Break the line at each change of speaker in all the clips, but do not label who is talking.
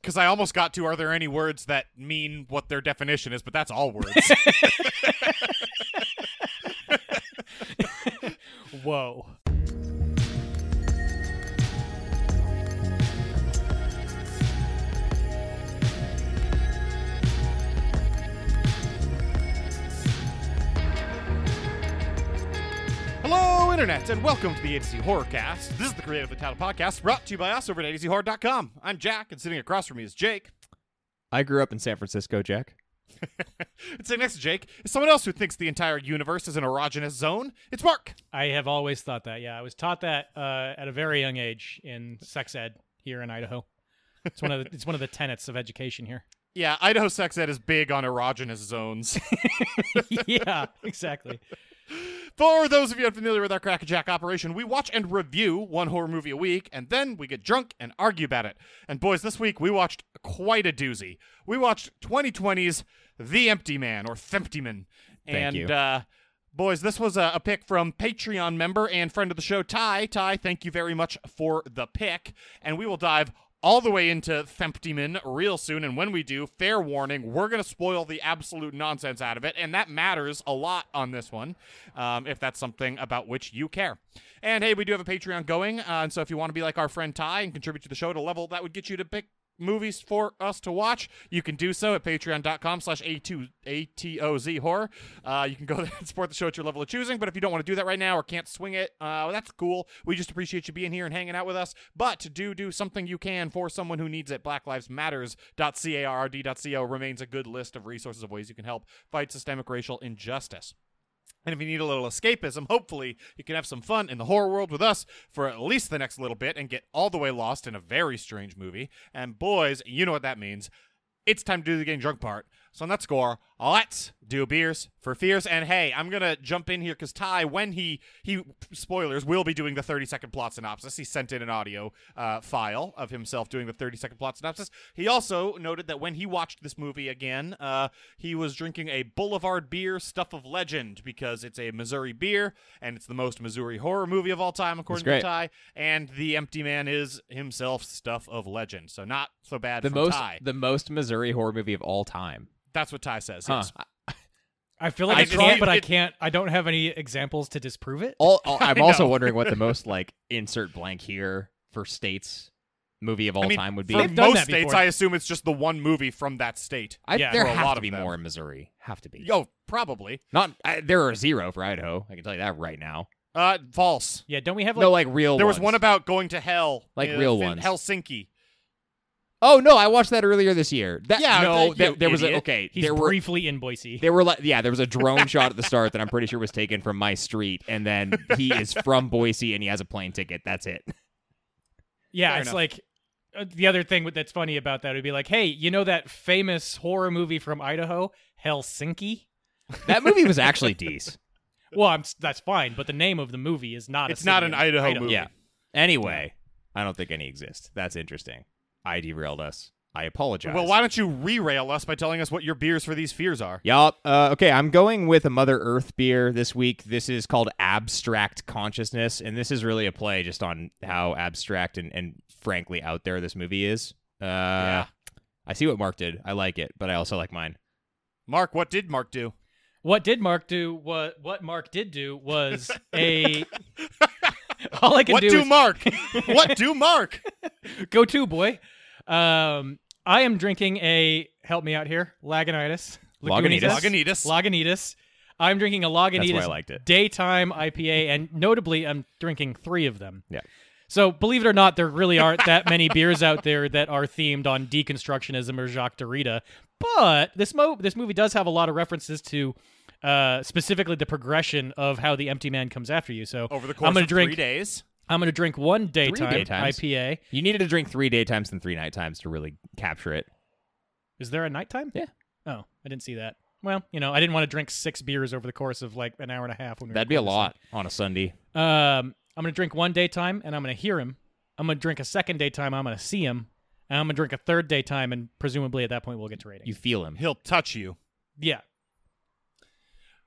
because I almost got to are there any words that mean what their definition is, but that's all words.
Whoa.
Hello, Internet, and welcome to the ADC Horrorcast. This is the Creative Title podcast brought to you by us over at ADCHorror.com. I'm Jack, and sitting across from me is Jake.
I grew up in San Francisco, Jack.
And sitting next to Jake is someone else who thinks the entire universe is an erogenous zone. It's Mark.
I have always thought that. Yeah, I was taught that uh, at a very young age in sex ed here in Idaho. It's one of the, it's one of the tenets of education here.
Yeah, Idaho sex ed is big on erogenous zones.
yeah, exactly.
For those of you unfamiliar with our Crackerjack operation, we watch and review one horror movie a week, and then we get drunk and argue about it. And boys, this week we watched quite a doozy. We watched 2020's The Empty Man, or Themptyman. and,
you.
uh, boys, this was a, a pick from Patreon member and friend of the show, Ty. Ty, thank you very much for the pick. And we will dive all the way into Themptyman real soon. And when we do, fair warning, we're going to spoil the absolute nonsense out of it. And that matters a lot on this one, um, if that's something about which you care. And hey, we do have a Patreon going. Uh, and so if you want to be like our friend Ty and contribute to the show at a level that would get you to pick movies for us to watch you can do so at patreon.com slash a2 atoz horror uh, you can go there and support the show at your level of choosing but if you don't want to do that right now or can't swing it uh, well, that's cool we just appreciate you being here and hanging out with us but do do something you can for someone who needs it black lives matters.carrd.co remains a good list of resources of ways you can help fight systemic racial injustice and if you need a little escapism, hopefully you can have some fun in the horror world with us for at least the next little bit and get all the way lost in a very strange movie. And boys, you know what that means. It's time to do the getting drunk part. So on that score, let's do beers for fears. And hey, I'm gonna jump in here because Ty, when he he spoilers, will be doing the 30 second plot synopsis. He sent in an audio uh, file of himself doing the 30 second plot synopsis. He also noted that when he watched this movie again, uh, he was drinking a Boulevard beer, Stuff of Legend, because it's a Missouri beer and it's the most Missouri horror movie of all time, according to
great.
Ty. And the Empty Man is himself Stuff of Legend, so not so bad
The
from
most
Ty.
the most Missouri horror movie of all time.
That's what Ty says.
Huh.
yes.
I feel like
I
I,
just-
tried, but I
it-
can't. I don't have any examples to disprove it.
All, all- I'm also
know.
wondering what the most like insert blank here for states movie of all
I mean,
time would be.
for
They've done
most
that before.
states, I assume it's just the one movie from that state.
I,
yeah,
there
for a
have
lot
to
of
be
them.
more in Missouri. Have to be.
Yo, probably.
Not I, there are zero for Idaho. I can tell you that right now.
Uh, false.
Yeah, don't we have like?
No, like real.
There was
ones.
one about going to hell,
Like
uh,
real
in
ones.
Helsinki.
Oh no, I watched that earlier this year. That
Yeah,
no,
that-
there-
you
there was a,
idiot.
okay.
he's
there were
briefly in Boise.
They were like, yeah, there was a drone shot at the start that I'm pretty sure was taken from my street, and then he is from Boise and he has a plane ticket. That's it.
Yeah,
Fair
it's
enough.
like uh, the other thing with- that's funny about that would be like, hey, you know that famous horror movie from Idaho, Helsinki?
That movie was actually Dees.
Well, I'm, s- that's fine, but the name of the movie is not. a
It's not an
city in
Idaho movie.
Yeah. Anyway, I don't think any exist. That's interesting. I derailed us. I apologize.
Well, why don't you rerail us by telling us what your beers for these fears are?
Yup. Uh, okay, I'm going with a Mother Earth beer this week. This is called Abstract Consciousness, and this is really a play just on how abstract and, and frankly out there this movie is. Uh, yeah. I see what Mark did. I like it, but I also like mine.
Mark, what did Mark do?
What did Mark do? What what Mark did do was a. All I can
What
do,
do
is
Mark? what do Mark?
go to boy. Um, I am drinking a help me out here lagunitas.
Lagunitas?
Lagunitas.
Lagunitas.
Lagunitas. I'm drinking a Lagunitas.
That's why I liked it.
Daytime IPA, and notably, I'm drinking three of them.
Yeah.
So believe it or not, there really aren't that many beers out there that are themed on deconstructionism or Jacques Derrida. But this mo this movie does have a lot of references to. Uh, specifically, the progression of how the empty man comes after you.
Oh.
So
Over the course
I'm gonna
of
drink.
three days.
I'm gonna drink one daytime
daytimes?
IPA.
You needed to drink three daytimes and three night times to really capture it.
Is there a nighttime?
Yeah.
Oh, I didn't see that. Well, you know, I didn't want to drink six beers over the course of like an hour and a half. When we
That'd be a
recorded
lot on a Sunday.
this thing. Um, I'm gonna drink one daytime and I'm gonna hear him. I'm gonna drink a second daytime. I'm gonna see him, and I'm gonna drink a third daytime, and presumably at that point we'll get to rating.
You feel him.
He'll touch you.
yeah.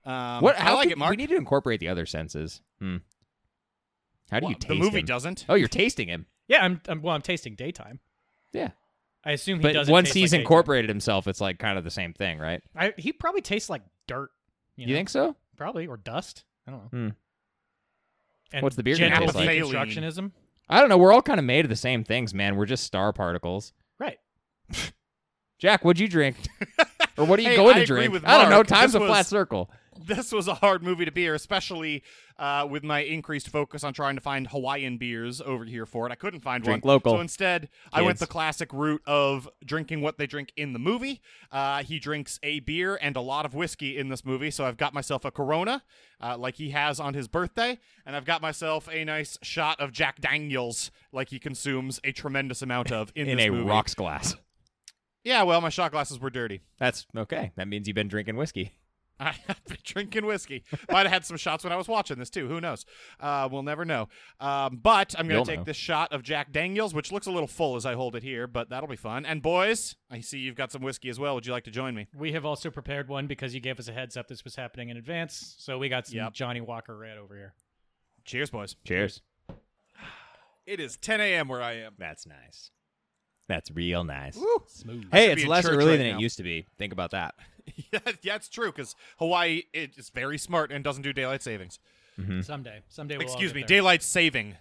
Um,
what?
I
How
like
could-
it, Mark.
We need to incorporate the other senses. Hmm. How do
Well,
you taste
the movie
him?
doesn't.
Oh, you're tasting him.
Yeah. I'm, I'm. Well, I'm tasting daytime.
Yeah.
I assume he
But
doesn't.
once
taste
he's
like acorn.
incorporated himself, it's like kind of the same thing, right?
I, he probably tastes like dirt. You,
You,
know?
think so?
Probably or dust. I don't know.
Hmm.
And
What's the beer gonna
gentle
taste like?
deconstructionism.
I don't know. We're all kind of made of the same things, man. We're just star particles.
Right.
Jack, what'd you drink? or what are you
Hey,
going
I
to
agree
drink?
with
I don't know.
Mark.
Time's
This
a flat
was-
circle.
This was a hard movie to beer, especially uh, with my increased focus on trying to find Hawaiian beers over here for it. I couldn't find
Drink
one.
local,
So instead, I went
kids.
the classic route of drinking what they drink in the movie. Uh, he drinks a beer and a lot of whiskey in this movie. So I've got myself a Corona, uh, like he has on his birthday, and I've got myself a nice shot of Jack Daniels, like he consumes a tremendous amount of in,
In
this
a
movie.
rocks glass.
Yeah, well, my shot glasses were dirty.
That's okay. That means you've been drinking whiskey.
I've been drinking whiskey. Might have had some shots when I was watching this too. Who knows? Uh, we'll never know. Um, but I'm going
You'll
to take
know.
this shot of Jack Daniels, which looks a little full as I hold it here, but that'll be fun. And boys, I see you've got some whiskey as well. Would you like to join me?
We have also prepared one because you gave us a heads up this was happening in advance, so we got some
Yep.
Johnny Walker Red over here.
Cheers, boys.
Cheers.
It is 10 a.m. where I am.
That's nice. That's real nice.
Smooth.
Hey,
should
it's
be in
less
church
early
right
than
now.
it used to be. Think about that.
yeah, yeah, it's true because Hawaii it is very smart and doesn't do daylight savings.
Someday, someday. We'll all
Mm-hmm. Excuse
get
me,
there.
daylight saving.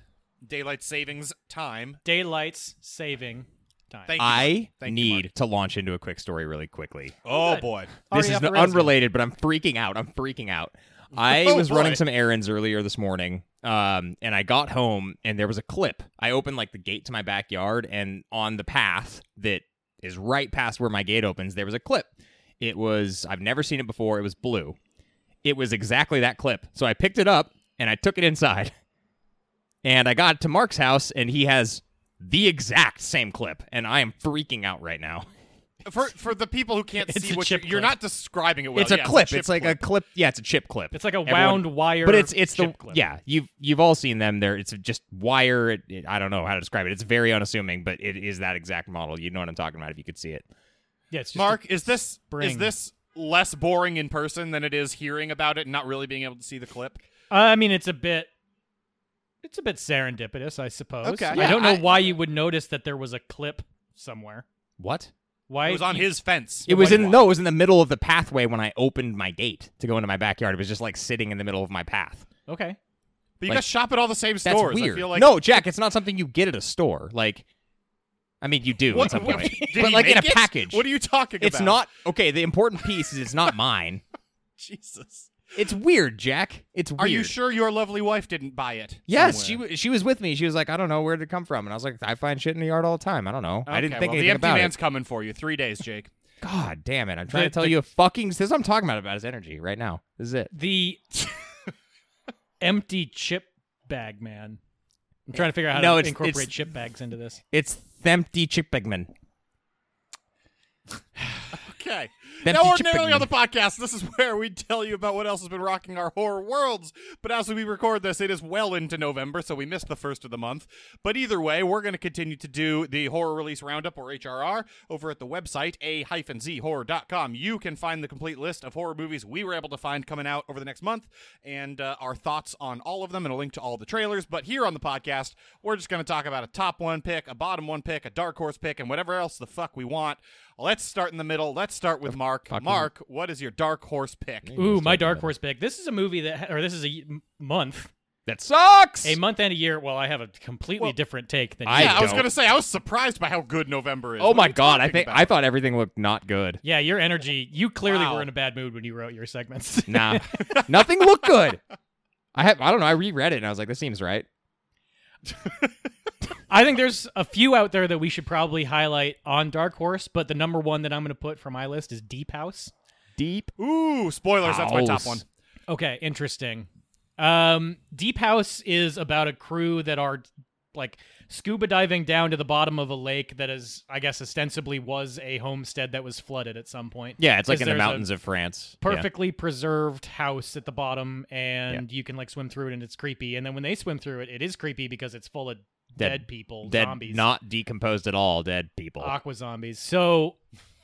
Daylight savings time.
daylights saving time.
Thank you.
I
Thank you,
need
Mark.
to launch into a quick story really quickly.
Oh,
good.
boy.
this
Already
is
off the
n-
rails here.
unrelated, but I'm freaking out. I'm freaking out. I
Oh,
was
boy.
running some errands earlier this morning, um, and I got home and there was a clip. I opened like the gate to my backyard, and on the path that is right past where my gate opens, there was a clip. It was I've never seen it before. It was blue. It was exactly that clip. So I picked it up and I took it inside, and I got to Mark's house, and he has the exact same clip, and I am freaking out right now.
for for the people who can't
It's
see
a
what
chip
you're, you're
clip.
not describing it well.
it's a
Yeah,
clip. It's,
chip
like
clip.
a clip. Yeah, it's a chip clip.
It's like a
Everyone-
wound wire,
but it's it's the
chip clip.
yeah. You've you've all seen them. There, it's just wire. It, it- I don't know how to describe it. It's very unassuming, but it is that exact model. You know what I'm talking about if you could see it.
yeah. It's just
Mark, is this is
spring.
this less boring in person than it is hearing about it and not really being able to see the clip?
A, Uh, I mean, it's a bit. It's a bit serendipitous, I suppose.
Okay.
I
Yeah,
don't know
I-
why you would notice that there was a clip somewhere.
What?
Why
It was on
you-
his fence.
It was in
Like,
no. It was in the middle of the pathway when I opened my gate to go into my backyard. It was just like sitting in the middle of my path.
Okay.
But you
like-
guys shop at all the same
That's
stores.
weird.
I feel like
no, Jack, it's not something you get at a store. Like, I mean, you do
What-
at some
what-
point,
did
but
he
like in a
make it?
package.
What are you talking
it's
about?
not okay. The important piece is it's not mine.
Jesus.
It's weird, Jack. It's weird.
Are you sure your lovely wife didn't buy it?
Yes, she
somewhere?
w- she was with me. She was like, I don't know where did it come from, and I was like, I find shit in the yard all the time. I don't know. I didn't
Okay, well,
think
the
anything
empty
about
man's
it.
coming for you. Three days, Jake.
God damn it! I'm trying
The-
to tell
the-
you a fucking. This is what I'm talking about about his energy right now. This is it.
The empty chip bag, man. I'm trying to figure out how
No,
to
it's-
incorporate
it's-
chip bags into this.
It's Thempty Chickpigman.
Okay.
Empty
now,
chip
ordinarily
bag.
on the podcast, this is where we tell you about what else has been rocking our horror worlds. But as we record this, it is well into November, so we missed the first of the month. But either way, we're going to continue to do the horror release roundup or HRR over at the website a-zhorror.com. You can find the complete list of horror movies we were able to find coming out over the next month and uh, our thoughts on all of them and a link to all the trailers. But here on the podcast, we're just going to talk about a top one pick, a bottom one pick, a dark horse pick, and whatever else the fuck we want. Let's start in the middle. Let's start with Mark.
fuck is
Mark, what is your dark horse pick?
Ooh, my dark horse pick. This is a movie that, or this is a y- m- month,
That sucks.
a month and a year. Well, I have a completely
Well,
different take than
I
you.
yeah, I, was
don't.
gonna say I was surprised by how good November is.
oh
What are
my
you
god! I
talking
think
about?
I thought everything looked not good.
Yeah, your energy. You clearly
Wow.
were in a bad mood when you wrote your segments.
Nah, nothing looked good. I have. I don't know. I reread it and I was like, this seems right.
I think there's a few out there that we should probably highlight on Dark Horse, but the number one that I'm going to put for my list is Deep House.
Deep.
Ooh, spoilers. That's my top
House.
one.
Okay, interesting. Um, Deep House is about a crew that are like scuba diving down to the bottom of a lake that is, I guess, ostensibly was a homestead that was flooded at some point.
Yeah, it's like
'Cause
in the
there's a
mountains of France. Yeah.
Perfectly preserved house at the bottom, and you can like swim through it, and it's creepy. And then when they swim through it, it is creepy because it's full of
Dead-
dead, people,
Dead,
zombies,
not decomposed at all. Dead people.
aqua zombies. So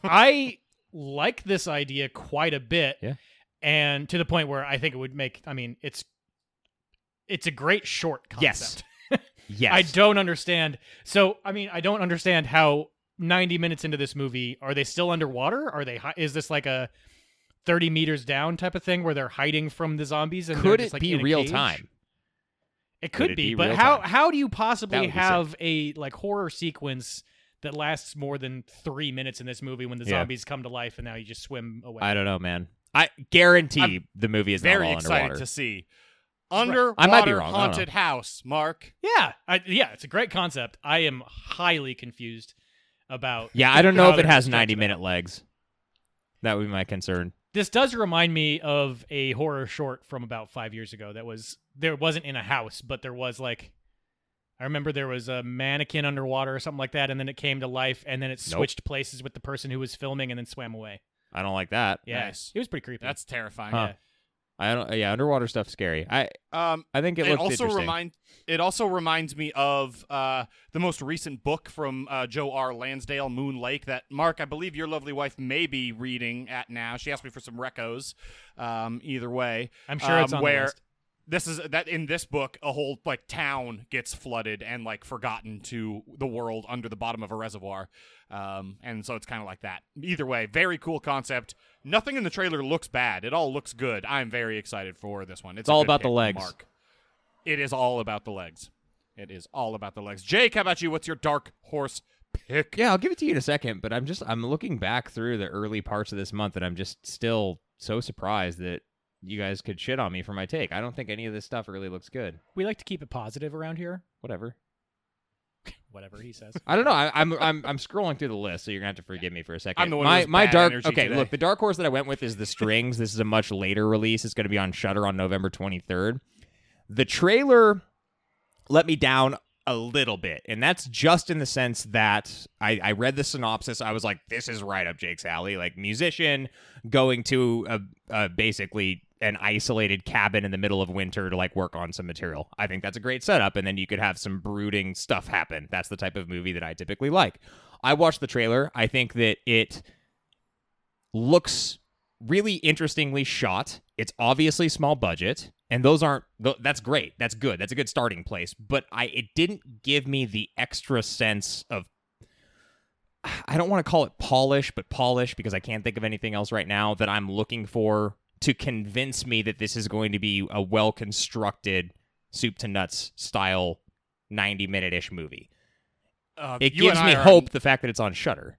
I like this idea quite a bit.
Yeah.
And to the point where I think it would make I mean, it's it's a great short concept.
yes. yes.
I don't understand. So I mean, I don't understand how 90 minutes into this movie, are they still underwater? Are they? Hi- is this like a 30 meters down type of thing where they're hiding from the zombies? And they're
Could it
just, like,
be
in a
real
cage?
time?
It could
it
be,
be
but
real
how
time?
how do you
That
possibly
would be sick.
have a like horror sequence that lasts more than three minutes in this movie when the
Yeah.
zombies come to life and now you just swim away?
I don't know, man. I guarantee
I'm
the movie is
Very
not all
excited
underwater.
to see. Underwater
I might be wrong, I don't
haunted house, Mark.
yeah, I, yeah, it's a great concept. I am highly confused about.
Yeah, I don't know
how
if it
they're
has
constructed.
ninety minute legs. That would be my concern.
This does remind me of a horror short from about five years ago. That was there wasn't in a house, but there was like. I remember there was a mannequin underwater or something like that, and then it came to life, and then it
Nope.
switched places with the person who was filming, and then swam away.
I don't like that.
Yeah,
Nice.
it was pretty creepy.
That's terrifying.
Huh. I don't. Yeah, underwater stuff's scary. I
Um,
I think it,
it
looks
also
interesting.
remind it also reminds me of uh, the most recent book from uh, Joe R. Lansdale, Moon Lake. That Mark, I believe your lovely wife may be reading at now. She asked me for some recos. Um, either way,
I'm sure it's
um,
on the
where
list.
this is that in this book, a whole like town gets flooded and like forgotten to the world under the bottom of a reservoir. Um, and so it's kind of like that. Either way, very cool concept. Nothing in the trailer looks bad. It all looks good. I'm very excited for this one. It's,
It's
a
all
good
about the
pick,
legs.
Mark. It is all about the legs. It is all about the legs. Jake, how about you? What's your dark horse pick?
Yeah, I'll give it to you in a second, but I'm just I'm looking back through the early parts of this month and I'm just still so surprised that you guys could shit on me for my take. I don't think any of this stuff really looks good.
We like to keep it positive around here.
Whatever.
Whatever he says.
I don't know. I, I'm I'm I'm scrolling through the list, so you're gonna have to forgive me for a second.
I'm the one who
My
has
my
bad
dark.
energy
Okay,
today.
look, the dark horse that I went with is the Strings. this is a much later release. It's gonna be on Shutter on November 23rd. The trailer let me down a little bit, and that's just in the sense that I I read the synopsis. I was like, this is right up Jake's alley. Like musician going to a, a basically an isolated cabin in the middle of winter to like work on some material. I think that's a great setup and then you could have some brooding stuff happen. That's the type of movie that I typically like. I watched the trailer. I think that it looks really interestingly shot. It's obviously small budget, and those aren't tho- that's great. That's good. That's a good starting place, but I it didn't give me the extra sense of I don't want to call it polish, but polish because I can't think of anything else right now that I'm looking for to convince me that this is going to be a well constructed soup to nuts style 90 minute ish movie.
Uh,
It
you and
gives
I
me
are-
hope the fact that it's on Shutter,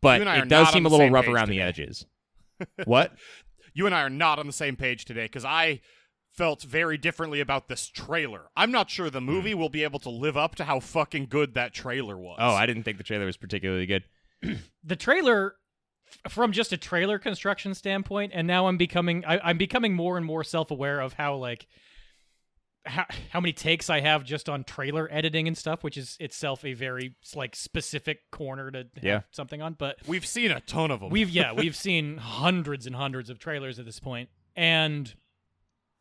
but
You and I are
it does
not on
seem a
the
little
same
rough
page
around the
today.
edges. what?
you and I are not on the same page today because I felt very differently about this trailer. I'm not sure the movie will be able to live up to how fucking good that trailer was.
Oh, I didn't think the trailer was particularly good.
The trailer, f- from just a trailer construction standpoint, and now I'm becoming I, I'm becoming more and more self aware of how like how how many takes I have just on trailer editing and stuff, which is itself a very like specific corner to have
Yeah.
something on. But
we've seen a ton of them.
We've yeah, we've seen hundreds and hundreds of trailers at this point, and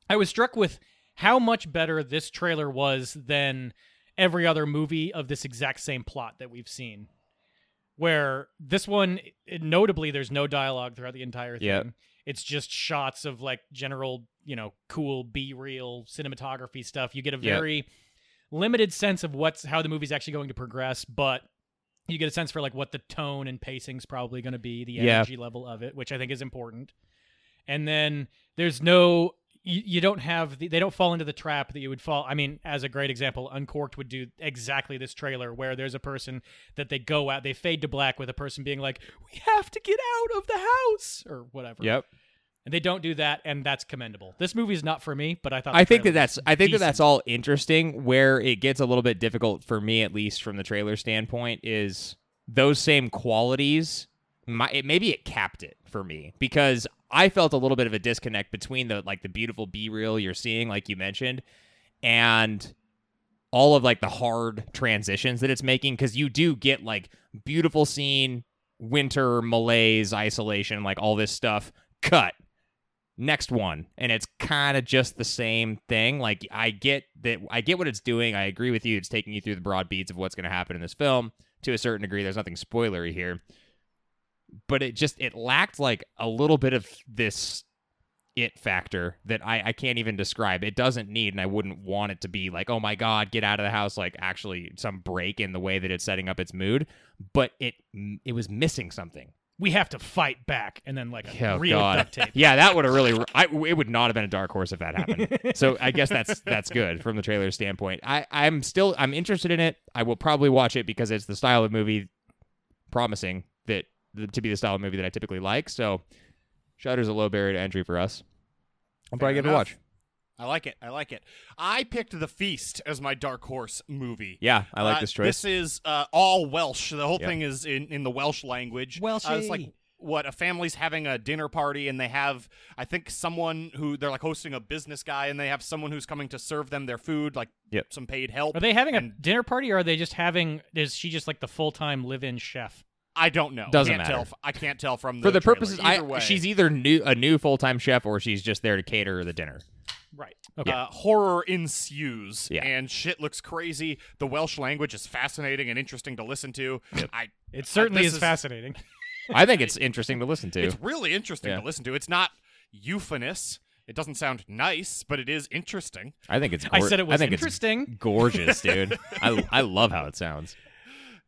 I was struck with how much better this trailer was than every other movie of this exact same plot that we've seen. Where this one, it- notably, there's no dialogue throughout the entire thing.
Yeah.
It's just shots of like general, you know, cool B reel cinematography stuff. You get a
Yeah.
very limited sense of what's how the movie's actually going to progress, but you get a sense for like what the tone and pacing's probably going to be, the
Yeah.
energy level of it, which I think is important. And then there's no you, you don't have the, they don't fall into the trap that you would fall. I mean, as a great example, Uncorked would do exactly this trailer where there's a person that they go out, they fade to black with a person being like, "We have to get out of the house" or whatever.
Yep.
And they don't do that, and that's commendable. This movie's not for me, but I thought
I
the
think that
trailer
that's
was
I think that
decent.
that's all interesting. Where it gets a little bit difficult for me, at least from the trailer standpoint, is those same qualities. My it, maybe it capped it for me because I felt a little bit of a disconnect between the like the beautiful B reel you're seeing, like you mentioned, and all of like the hard transitions that it's making because you do get like beautiful scene winter malaise isolation like all this stuff cut next one and it's kind of just the same thing like i get that i get what it's doing i agree with you it's taking you through the broad beats of what's going to happen in this film to a certain degree there's nothing spoilery here but it just it lacked like a little bit of this it factor that I, I can't even describe. It doesn't need, and I wouldn't want it to be like, oh my God, get out of the house, like actually some break in the way that it's setting up its mood. But it it was missing something.
We have to fight back, and then like a
Oh,
real
God.
duct tape.
Yeah, that would have really. I, it would not have been a dark horse if that happened. so I guess that's that's good from the trailer standpoint. I I'm still I'm interested in it. I will probably watch it because it's the style of movie, promising that to be the style of movie that I typically like. So, Shudder's a low barrier to entry for us. I'll probably
Fair
give it a
enough.
watch.
I like it. I like it. I picked The Feast as my Dark Horse movie.
Yeah, I like
Uh,
this choice.
This is uh, all Welsh. The whole
Yeah.
thing is in, in the Welsh language.
Welshy.
Uh, it's like what a family's having a dinner party and they have I think someone who they're like hosting a business guy and they have someone who's coming to serve them their food, like
Yep.
some paid help.
Are they having a
And-
dinner party, or are they just having? Is she just like the full time live in chef?
I don't know.
Doesn't
can't
matter.
Tell, f- I can't tell from the
for the
trailer.
purposes,
Either
I
way.
she's e-, either new a new full time chef or she's just there to cater the dinner.
Right. Okay.
Uh, horror ensues,
Yeah.
and shit looks crazy. The Welsh language is fascinating and interesting to listen to. I
it certainly
this
is,
is-
fascinating.
I think it's interesting to listen to.
It's really interesting
Yeah.
to listen to. It's not euphonous. It doesn't sound nice, but it is interesting.
I think it's.
I
gor-
said it was
think it's
interesting.
gorgeous, dude. I I love how it sounds.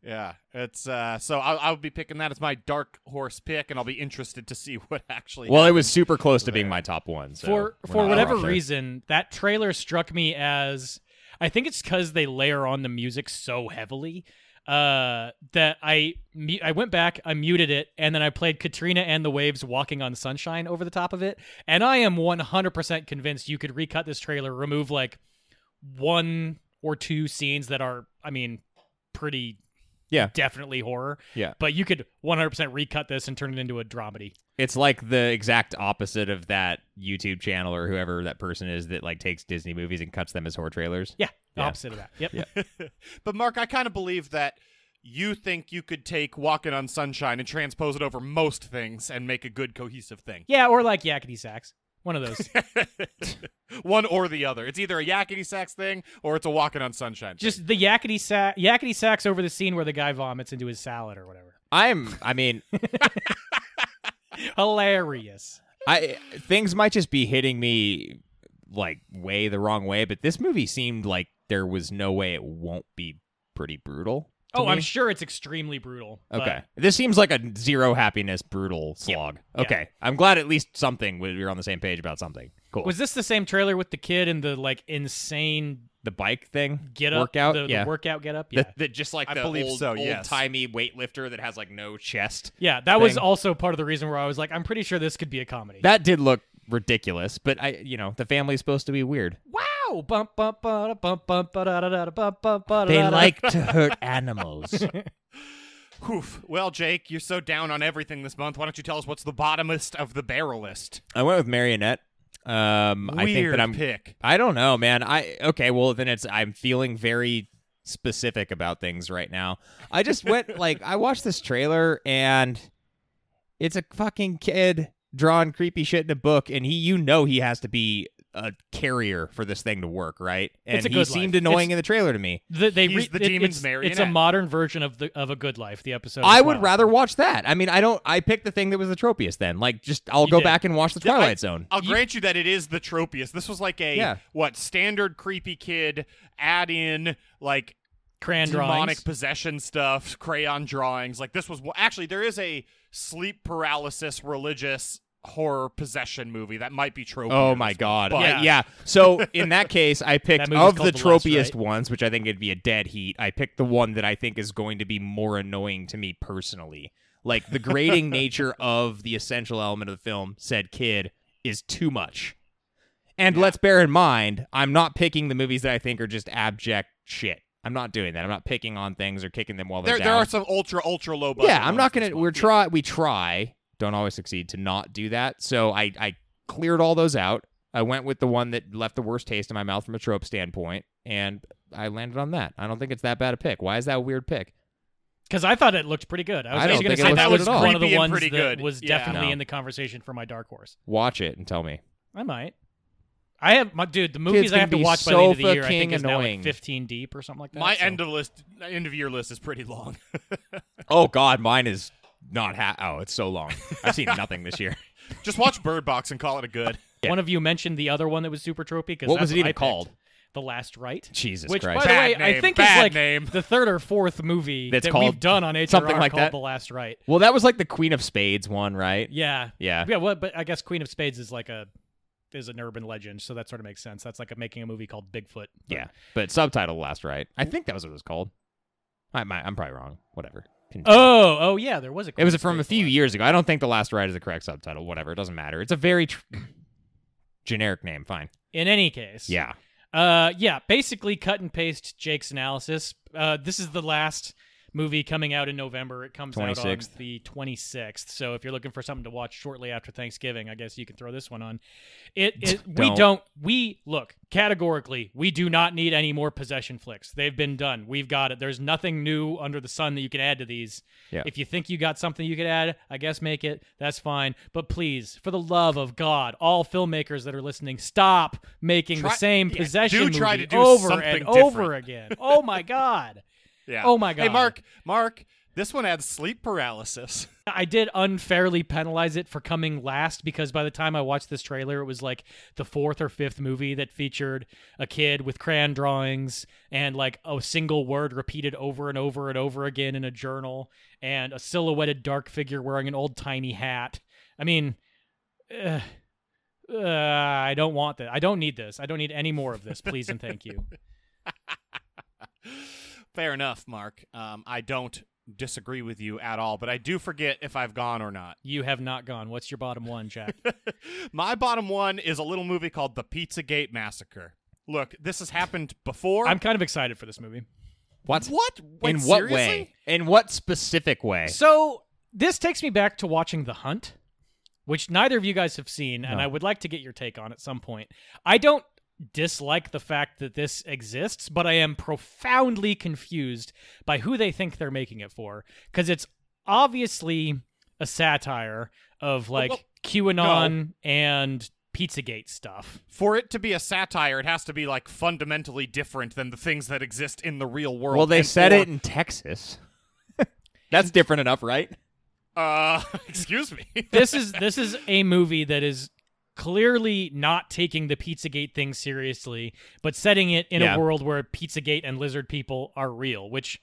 Yeah, it's uh, so I'll, I'll be picking that as my dark horse pick, and I'll be interested to see what actually.
Well, it was super close to being my top one. So
for
we're
for
not
whatever
off there.
reason, that trailer struck me as I think it's because they layer on the music so heavily uh, that I mu- I went back, I muted it, and then I played Katrina and the Waves "Walking on Sunshine" over the top of it, and I am one hundred percent convinced you could recut this trailer, remove like one or two scenes that are, I mean, pretty.
Yeah.
Definitely horror.
Yeah.
But you could 100% recut this and turn it into a dramedy.
it's like the exact opposite of that YouTube channel or whoever that person is that like takes Disney movies and cuts them as horror trailers.
Yeah. the
Yeah.
Opposite of that. Yep.
but Mark, I kind of believe that you think you could take "Walking on Sunshine" and transpose it over most things and make a good cohesive thing.
Yeah, or like yakety sax. One of those.
One or the other. It's either a yakety sax thing or it's a "Walking on Sunshine." thing.
Just the yakety sax, yakety sax over the scene where the guy vomits into his salad or whatever.
I'm. I mean,
Hilarious.
I things might just be hitting me like way the wrong way, but this movie seemed like there was no way it won't be pretty brutal. to
Oh, I'm
me.
sure it's extremely brutal. but-
Okay. This seems like a zero happiness brutal slog.
Yeah.
Okay. I'm glad at least something we were on the same page about something. Cool.
Was this the same trailer with the kid and the like insane
the bike thing
get up?
workout?
the, the
yeah.
workout get up. Yeah.
That that just like
I
the
believe
old,
so, yes.
timey weightlifter that has like no chest.
yeah, that was
thing.
also part of the reason where I was like, I'm pretty sure this could be a comedy.
That did look ridiculous, but I, you know, the family's supposed to be weird.
wow. Bump bump ba da bump bump ba da da da da bump bump ba da da
They
da.
like to hurt animals.
Oof. Well, Jake, you're so down on everything this month. Why don't you tell us what's the bottomest of the barrel list?
I went with marionette. Um,
Weird
I think that I'm.
pick.
I don't know, man. I okay. Well, then it's I'm feeling very specific about things right now. I just went like I watched this trailer and it's a fucking kid drawing creepy shit in a book, and he you know he has to be a carrier for this thing to work, right? And
It's a
he
good
seemed
life.
annoying
It's-
in the trailer to me.
The, they
He's
re-
the
it-
demon's
it's, It's a
marionette.
modern version of the of a Good Life, the episode.
I
as
would
well.
rather watch that. I mean, I don't. I picked the thing that was the tropiest. Then, like, just I'll
You
go
did.
back and watch the
Yeah, I-
Twilight Zone.
I'll grant you that it is the tropiest. This was like a
Yeah.
what standard creepy kid add in like
Cran
demonic
drawings.
possession stuff, crayon drawings. Like this was actually there is a sleep paralysis religious horror possession movie that might be tropiest.
Oh my god.
but-
yeah. yeah. So in that case, I picked
That movie's
of the
called The List,
tropiest
right?
ones, which I think it'd be a dead heat. I picked the one that I think is going to be more annoying to me personally. Like the grating nature of the essential element of the film, said kid, is too much. And let's bear in mind, I'm not picking the movies that I think are just abject shit. I'm not doing that. I'm not picking on things or kicking them while they're
There,
down.
there are some ultra ultra low budget.
Yeah, I'm
ones
not
this
gonna. We're
month.
try. We try. Don't always succeed to not do that. So I I cleared all those out. I went with the one that left the worst taste in my mouth from a trope standpoint, and I landed on that. I don't think it's that bad a pick. Why is that a weird pick?
Because I thought it looked pretty good. I was
I don't
actually going
think it
to say
looks
that
good
was
at all.
one of
Creepy
the
and
ones that
pretty good.
was
Yeah.
definitely
No.
in the conversation for my dark horse.
Watch it and tell me.
I might. I have my dude. The movies I
gonna
have to
be
watch by the end of the
so
year. I
fucking
think is now
annoying.
like 15 deep or something like that.
My
so-
end of list end of year list is pretty long.
Oh God, mine is not. Ha- oh, it's so long. I've seen nothing this year.
Just watch Bird Box and call it a good.
Yeah.
One of you mentioned the other one that was super tropey. 'cause
What
that's
was it
I
even
picked.
called?
The Last Right.
Jesus
Which,
Christ.
by the
Bad
way, I
name,
think is
bad
like
name.
the third or fourth movie
That's
that
called
we've done on HRR
something like
called
that.
The Last Right.
well, that was like the Queen of Spades one, right?
Yeah.
Yeah.
Yeah. Well, but I guess Queen of Spades is like a is an urban legend, so that sort of makes sense. That's like a, making a movie called Bigfoot. But-
Yeah. But subtitle last right. I think that was what it was called. I might, I'm probably wrong. Whatever. Can-
Oh, oh yeah, there was a.
it was
Queen of
from a
Spades The
few
Last-
years ago. I don't think the last ride is the correct subtitle. Whatever. It doesn't matter. It's a very tr- generic name. Fine.
In any case.
Yeah.
Uh, yeah, basically cut and paste Jake's analysis. Uh, this is the last movie coming out in November. It comes out on
26th.
the 26th. So if you're looking for something to watch shortly after Thanksgiving, I guess you can throw this one on. It, it we
Don't.
don't we look categorically. We do not need any more possession flicks. They've been done. We've got it. There's nothing new under the sun that you can add to these.
Yeah.
If you think you got something you could add, I guess make it. That's fine. But please, for the love of God, all filmmakers that are listening, stop making the
Try-
same
yeah,
possession
do try to
movie
do
over
something
and
different.
over again. Oh my God.
Yeah.
Oh my
Hey,
God.
Mark. Mark. This one had sleep paralysis.
I did unfairly penalize it for coming last because by the time I watched this trailer, it was like the fourth or fifth movie that featured a kid with crayon drawings and like a single word repeated over and over and over again in a journal and a silhouetted dark figure wearing an old tiny hat. I mean, ugh. Ugh, I don't want that. I don't need this. I don't need any more of this. Please and thank you.
Fair enough, Mark. Um, I don't disagree with you at all, but I do forget if I've gone or not.
You have not gone. What's your bottom one, Jack?
My bottom one is a little movie called The Pizzagate Massacre. Look, this has happened before.
I'm kind of excited for this movie.
What?
what? Wait,
In what
seriously?
way? In what specific
Eh.
way?
So this takes me back to watching The Hunt, which neither of you guys have seen, and
No.
I would like to get your take on at some point. I don't dislike the fact that this exists, but I am profoundly confused by who they think they're making it for, because it's obviously a satire of like
well,
QAnon and Pizzagate stuff.
For it to be a satire, it has to be like fundamentally different than the things that exist in the real world.
Well, they
and
said
or-
it in Texas. That's different enough, right?
Uh, excuse me.
this is this is a movie that is clearly not taking the Pizzagate thing seriously, but setting it in
Yeah.
a world where Pizzagate and lizard people are real, which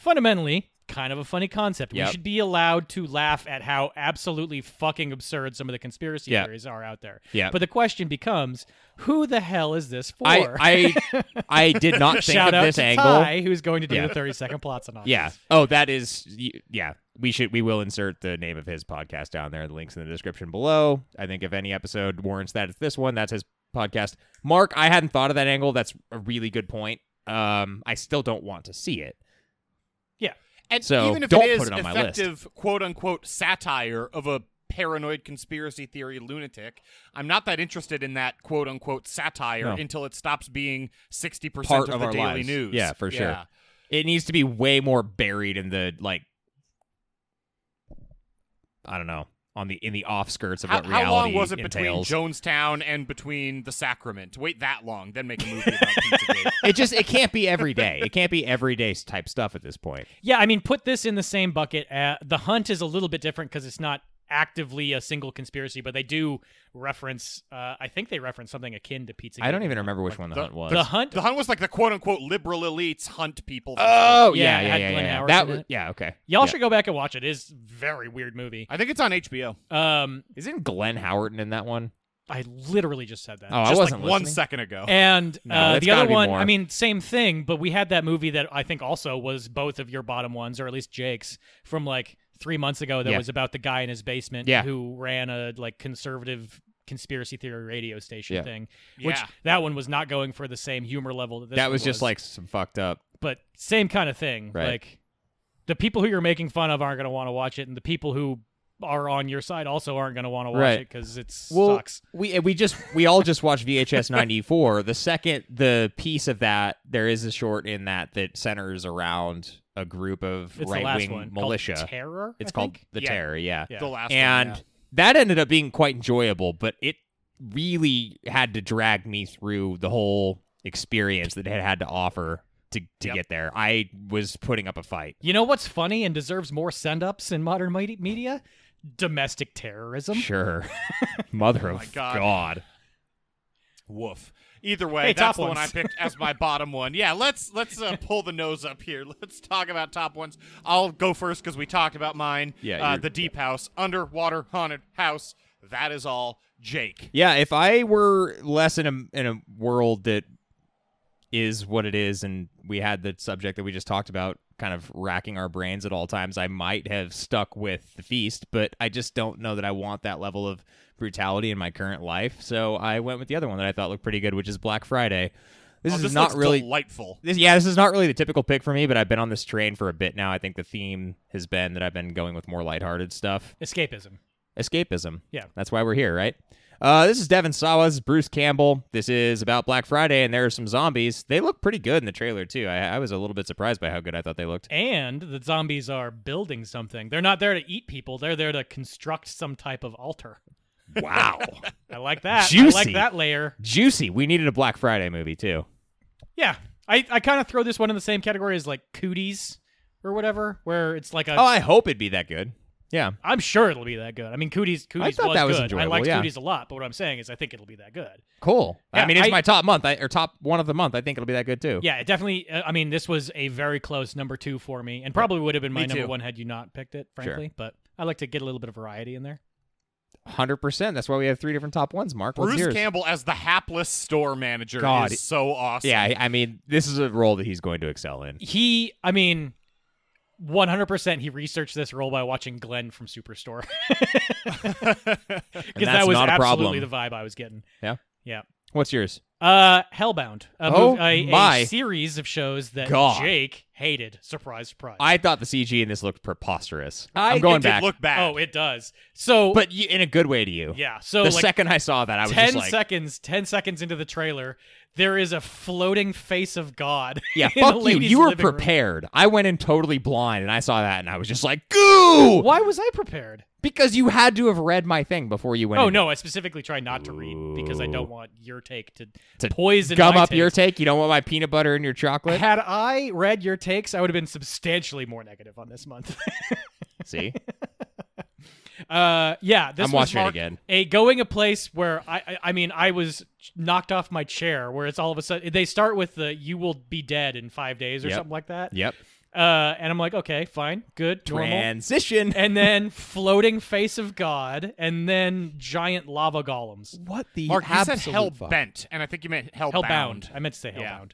fundamentally kind of a funny concept.
Yep.
We should be allowed to laugh at how absolutely fucking absurd some of the conspiracy
Yeah.
theories are out there.
Yeah.
But the question becomes, who the hell is this for?
I I I did not think of
Shout out
this
to
angle.
Ty, who's going to do
Yeah.
the thirty second plot synopsis.
Yeah. Oh, that is y- yeah. We should we will insert the name of his podcast down there. The links in the description below. I think if any episode warrants that, it's this one. That's his podcast. Mark, I hadn't thought of that angle. That's a really good point. Um, I still don't want to see it.
And
So,
even if
don't
it is
put it on my list.
effective, quote unquote, satire of a paranoid conspiracy theory lunatic, I'm not that interested in that quote unquote satire
No.
until it stops being 60%
Part
of,
of
the
our
daily
lives.
news.
Yeah, for sure.
Yeah.
It needs to be way more buried in the like. I don't know on the in the offskirts of
How,
what
how
reality
long was it
entails.
between Jonestown and between the Sacrament? Wait that long, then make a movie about Pizzagate.
it just it can't be every day. It can't be everyday type stuff at this point.
Yeah, I mean, put this in the same bucket. Uh, the Hunt is a little bit different because it's not actively a single conspiracy, but they do reference. Uh, I think they reference something akin to Pizza.
I don't even remember which one the,
the-
hunt was.
The Hunt.
The Hunt was like the quote unquote liberal elites hunt people. for-
oh yeah,
Yeah, it
yeah,
had
yeah,
Glenn
yeah.
Howerton
That
in
was
it.
yeah. Okay.
Y'all
Yeah.
should go back and watch it. It is a very weird movie.
I think it's on HBO.
Um,
Isn't Glenn Howerton in that one?
I literally just said that.
Oh, I
Just
wasn't
like one
listening.
second ago.
And
No,
uh,
that's
the other
gotta be
one,
more.
I mean, same thing, but we had that movie that I think also was both of your bottom ones, or at least Jake's, from like three months ago that
Yeah.
was about the guy in his basement
Yeah.
who ran a like conservative conspiracy theory radio station
Yeah.
thing.
yeah.
Which that one was not going for the same humor level that this
that
one
was just like some fucked up.
but same kind of thing.
Right.
Like the people who you're making fun of aren't going to want to watch it, and the people who are on your side also aren't going to want to watch
Right.
it because it sucks.
we we just we all just watched VHS ninety four. The second the piece of that there is a short in that that centers around a group of
It's the
right
last
wing
one. called
militia.
Terror.
it's
I
called
think?
the
Yeah.
Terror. Yeah.
Yeah.
The last
and
one, yeah.
that ended up being quite enjoyable, but it really had to drag me through the whole experience that it had to offer to to
Yep.
get there. I was putting up a fight.
You know what's funny and deserves more send ups in modern mi- media? Domestic terrorism.
Sure, mother
Oh
of
my God.
God.
Woof. Either way,
Hey, top
that's the one I
ones.
picked as my bottom one. Yeah, let's let's uh, pull the nose up here. Let's talk about top ones. I'll go first because we talked about mine.
Yeah,
uh,
you're-
the Deep House, underwater haunted house. That is all, Jake.
Yeah, if I were less in a in a world that is what it is, and we had the subject that we just talked about kind of racking our brains at all times, I might have stuck with the feast. But I just don't know that I want that level of brutality in my current life, so I went with the other one that I thought looked pretty good, which is Black Friday. This
Oh,
is
this
not
looks
really
delightful.
this, yeah, this is not really the typical pick for me, but I've been on this train for a bit now. I think the theme has been that I've been going with more lighthearted stuff
Escapism.
escapism.
Yeah.
That's why we're here, right? Uh, this is Devin Sawa. This is Bruce Campbell. This is about Black Friday, and there are some zombies. They look pretty good in the trailer, too. I, I was a little bit surprised by how good I thought they looked.
And the zombies are building something. They're not there to eat people. They're there to construct some type of altar.
Wow.
I like that. I
Juicy.
like that layer.
Juicy. We needed a Black Friday movie, too.
Yeah. I, I kind of throw this one in the same category as like cooties or whatever, where it's like a
Oh, I hope it'd be that good. Yeah.
I'm sure it'll be that good. I mean, Cooties, Cooties
thought that was
good. I
enjoyable,
liked
yeah.
Cooties a lot, but what I'm saying is, I think it'll be that good.
Cool. I
Yeah,
mean, it's
I-
my top month, I, or top one of the month. I think it'll be that good, too.
Yeah, it definitely. uh, I mean, this was a very close number two for me, and probably would have been my
Me
number
too.
one had you not picked it,
Sure.
frankly. But I like to get a little bit of variety in there.
100%. That's why we have three different top ones, Mark. What's
Bruce
yours?
Campbell as the hapless store manager
God.
is so awesome.
Yeah, I I mean, this is a role that he's going to excel in.
He, I mean, 100% he researched this role by watching Glenn from Superstore. Because that
that's
was
not a problem.
absolutely the vibe I was getting.
Yeah?
Yeah.
What's yours?
Uh, Hellbound. A
Oh
mov- a, a
my
series of shows that
God.
Jake hated. Surprise, surprise.
I thought the CG in this looked preposterous.
I-
I'm going
it did
back.
Look back.
oh, it does. So,
but you, in a good way to you.
yeah. So,
the
like,
second I saw that, I was
10
just like,
seconds 10 seconds into the trailer there is a floating face of god
"Yeah,
in the
fuck you.
lady's
You were
living room.
prepared. I went in totally blind, and I saw that, and I was just like, "Goo!"
why was i prepared
Because you had to have read my thing before you went.
oh
in.
no i specifically try not to read because i don't
Ooh.
want your take to,
To
poison
Gum
my
up your
takes.
take. You don't want my peanut butter in your chocolate.
had i read your takes i would have been substantially more negative on this month
See,
uh yeah this
I'm
was
watching it
marked
again.
a going a place where I, I I mean I was knocked off my chair where it's all of a sudden they start with the you will be dead in five days or
Yep.
something like that
Yep.
uh and I'm like okay fine good normal
Transition.
and then floating face of God, and then giant lava golems.
What the
Mark, you said
absolute
hell
fuck?
bent, and I think you meant hell
Hellbound. I meant to say
Yeah.
hellbound.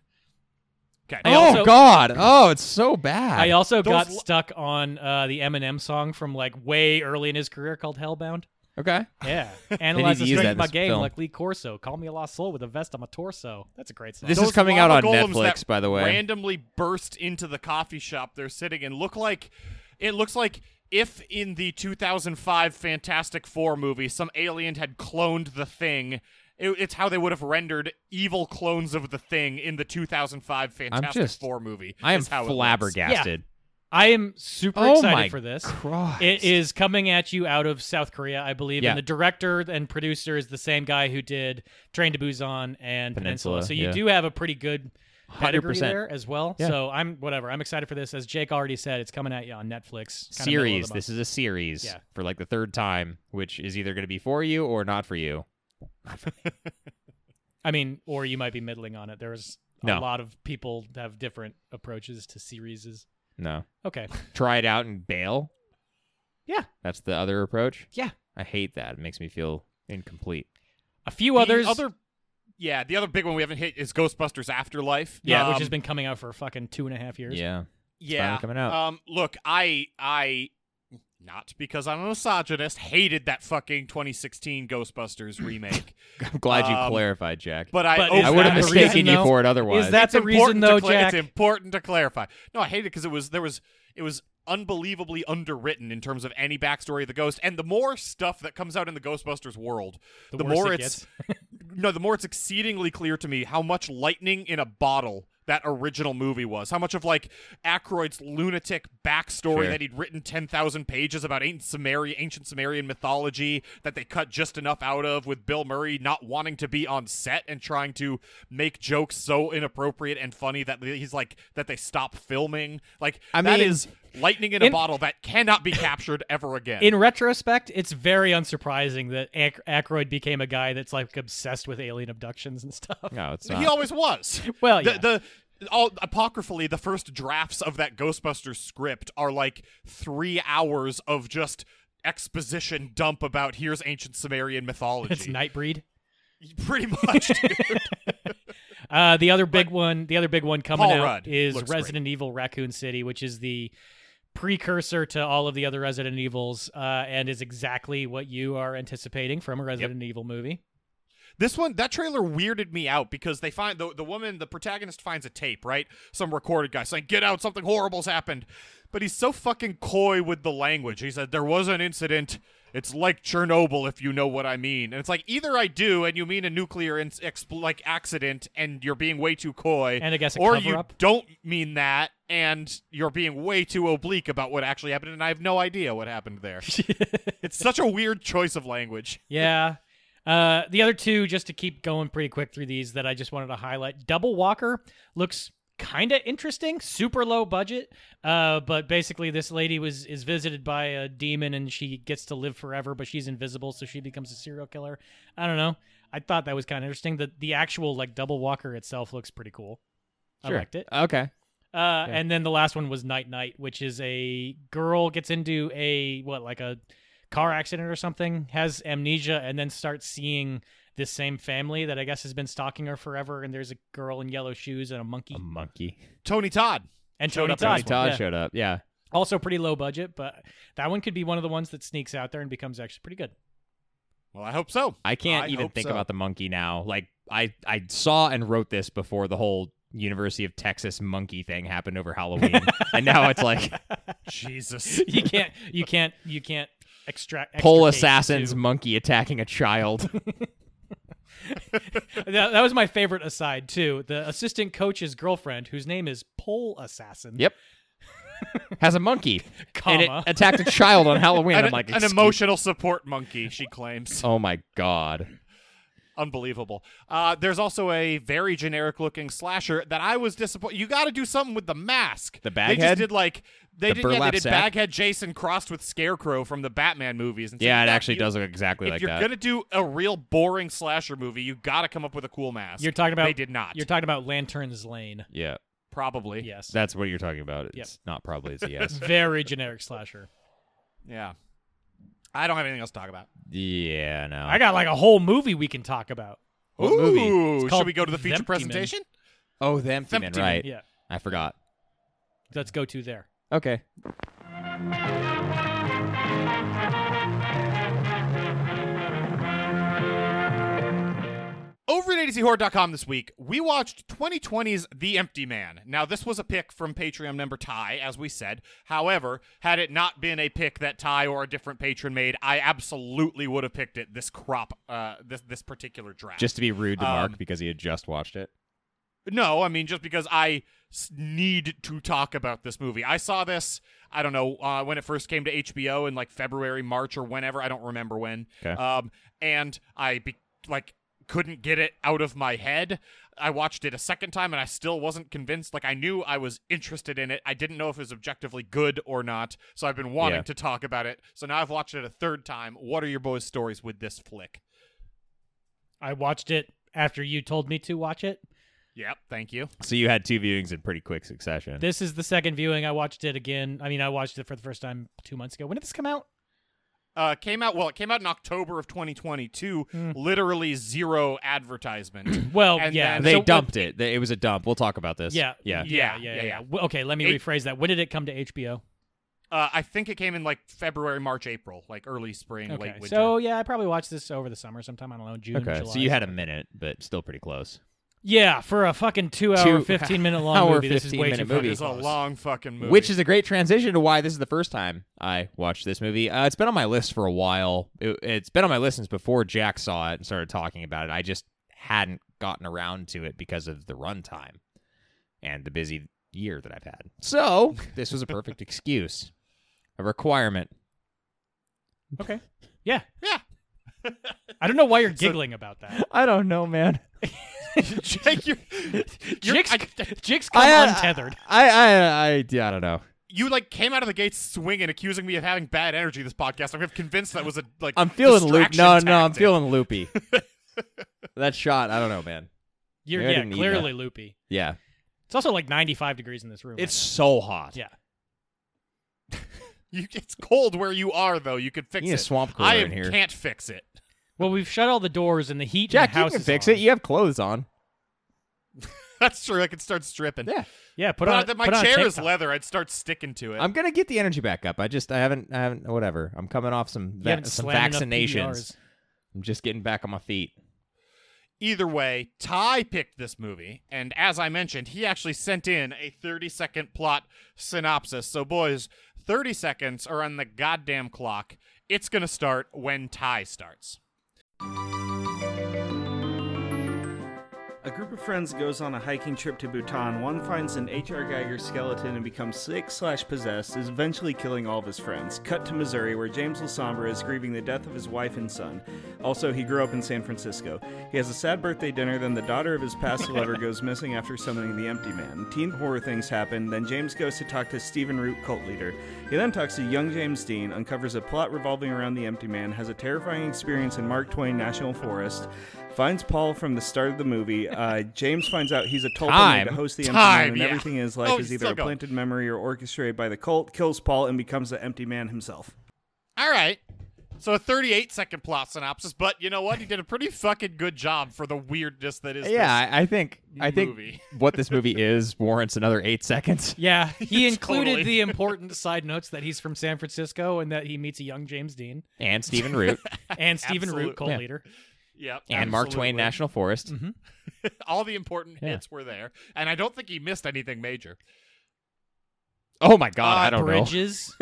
Okay.
I
oh
also-
God! Oh, it's so bad.
I also
Those
got
l-
stuck on uh, the Eminem song from like way early in his career called Hellbound.
okay.
Yeah,
need
analyze
to
the
use
strength
that
of
in
my
this
game
film.
like Lee Corso. Call me a lost soul with a vest on my torso. That's a great song.
This is
Those
coming out
lava
on
golems that
Netflix, by the way.
Randomly burst into the coffee shop they're sitting in. Look like it looks like if in the 2005 Fantastic Four movie, some alien had cloned the thing. It, it's how they would have rendered evil clones of the thing in the 2005 Fantastic
just-
Four movie.
I am
is how it looks.
flabbergasted.
I am super
Oh
excited
my
for this.
Christ.
It is coming at you out of South Korea, I believe.
Yeah.
And the director and producer is the same guy who did Train to Busan and Peninsula.
Peninsula,
So you
yeah.
do have a pretty good pedigree
100%.
there as well.
Yeah.
So I'm whatever. I'm excited for this. As Jake already said, it's coming at you on Netflix. kinda middle of the
series.
month.
This is a series
Yeah.
for like the third time, which is either going to be for you or not for you.
I mean, or you might be middling on it. There's a
No.
lot of people have different approaches to series.
No.
Okay.
Try it out and bail.
Yeah.
That's the other approach.
Yeah.
I hate that. It makes me feel incomplete.
A few
The
others.
other, yeah, the other big one we haven't hit is Ghostbusters Afterlife.
yeah, which
Um,
has been coming out for fucking two and a half years.
Yeah.
yeah
coming
Uh,
out.
Um, look, I I not because I'm a misogynist hated that fucking 2016 Ghostbusters remake,
I'm glad you
Um,
clarified, Jack.
but I
But
oh,
is
I would have
that the
mistaken
reason,
you
though?
for it otherwise.
Is that
it's
the reason,
important to
though,
cla-
Jack?
It's important to clarify. No, I hate it because it was there was it was unbelievably underwritten in terms of any backstory of the ghost, and the more stuff that comes out in the Ghostbusters world,
The
the,
worse
more
it
it's no, the more it's exceedingly clear to me how much lightning in a bottle that original movie was. How much of like Aykroyd's lunatic backstory
Sure.
that he'd written ten thousand pages about ancient Sumerian ancient Sumerian mythology that they cut just enough out of with Bill Murray not wanting to be on set and trying to make jokes so inappropriate and funny that he's like that they stop filming. Like
I
that
mean,
is lightning in, a
In-
bottle that cannot be captured ever again.
In retrospect, it's very unsurprising that Ack- Aykroyd became a guy that's like obsessed with alien abductions and stuff.
No, it's
he
not.
always was.
Uh, Well,
the,
yeah.
the all apocryphally, the first drafts of that Ghostbusters script are like three hours of just exposition dump about here's ancient Sumerian mythology.
It's Nightbreed.
Pretty much. dude.
Uh, the other big one, the other big one coming
Paul
out
Rudd
is
looks
Resident Evil Raccoon City, which is the precursor to all of the other Resident Evils, uh, and is exactly what you are anticipating from a Resident Evil movie.
This one, that trailer weirded me out because they find the, the woman, the protagonist finds a tape, right? Some recorded guy saying, Get out, something horrible's happened. But he's so fucking coy with the language. He said, There was an incident. It's like Chernobyl, if you know what I mean. And it's like, either I do, and you mean a nuclear in- expl- like accident, and you're being way too coy.
And I guess a
or
cover
you
up.
don't mean that, and you're being way too oblique about what actually happened, and I have no idea what happened there. it's such a weird choice of language.
Yeah. Uh, the other two, just to keep going pretty quick through these that I just wanted to highlight. Double Walker looks kind of interesting, super low budget. Uh, but basically, this lady was is visited by a demon and she gets to live forever, but she's invisible, so she becomes a serial killer. I don't know. I thought that was kind of interesting. The the actual like Double Walker itself looks pretty cool. I liked it.
Okay.
Uh, and then the last one was Night Night, which is a girl gets into a what like a car accident or something, has amnesia, and then starts seeing this same family that I guess has been stalking her forever. And there's a girl in yellow shoes and a monkey
A monkey.
Tony Todd.
and
showed
Tony
up in this
Tony
Todd.
Todd
yeah.
showed up. Yeah.
Also pretty low budget, but that one could be one of the ones that sneaks out there and becomes actually pretty good.
Well, I hope so.
I can't
I
even
hope
think
so.
about the monkey now. Like I, I saw and wrote this before the whole University of Texas monkey thing happened over Halloween, and now it's like
Jesus.
You can't, you can't, you can't extract
pole
extricate
assassins
two.
monkey attacking a child.
that, that was my favorite aside too. The assistant coach's girlfriend, whose name is Pole Assassin.
Yep. Has a monkey and it
Comma.
attacked a child on Halloween.
an,
I'm like
an
"Excuse-"
emotional support monkey, she claims.
Oh my god.
Unbelievable. Uh, there's also a very generic looking slasher that I was disappointed. You got to do something with the mask.
The
They
Baghead?
just did like they
The
did. Yeah, they
burlap
did
sack?
Baghead Jason crossed with Scarecrow from the Batman movies. And so
Yeah,
you
it
got-
actually
you-
does look exactly
If
like
you're
that.
gonna do a real boring slasher movie, you got to come up with a cool mask.
You're talking about-
they did not.
You're talking about Lantern's Lane.
Yeah,
Probably.
Yes.
that's what you're talking about. It's
Yep.
not probably it's a yes.
Very generic slasher.
Yeah. I don't have anything else to talk about.
yeah, no.
I got like a whole movie we can talk about.
What movie?
Ooh,
called
should we go to the feature
Thempty Man.
presentation?
oh, the empty
Empty Man,
right?
Yeah.
I forgot.
Let's go to there.
Okay.
Over at ADCHorror.com this week, we watched 2020's The Empty Man. Now, this was a pick from Patreon member Ty, as we said. However, had it not been a pick that Ty or a different patron made, I absolutely would have picked it this crop, uh, this this particular draft.
Just to be rude to
Um,
Mark because he had just watched it.
No, I mean just because I s- need to talk about this movie. I saw this, I don't know, uh, when it first came to HBO in like February, March, or whenever. I don't remember when.
Okay.
Um, and I be- like couldn't get it out of my head. I watched it a second time and I still wasn't convinced. Like I knew I was interested in it. I didn't know if it was objectively good or not. So I've been wanting
Yeah.
to talk about it. So now I've watched it a third time. What are your boys' stories with this flick?
I watched it after you told me to watch it.
Yep, thank you.
So you had two viewings in pretty quick succession.
This is the second viewing. I watched it again. I mean, I watched it for the first time two months ago. When did this come out?
uh, came out well it came out in october of 2022
Hmm.
literally zero advertisement
Well,
And
yeah.
then-
they
So-
dumped it. They- It was a dump. We'll talk about this.
Yeah,
Yeah.
yeah, yeah,
Yeah,
yeah.
yeah,
yeah,
yeah.
Well, Okay, let me
Eight-
rephrase that. When did it come to HBO?
uh, i think it came in like february march april like early spring
Okay,
late winter
so yeah, I probably watched this over the summer sometime. I don't know, June,
Okay.
July.
So you had a minute, but still pretty close.
yeah for a fucking two-hour,
Two-
fifteen-minute long
hour,
movie. This is way
15-minute
too
it
movie.
is a long fucking movie
Which is a great transition to why this is the first time I watched this movie. Uh, it's been on my list for a while. It, it's been on my list since before Jack saw it and started talking about it. I just hadn't gotten around to it because of the runtime and the busy year that I've had. So this was a perfect excuse, a requirement.
Okay. Yeah.
Yeah.
I don't know why you're giggling about that.
I don't know, man.
Jake, you're, you're-
Jigs,
I-
Jigs come
I, uh,
untethered.
I, I, I, yeah, I don't know.
you like came out of the gates swinging, accusing me of having bad energy. This podcast, I'm convinced that was a like.
I'm feeling loopy.
distraction
No, no, I'm
tactic.
feeling loopy. that shot, I don't know, man.
You're
Maybe I
yeah,
didn't need
clearly loopy.
Yeah,
It's also like 95 degrees in this room. right
it's so hot.
now. yeah.
You, it's cold where you are, though. You could fix
You need a
it.
swamp cooler
I
in
am,
here.
can't fix it.
Well, we've shut all the doors and the heat. in
Jack,
the
you
house
can
is
fix
on.
it. You have clothes on.
That's true. I could start stripping.
Yeah,
Yeah, put
But
on
that my
put on a
chair
tank
is
top.
leather. I'd start sticking to it.
I'm gonna get the energy back up. I just, I haven't, I haven't, whatever. I'm coming off some
You
va-
haven't
some
slammed enough
vaccinations.
PDRs.
I'm just getting back on my feet.
Either way, Ty picked this movie, and as I mentioned, he actually sent in a 30 second plot synopsis. So, boys, 30 seconds are on the goddamn clock. It's going to start when Ty starts.
A group of friends goes on a hiking trip to Bhutan. One finds an H.R. Geiger skeleton and becomes sick slash possessed, is eventually killing all of his friends. Cut to Missouri, where James LaSombra is grieving the death of his wife and son. Also, he grew up in San Francisco. He has a sad birthday dinner, then the daughter of his past lover goes missing after summoning the Empty Man. Teen horror things happen, then James goes to talk to Stephen Root, cult leader. He then talks to young James Dean, uncovers a plot revolving around the Empty Man, has a terrifying experience in Mark Twain National Forest, finds Paul from the start of the movie. Uh, James finds out he's a Tolkien
Time.
made to host the Empty
Time,
Man, and
yeah.
everything in his life
Oh,
is
he's
either
still
a
going.
planted memory or orchestrated by the cult. Kills Paul and becomes the Empty Man himself.
All right. So, a 38 second plot synopsis, but you know what? He did a pretty fucking good job for the weirdness that is.
yeah, I, I think, I think
movie.
what this movie is warrants another eight seconds.
Yeah, he included
Totally.
the important side notes that he's from San Francisco and that he meets a young James Dean
And Stephen Root
and Stephen
Absolutely.
Root, cult
Yeah.
leader.
This. Yep,
and Mark Twain
absolutely. Mm-hmm.
National Forest.
All the important
Yeah.
hits were there, and I don't think he missed anything major.
Oh my God,
Uh,
I don't know.
Bridges.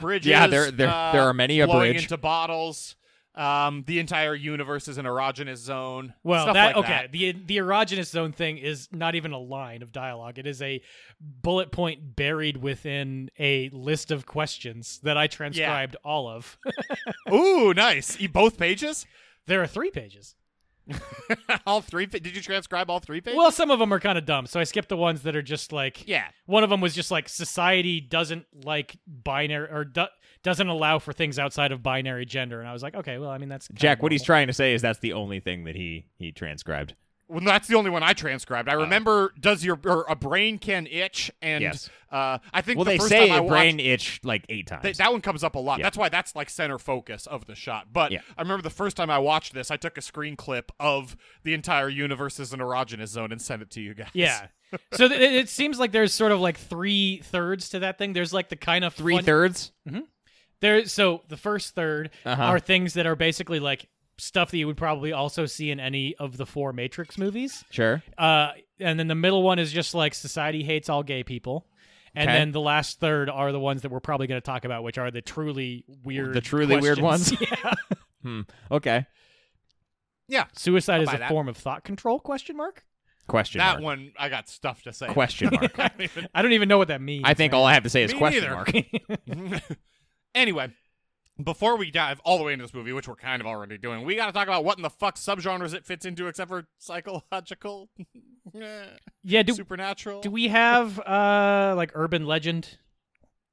bridges.
Yeah, there- there-
uh,
there are many a
blowing
bridge.
into bottles. Um, the entire universe is an erogenous zone.
Well,
stuff like
that okay. The the erogenous zone thing is not even a line of dialogue. It is a bullet point buried within a list of questions that I transcribed all of.
that. Ooh, nice. E- both pages,
there are three pages.
all three. Pa- Did you transcribe all three pages?
Well, some of them are kind of dumb, so I skipped the ones that are just like
yeah.
One of them was just like society doesn't like binary or do- doesn't allow for things outside of binary gender, and I was like, okay, well, I mean that's kinda
Jack, what he's
Oh.
normal.
trying to say is that's the only thing that he he transcribed.
Well, that's the only one I transcribed. I
Uh.
remember. Does your or a brain can itch? And
Yes.
uh, I think
Well,
the
they
first
say
time I
a
watched,
brain itch like eight times.
Th- that one comes up a lot.
Yeah.
That's why that's like center focus of the shot. But
Yeah.
I remember the first time I watched this, I took a screen clip of the entire universe is an erogenous zone and sent it to you guys.
Yeah. so th- it it seems like there's sort of like three thirds to that thing. There's like the kind of
Three
fun-
thirds.
There, so the first 3rd
Uh-huh.
are things that are basically like stuff that you would probably also see in any of the four Matrix movies.
Sure.
Uh, and then the middle one is just like society hates all gay people. And
Okay.
then the last third are the ones that we're probably going to talk about, which are the truly weird,
The truly weird
questions.
ones?
Yeah.
Hmm. Okay.
Suicide is
buy
a
that.
form of thought control? Question mark.
Question
that
mark.
one I got stuff to say.
Question mark.
I don't even-
I don't even know what that means.
I think all I have to say is
Me
question
neither.
mark.
anyway, before we dive all the way into this movie, which we're kind of already doing, we got to talk about what in the fuck subgenres it fits into, except for psychological, eh,
Yeah. Do
supernatural.
do we have uh like urban legend,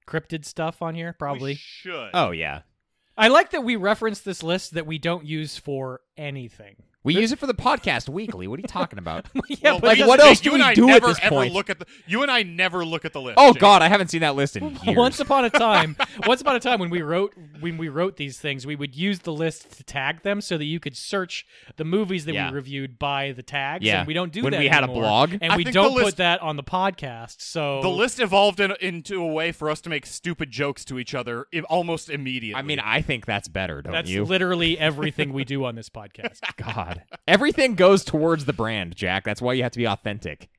cryptid stuff on here?
We
Probably.
should.
Oh yeah.
I like that we reference this list that we don't use for anything.
We use it for the podcast weekly. What are you talking about?
yeah,
Well,
but
like,
because
what
you-
else do
you and
we
I
do at
never
this
ever
point?
Look at the, you and I never look at the list.
Oh
James.
God, I haven't seen that list in years.
once upon a time, once upon a time when we wrote when we wrote these things, we would use the list to tag them so that you could search the movies that
Yeah.
we reviewed by the tags.
Yeah.
and we don't do
When
that
we had a
anymore,
blog.
and
I
we
think the
don't
list-
put that on the podcast. So
The list evolved in, into a way for us to make stupid jokes to each other i- almost immediately.
I mean, I think that's better, don't
that's
you?
literally everything we do on this podcast.
God, everything goes towards the brand, Jack. That's why you have to be authentic.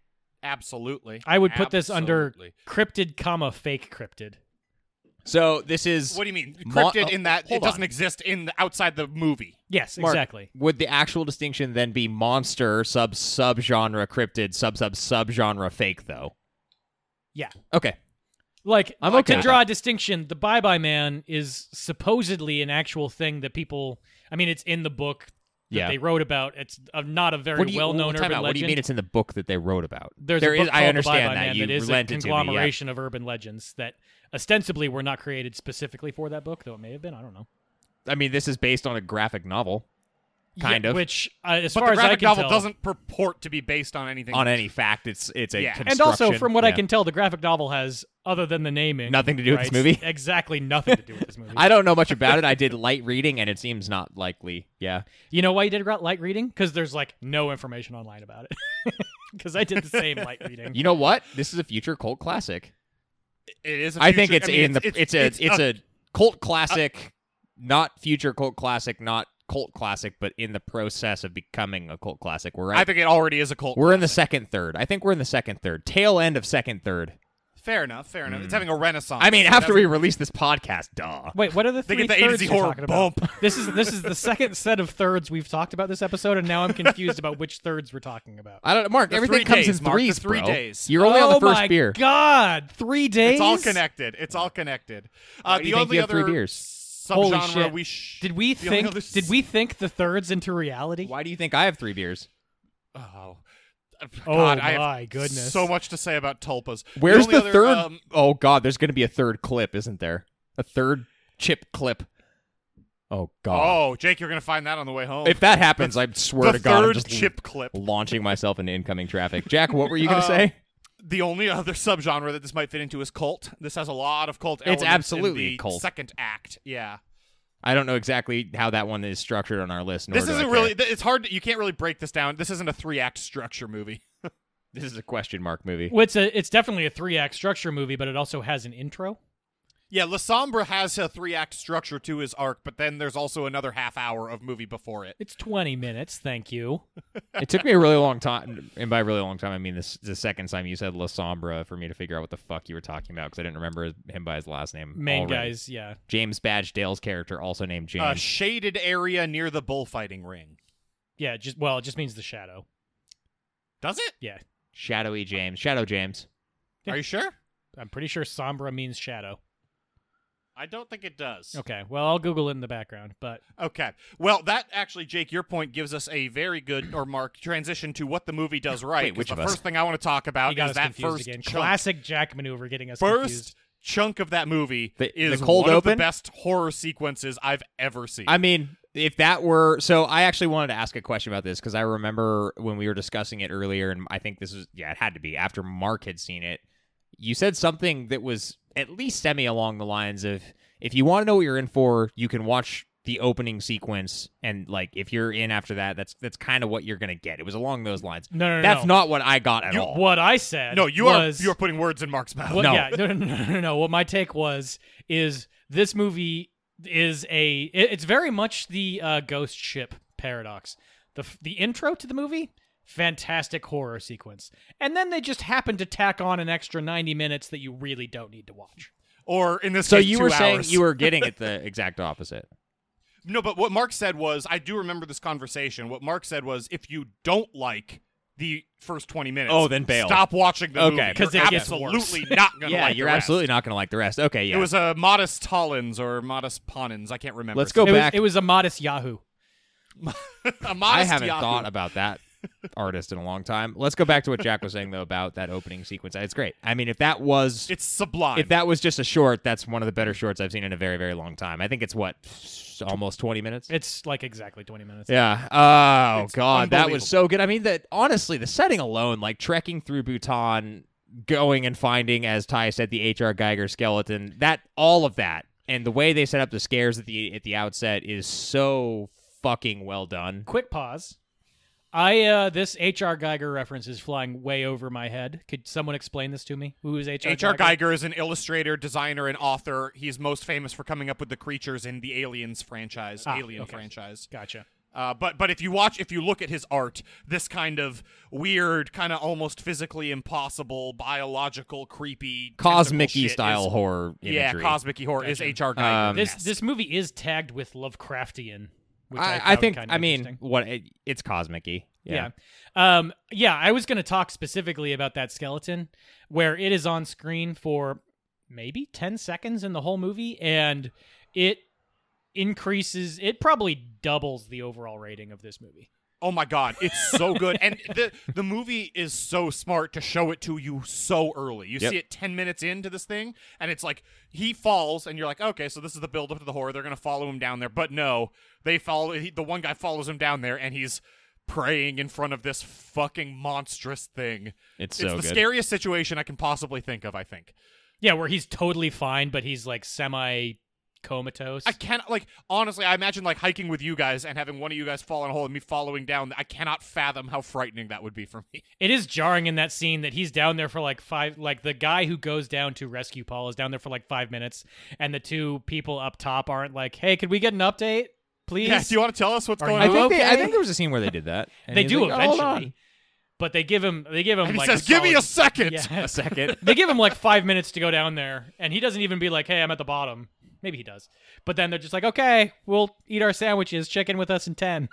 absolutely.
I would put this under
Absolutely.
cryptid, comma fake cryptid.
So this is
What do you mean
Mo-
cryptid?
oh,
in that it
hold
doesn't
on.
exist in the, outside the movie.
Yes,
Mark,
exactly.
Would the actual distinction then be monster sub sub genre cryptid sub sub sub genre fake though?
Yeah.
Okay.
Like
I'm
uh,
okay
to
with
draw a distinction, the Bye Bye Man is supposedly an actual thing that people. I mean, it's in the book. that
Yeah.
they wrote about. It's uh, not a very
What do you-
well known
well, time
urban
out.
legend.
What do you mean it's in the book that they wrote about?
There's
There
a
is-
book called
I
the
understand
Bye-Bye
that
Man
you
that is a
relented to me, yeah.
conglomeration of urban legends that ostensibly were not created specifically for that book, though it may have been. I don't know.
I mean, this is based on a graphic novel,
Yeah,
kind of,
Which, uh, as
But
far
the
as I
graphic
can
novel
tell,
doesn't purport to be based on anything.
on any fact. It's it's a
Yeah.
And also,
construction.
from what I
Yeah.
can tell, the graphic novel has, other than the naming,
Nothing to do with this
rights,
movie?
Exactly nothing to do with this movie.
I don't know much about it. I did light reading, and it seems not likely. Yeah,
You know why you did about light reading? Because there's like no information online about it. Because I did the same light reading.
you know what? This is a future cult classic.
it is. I
I think it's in the. It's, a. It's, a,
uh,
cult classic, not future cult classic, not cult classic, but in the process of becoming a cult classic. We're right.
I think it already is a cult.
we're in the second third. I think we're in the second third, tail end of second third.
Fair enough. Fair enough. It's having a renaissance.
Hmm. I mean,
That's-
after we release this podcast, duh.
Wait, what are the
They
three
get the AZ
thirds you're
horror
talking about?
bump.
This is this is the second set of thirds we've talked about this episode, and now I'm confused about which thirds we're talking about.
I don't, Mark.
The
everything
three
comes
days,
in
Mark, the
threes,
three
bro.
days.
You're only on the
oh
first
my
beer.
God, three days.
It's all connected. It's all connected. Uh,
do
the
you think
only
you have
other
three beers?
Holy
subgenre
shit!
we sh-
did we
the only
think?
other s-
Did we think the thirds into reality?
Why do you think I have three beers?
Oh, God,
Oh
I have
my goodness.
So much to say about tulpas.
Where's
only
the,
other,
third?
um,
oh God, there's going to be a third clip, isn't there? A third chip clip. Oh God.
oh, Jake, you're gonna find that on the way home.
if that happens, I swear
Oh. the
to God, I'm
third
just
chip clip.
launching myself into incoming traffic. Jack, what were you going to
Uh,
say?
The only other subgenre that this might fit into is cult. This has a lot of cult. elements in
absolutely
the
cult.
Second act. Yeah.
I don't know exactly how that one is structured on our list. Nor
this
do I
isn't
care.
really. th- It's hard. to- You can't really break this down. This isn't a three act structure movie.
This is a question mark movie.
Well, it's a it's definitely a three act structure movie, but it also has an intro.
Yeah, La Sombra has a three act structure to his arc, but then there's also another half hour of movie before it.
It's twenty minutes. Thank you.
it took me a really long time, and by really long time, I mean this the second time you said La Sombra for me to figure out what the fuck you were talking about because I didn't remember his- him by his last name.
Main
already.
guys, yeah.
James Badge Dale's character, also named James.
A Uh, shaded area near the bullfighting ring.
Yeah, just well, it just means the shadow.
Does it?
Yeah.
Shadowy James, Shadow James.
Yeah.
Are you sure?
I'm pretty sure sombra means shadow.
I don't think it does.
Okay. Well, I'll Google it in the background, but
Okay. Well, that actually, Jake, your point gives us a very good or mark transition to what the movie does right. 'cause
which
the
of us?
first thing I want to talk
you
about is
got us
that
confused
first
again.
chunk.
Classic Jack maneuver, getting us
first
confused.
chunk of that movie
The-
is
the cold
one of the
open?
best horror sequences I've ever seen.
I mean, if that were so, I actually wanted to ask a question about this because I remember when we were discussing it earlier, and I think this was yeah, it had to be after Mark had seen it. You said something that was at least semi along the lines of if you want to know what you're in for, you can watch the opening sequence, and like if you're in after that, that's that's kind of what you're gonna get. It was along those lines.
No, no, no.
that's
no.
not what I got at all.
what I said.
no, you
was,
are you are putting words in Mark's mouth.
What,
No.
Yeah, no, no, no, no, no, no. What my take was is this movie is a. it- it's very much the uh, ghost ship paradox. The f- the intro to the movie, fantastic horror sequence, and then they just happen to tack on an extra ninety minutes that you really don't need to watch.
Or in this
so
case,
you
two
were
hours.
saying you were getting at the exact opposite.
No, but what Mark said was, I do remember this conversation. What Mark said was, if you don't like the first twenty minutes,
Oh, then bail.
Stop watching the
Okay.
movie
'Cause
You're
it gets worse.
absolutely not gonna
Yeah,
like. the
you're
rest.
absolutely not gonna like the rest. Okay, yeah.
It was a modest Tollins or modest Ponins. I can't remember.
Let's go
it was-
back.
it was a modest Yahoo.
a
I
modest
haven't
Yahoo.
thought about that artist in a long time. Let's go back to what Jack was saying though about that opening sequence. It's great. I mean, if that was
It's sublime.
if that was just a short, that's one of the better shorts I've seen in a very very long time. I think it's what s- almost 20 minutes.
It's like exactly twenty minutes.
Yeah. Oh
It's
god, that
unbelievable.
was so good. I mean, that honestly, the setting alone, like trekking through Bhutan, going and finding, as Ty said, the HR Geiger skeleton, that all of that, and the way they set up the scares at the at the outset is so fucking well done.
quick pause. I uh this HR Geiger reference is flying way over my head. Could someone explain this to me? Who is HR
H.R. Geiger is an illustrator, designer, and author. He's most famous for coming up with the creatures in the Aliens franchise,
Ah,
Alien
okay.
franchise.
Gotcha.
Uh, but but if you watch, if you look at his art, this kind of weird, kind of almost physically impossible, biological, creepy,
Cosmic
tentacle shit
style
is-
horror imagery.
Yeah, cosmic horror is
Gotcha.
H.R. Geiger.
Um,
This
yes.
this movie is tagged with Lovecraftian, which I,
I, I
found
think.
kind of
I mean,
interesting.
what it, it's cosmic-y.
Yeah. Um yeah, I was going to talk specifically about that skeleton where it is on screen for maybe 10 seconds in the whole movie and it increases it probably doubles the overall rating of this movie.
Oh my god, it's so good. and the the movie is so smart to show it to you so early. You
Yep.
see it 10 minutes into this thing and it's like he falls and you're like, "Okay, so this is the build up to the horror. They're going to follow him down there." But no, they follow he, the one guy follows him down there and he's praying in front of this fucking monstrous thing. it's
It's so
the
good.
scariest situation I can possibly think of, I think.
Yeah, where he's totally fine, but he's like semi comatose.
I cannot like honestly. I imagine like hiking with you guys and having one of you guys fall in a hole and me following down. I cannot fathom how frightening that would be for me.
It is jarring in that scene that he's down there for like five. Like the guy who goes down to rescue Paul is down there for like five minutes, and the two people up top aren't like, "Hey, could we get an update, please?"
Yes, do you want to tell us what's
Are
going
I
on?
think they, I
okay?
think there was a scene where they did that. and
they
he's
do
like, "Oh, hold
eventually, but they give him they give him
And he
like
says,
a
"Give me a
solid-
second.
Yeah.
on a second.
they give him like five minutes to go down there, and he doesn't even be like, "Hey, I'm at the bottom." Maybe he does, but then they're just like, "Okay, we'll eat our sandwiches. Check in with us in 10.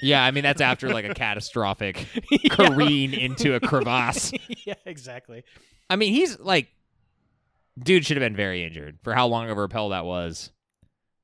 yeah, I mean that's after like a catastrophic careen into a crevasse.
yeah, exactly.
I mean, he's like, dude should have been very injured for how long of a repel that was.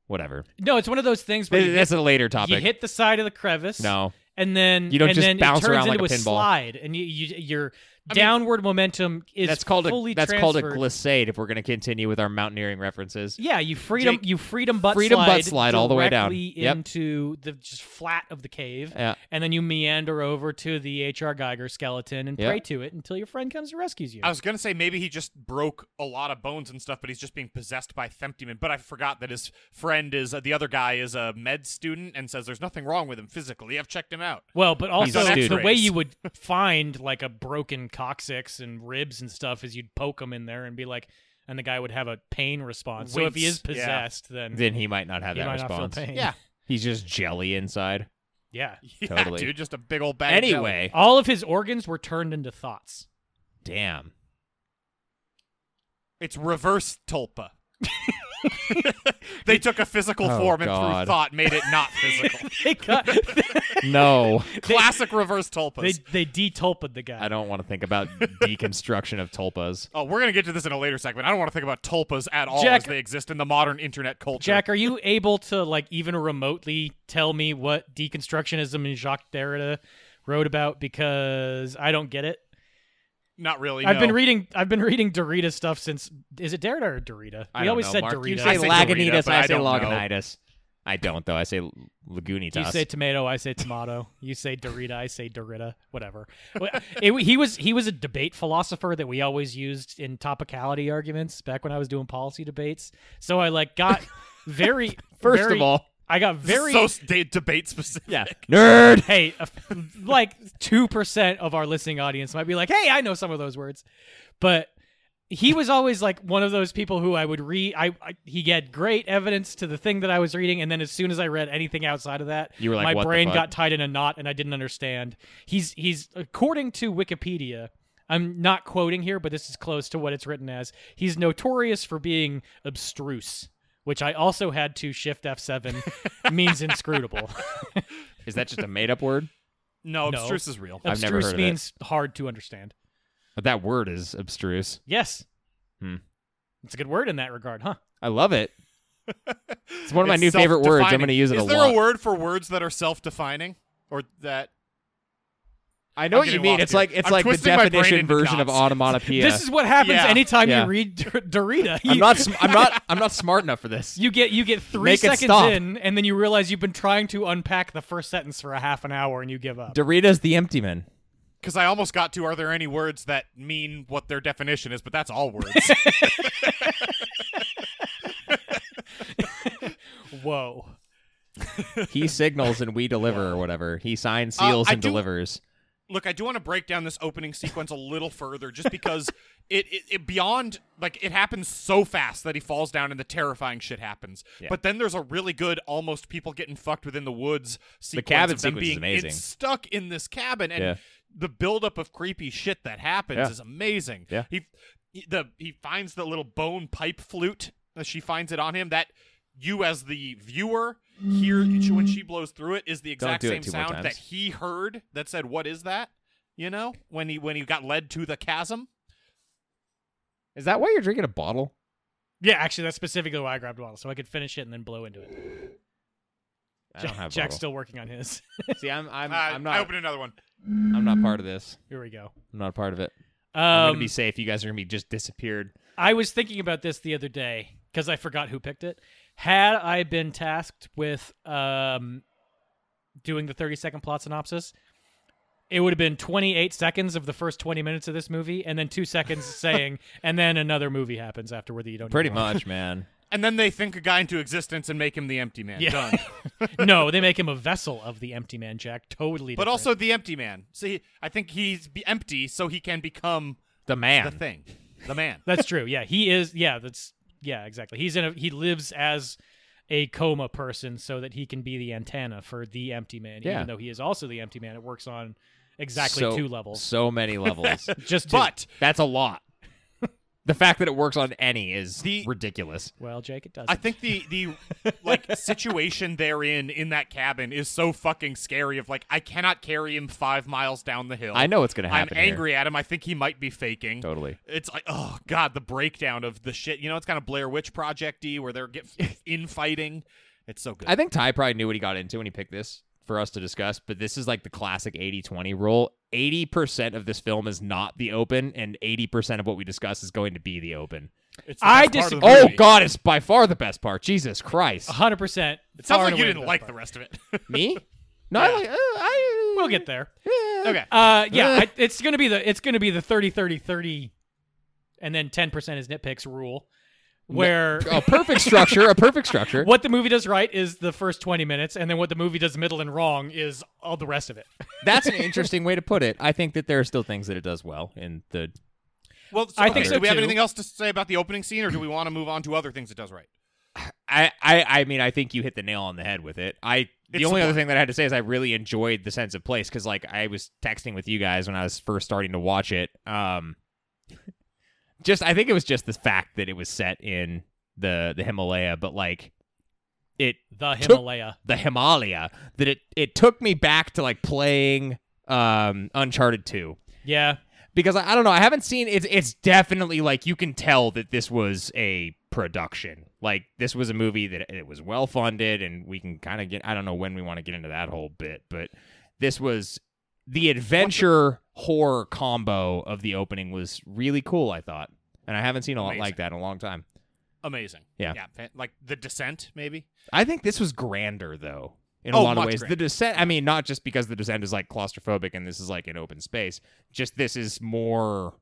Whatever.
No, it's one of those things where
Th-
you hit,
That's a later
you
topic.
hit the side of the crevice.
no,
and then
You don't
and
just
then
bounce
it turns
around like
into
a pinball.
slide, and you, you your
I mean,
downward momentum is
that's called
fully
a that's called a
transferred.
glissade. If we're gonna continue with our mountaineering references,
Yeah, you freedom
Jake,
you freedom butt
freedom
slide,
butt slide all the way down.
directly
Yep.
into the just flat of the cave,
yeah,
and then you meander over to the HR Geiger skeleton and
Yep.
pray to it until your friend comes and rescues you.
I was gonna say maybe he just broke a lot of bones and stuff, but he's just being possessed by Themptimon. But I forgot that his friend is uh, the other guy is a med student and says there's nothing wrong with him physically. I've checked him out.
well, but also
a
that's
dude.
the way
X-rays.
you would find like a broken coccyx and ribs and stuff is you'd poke him in there and be like, and the guy would have a pain response. So if he is
Wince, yeah.
possessed, then
then he might not have
he
that
might not
response.
feel pain.
Yeah.
He's just jelly inside.
yeah.
Yeah,
Totally.
dude, just a big old bag. of jelly.
Anyway,
All of his organs were turned into thoughts.
damn.
It's reverse tulpa. they took a physical
Oh,
form and through
God.
thought made it not physical.
They got,
No,
Classic reverse tulpas.
they they detulped the guy.
I don't want to think about deconstruction of tulpas.
Oh, we're gonna get to this in a later segment. I don't want to think about tulpas at all
Jack-
as they exist in the modern internet culture.
Jack, are you able to like even remotely tell me what deconstructionism and Jacques Derrida wrote about? Because I don't get it.
not really.
I've been
no.
reading I've been reading Derrida stuff since. Is it Derrida or Dorita? We
I don't
always
know,
said
Mark.
Dorita.
You
I
say
say Dorita,
lagunitas,
but
I,
I
say
don't know.
lagunitas. I don't though. I say l- lagunitas.
You say tomato, I say tomato. you say Dorita, I say Dorita. Whatever. Well, it- he was he was a debate philosopher that we always used in topicality arguments back when I was doing policy debates. So I like got very
First
very-
of all,
I got very
so s- de- debate specific.
yeah, nerd.
hey, a f- like two percent of our listening audience might be like, hey, I know some of those words, but he was always like one of those people who I would read. I, I he had great evidence to the thing that I was reading, and then as soon as I read anything outside of that,
You were like,
my
"What the
brain
fuck?"
got tied in a knot, and I didn't understand. He's he's according to Wikipedia. I'm not quoting here, but this is close to what it's written as. He's notorious for being obstruse, which I also had to shift F7 means inscrutable.
Is that just a made up word?
No,
No.
abstruse is real.
I've never
Abstruse
heard of it.
means hard to understand.
But that word is abstruse.
Yes.
Hmm.
It's a good word in that regard, huh?
I love it. It's one of my
It's
new favorite words. I'm
self-defining.
going to use it
Is
a
there
lot.
a word for words that are self-defining or that?
I know
I'm
what you
getting
mean.
lost
It's
here.
like it's
I'm
like the
twisting my brain
definition
into
version of
knots.
onomatopoeia.
This is what happens
Yeah.
anytime
Yeah.
you read Dor- Dorita. You,
I'm not. sm- I'm not. I'm not smart enough for this.
you get you get three
Make it
seconds
stop.
in, and then you realize you've been trying to unpack the first sentence for a half an hour, and you give up.
Doritas the empty man.
Because I almost got to. Are there any words that mean what their definition is? But that's all words.
Whoa!
He signals and we deliver, or whatever. He signs,
Oh,
seals,
I
and
do-
delivers.
Look, I do want to break down this opening sequence a little further, just because it, it, it beyond like it happens so fast that he falls down and the terrifying shit happens.
Yeah.
But then there's a really good, almost people getting fucked within the woods sequence.
cabin
of them
sequence is
being
amazing.
in- stuck in this cabin, and
Yeah.
the buildup of creepy shit that happens
Yeah.
is amazing.
Yeah.
He, he- the he finds the little bone pipe flute. uh, She finds it on him. That you as the viewer hear when she blows through it is the exact
do it
same
two more
sound that
times.
he heard that said what is that you know when he when he got led to the chasm
Is that why you're drinking a bottle?
Yeah, actually, that's specifically why I grabbed a bottle, so I could finish it and then blow into it.
I don't
Jack,
have
Jack's
Marvel.
still working on his.
See, I'm I'm,
Uh,
I'm
I
not
opened another one.
I'm not part of this.
Here we go.
I'm not part of it. I'm
Um,
gonna be safe. You guys are gonna be just disappeared.
I was thinking about this the other day because I forgot who picked it. Had I been tasked with um, doing the 30 second plot synopsis, it would have been 28 seconds of the first 20 minutes of this movie, and then two seconds saying, and then another movie happens afterward that you don't.
Pretty
even watch.
much, man.
And then they think a guy into existence and make him the empty man.
Yeah.
Done.
no, they make him a vessel of the Empty Man Jack. Totally.
But
different.
also the empty man. See, I think he's be empty so he can become
The man.
the thing, the man.
that's true. Yeah, he is. Yeah, that's yeah, exactly. He's in a he lives as a coma person so that he can be the antenna for the empty man.
Yeah.
Even though he is also the empty man, it works on exactly
So-
two levels.
So many levels.
Just two.
But
That's a lot. The fact that it works on any is
The-
ridiculous.
well, Jake, it does.
I think the the like situation they're in in that cabin is so fucking scary. Of like, I cannot carry him five miles down the hill.
I know it's gonna
I'm
happen. here.
angry at him. I think he might be faking.
Totally.
It's like, oh god, the breakdown of the shit. You know, it's kind of Blair Witch Projecty where they're get infighting. It's so good.
I think Ty probably knew what he got into when he picked this for us to discuss, but this is like the classic 80 20 rule. 80% of this film is not the open, and 80% of what we discuss is going to be the open.
It's
I
best part of the
disagree.
Oh,
movie.
God, it's by far the best part. Jesus Christ.
100%.
It sounds like you didn't like the rest of it.
Me? No, I
Yeah.
like. Uh, I,
We'll get there.
Yeah.
okay.
Uh yeah, I, it's going to be the it's going to be the 30 30 30 and then 10% is nitpicks rule where
A Oh, perfect structure. A perfect structure.
what the movie does right is the first 20 minutes and then what the movie does middle and wrong is all the rest of it.
That's an interesting way to put it. I think that there are still things that it does well in the
Well,
I think so,
Do we have
too.
anything else to say about the opening scene, or do we want to move on to other things it does right?
I, I, I mean, I think you hit the nail on the head with it. I the
It's
only
the
other
plot.
thing that I had to say is I really enjoyed the sense of place because like I was texting with you guys when I was first starting to watch it. Um, just I think it was just the fact that it was set in the the Himalaya, but like it
The
Took-
Himalaya.
the Himalaya that it it took me back to like playing um Uncharted two
Yeah.
because I, I don't know. I haven't seen it's it's definitely like you can tell that this was a production. Like this was a movie that it was well funded and we can kind of get I don't know when we want to get into that whole bit, but this was the adventure horror combo of the opening was really cool, I thought. And I haven't seen a lot
Amazing.
like that in a long time.
Amazing.
Yeah.
Yeah. fan- Like the descent, maybe.
I think this was grander though. In a
Oh,
lot of
much
ways, the
grander.
descent. I mean, not just because the descent is like claustrophobic and this is like an open space. Just this is more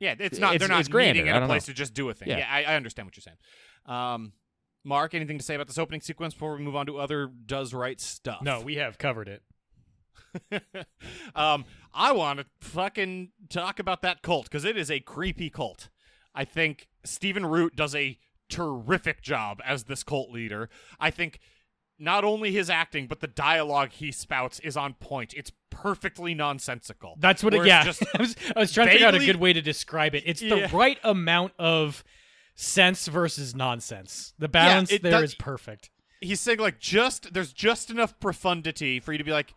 Yeah, it's not.
It's-
they're not
it's grander,
meeting
I
in a
don't
place
know.
to just do a thing.
Yeah.
Yeah, I, I understand what you're saying. Um, Mark, anything to say about this opening sequence before we move on to other does right stuff?
No, we have covered it.
um, I want to fucking talk about that cult because it is a creepy cult. I think Stephen Root does a terrific job as this cult leader. I think not only his acting but the dialogue he spouts is on point. It's perfectly nonsensical.
That's what
Where it's
it yeah.
Just,
I, was, I was trying to figure out a
vaguely-
good way to describe it. It's
Yeah.
the right amount of sense versus nonsense. The balance there
it
is
does-
perfect.
he's saying like just there's just enough profundity for you to be like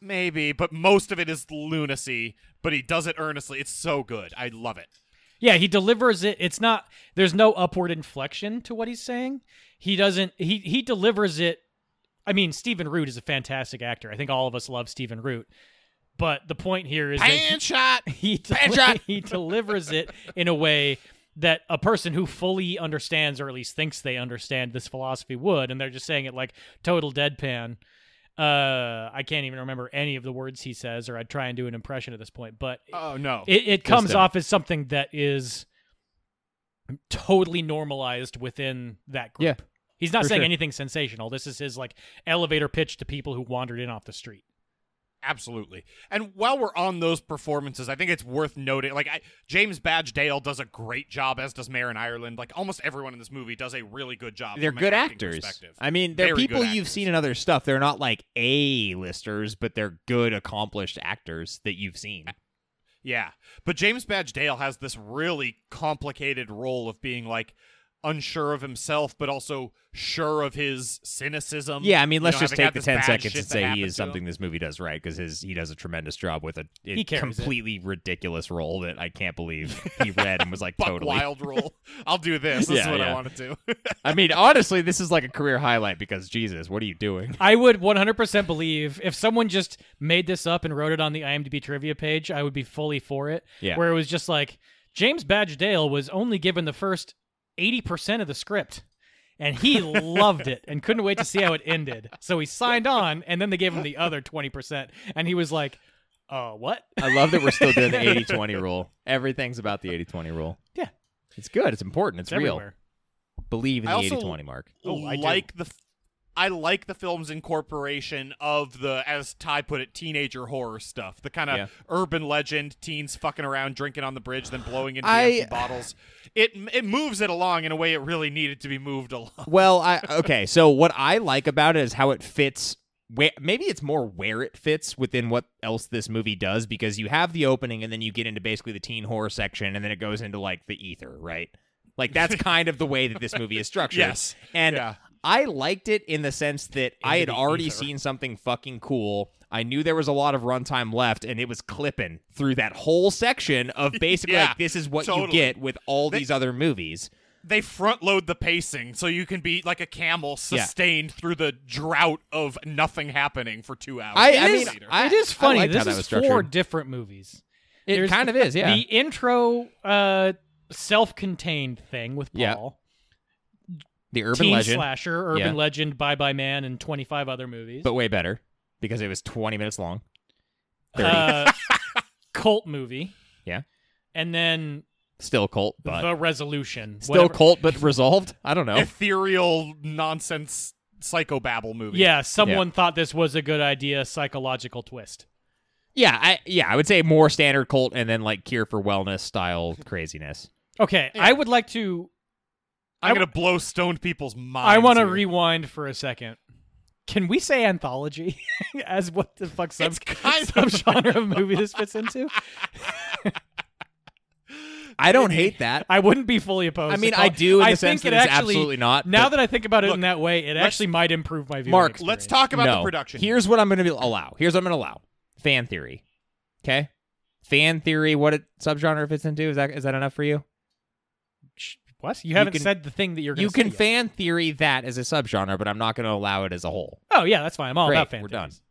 maybe, but most of it is lunacy. But he does it earnestly. It's so good. I love it.
Yeah, he delivers it. It's not there's no upward inflection to what he's saying. He doesn't he he delivers it I mean, Stephen Root is a fantastic actor. I think all of us love Stephen Root. But the point here is that he-
Pan shot.
he
Bad
deli-
shot.
he delivers it in a way that a person who fully understands or at least thinks they understand this philosophy would and they're just saying it like total deadpan uh i can't even remember any of the words he says or i'd try and do an impression at this point but
Oh no.
it, it comes
don't.
off as something that is totally normalized within that group
Yeah,
he's not
for
saying
sure.
anything sensational this is his like elevator pitch to people who wandered in off the street
Absolutely. And while we're on those performances, I think it's worth noting like I, James Badge Dale does a great job as does Mayor in Ireland. Like almost everyone in this movie does a really good job.
they're
from an
good
acting
actors.
perspective.
I mean, they're
Very good
people you've
actors.
seen in other stuff. They're not like A listers, but they're good, accomplished actors that you've seen.
Yeah. But James Badge Dale has this really complicated role of being like unsure of himself, but also sure of his cynicism.
Yeah, I mean,
Um, You
let's
know,
just
having
take
had
the
this
ten
bad
seconds
shit
and
that
say he
happened
is
to him.
something this movie does right because his he does a tremendous job with a, a
He carries it.
completely ridiculous role that I can't believe he read and was like
Buck
totally.
Wild rule. I'll do this. This
Yeah,
is what
yeah.
I want to do.
I mean, honestly, this is like a career highlight because Jesus, what are you doing?
I would 100% believe if someone just made this up and wrote it on the IMDb trivia page, I would be fully for it.
Yeah.
Where it was just like James Badge Dale was only given the first 80% of the script and he loved it and couldn't wait to see how it ended. So he signed on and then they gave him the other 20% and he was like, "Uh, what?"
I love that we're still doing the 80-20 rule. Everything's about the 80-20 rule.
Yeah.
It's good. It's important. It's, real.
everywhere.
Believe in
I
the
also-
80-20 mark.
Oh, I do.
like the. f- I like the film's incorporation of the, as Ty put it, teenager horror stuff. The kind of
Yeah.
urban legend, teens fucking around, drinking on the bridge, then blowing into
I-
empty bottles. It it moves it along in a way it really needed to be moved along.
Well, I okay. So what I like about it is how it fits. Where, maybe it's more where it fits within what else this movie does because you have the opening and then you get into basically the teen horror section and then it goes into like the ether, right? Like that's kind of the way that this movie is structured.
Yes.
And
Yeah.
I liked it in the sense that I had
the
already
ether.
seen something fucking cool. I knew there was a lot of runtime left and it was clipping through that whole section of basically
Yeah,
like this is what you
totally.
get with all
They-
these other movies.
they front load the pacing so you can be like a camel
Yeah.
sustained through the drought of nothing happening for two hours.
I,
It
I
is-
mean, I,
it is
I
funny.
liked how
this
that
is
was
four
structured.
different movies.
It
There's
kind of is, yeah.
The intro uh self-contained thing with
Yeah.
Paul.
The urban
teen
legend,
slasher, urban
Yeah.
legend, Bye Bye Man, and twenty five other movies.
but way better because it was 20 minutes long. 30.
uh, cult movie.
Yeah.
and then
Still cult, but
the resolution.
still
whatever-
cult, but resolved. I don't know.
Ethereal nonsense psychobabble movie.
Yeah, someone thought this was a good idea. Psychological twist.
yeah, I yeah, I would say more standard cult, and then like cure for wellness style craziness.
Okay,
Yeah.
I would like to.
I'm gonna blow stoned people's minds.
I want to
here.
rewind for a second. Can we say anthology as what the fuck sub
It's kind
sub
of-
genre of movie this fits into?
I don't hate that.
I wouldn't be fully opposed.
I mean,
at all.
I do in
I
the sense
think
that
it
it's
actually,
absolutely not.
Now
but
that I think about it in
Look,
that way, it
let's-
actually might improve my view.
Mark,
Let's talk about
no.
the production.
Here's what I'm going to allow. Here's what I'm going to allow. Fan theory. Okay, fan theory. What it, subgenre fits into is that is that enough for you?
What? You haven't
can-
said the thing that you're going
You can fan theory that as a subgenre, but I'm not going to allow it as a whole.
Oh yeah, that's fine. I'm all
Great,
about fan
we're done.
theories.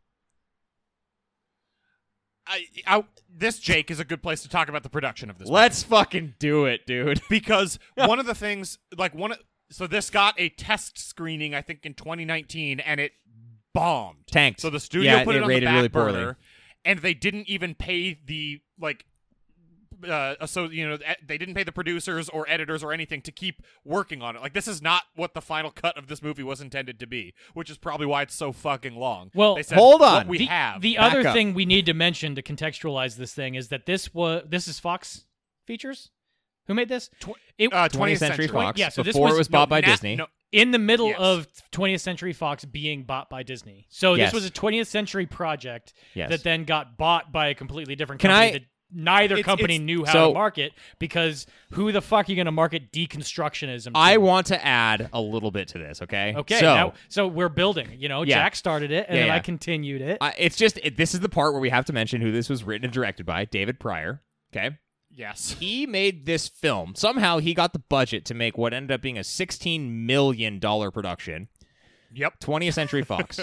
I, I, this Jake is a good place to talk about the production of this.
Let's fucking do it, dude.
because one of the things like one of, so this got a test screening I think in 2019 and it bombed.
Tanked.
So the studio
Yeah,
put
it
it, on the
rated
back
really poorly.
burner and they didn't even pay the like uh, so you know e- they didn't pay the producers or editors or anything to keep working on it. Like this is not what the final cut of this movie was intended to be, which is probably why it's so fucking long.
Well,
they said,
hold
"What
on.
we
the,
have
the
Back
other
up.
thing we need to mention to contextualize this thing is that this was this is Fox Features. Who made this?
Tw-
It,
uh,
20th Century Fox.
yeah, so this
before
was-
it was bought
no,
by
na-
Disney.
no,
in the middle
Yes.
of 20th Century Fox being bought by Disney. So
Yes.
this was a 20th Century project
Yes.
that then got bought by a completely different
Can
company
I-
that neither
It's-
company
it's-
knew how
so-
to market because who the fuck are you going to market deconstructionism
I
to?
want to add a little bit to this, okay?
Okay,
So
now, so we're building. You know,
Yeah.
Jack started it, and
Yeah,
then I
yeah.
continued it.
I, it's just it, this is the part where we have to mention who this was written and directed by, David Pryor. Okay,
yes.
he made this film. Somehow he got the budget to make what ended up being a 16 million dollar production.
Yep.
20th Century Fox.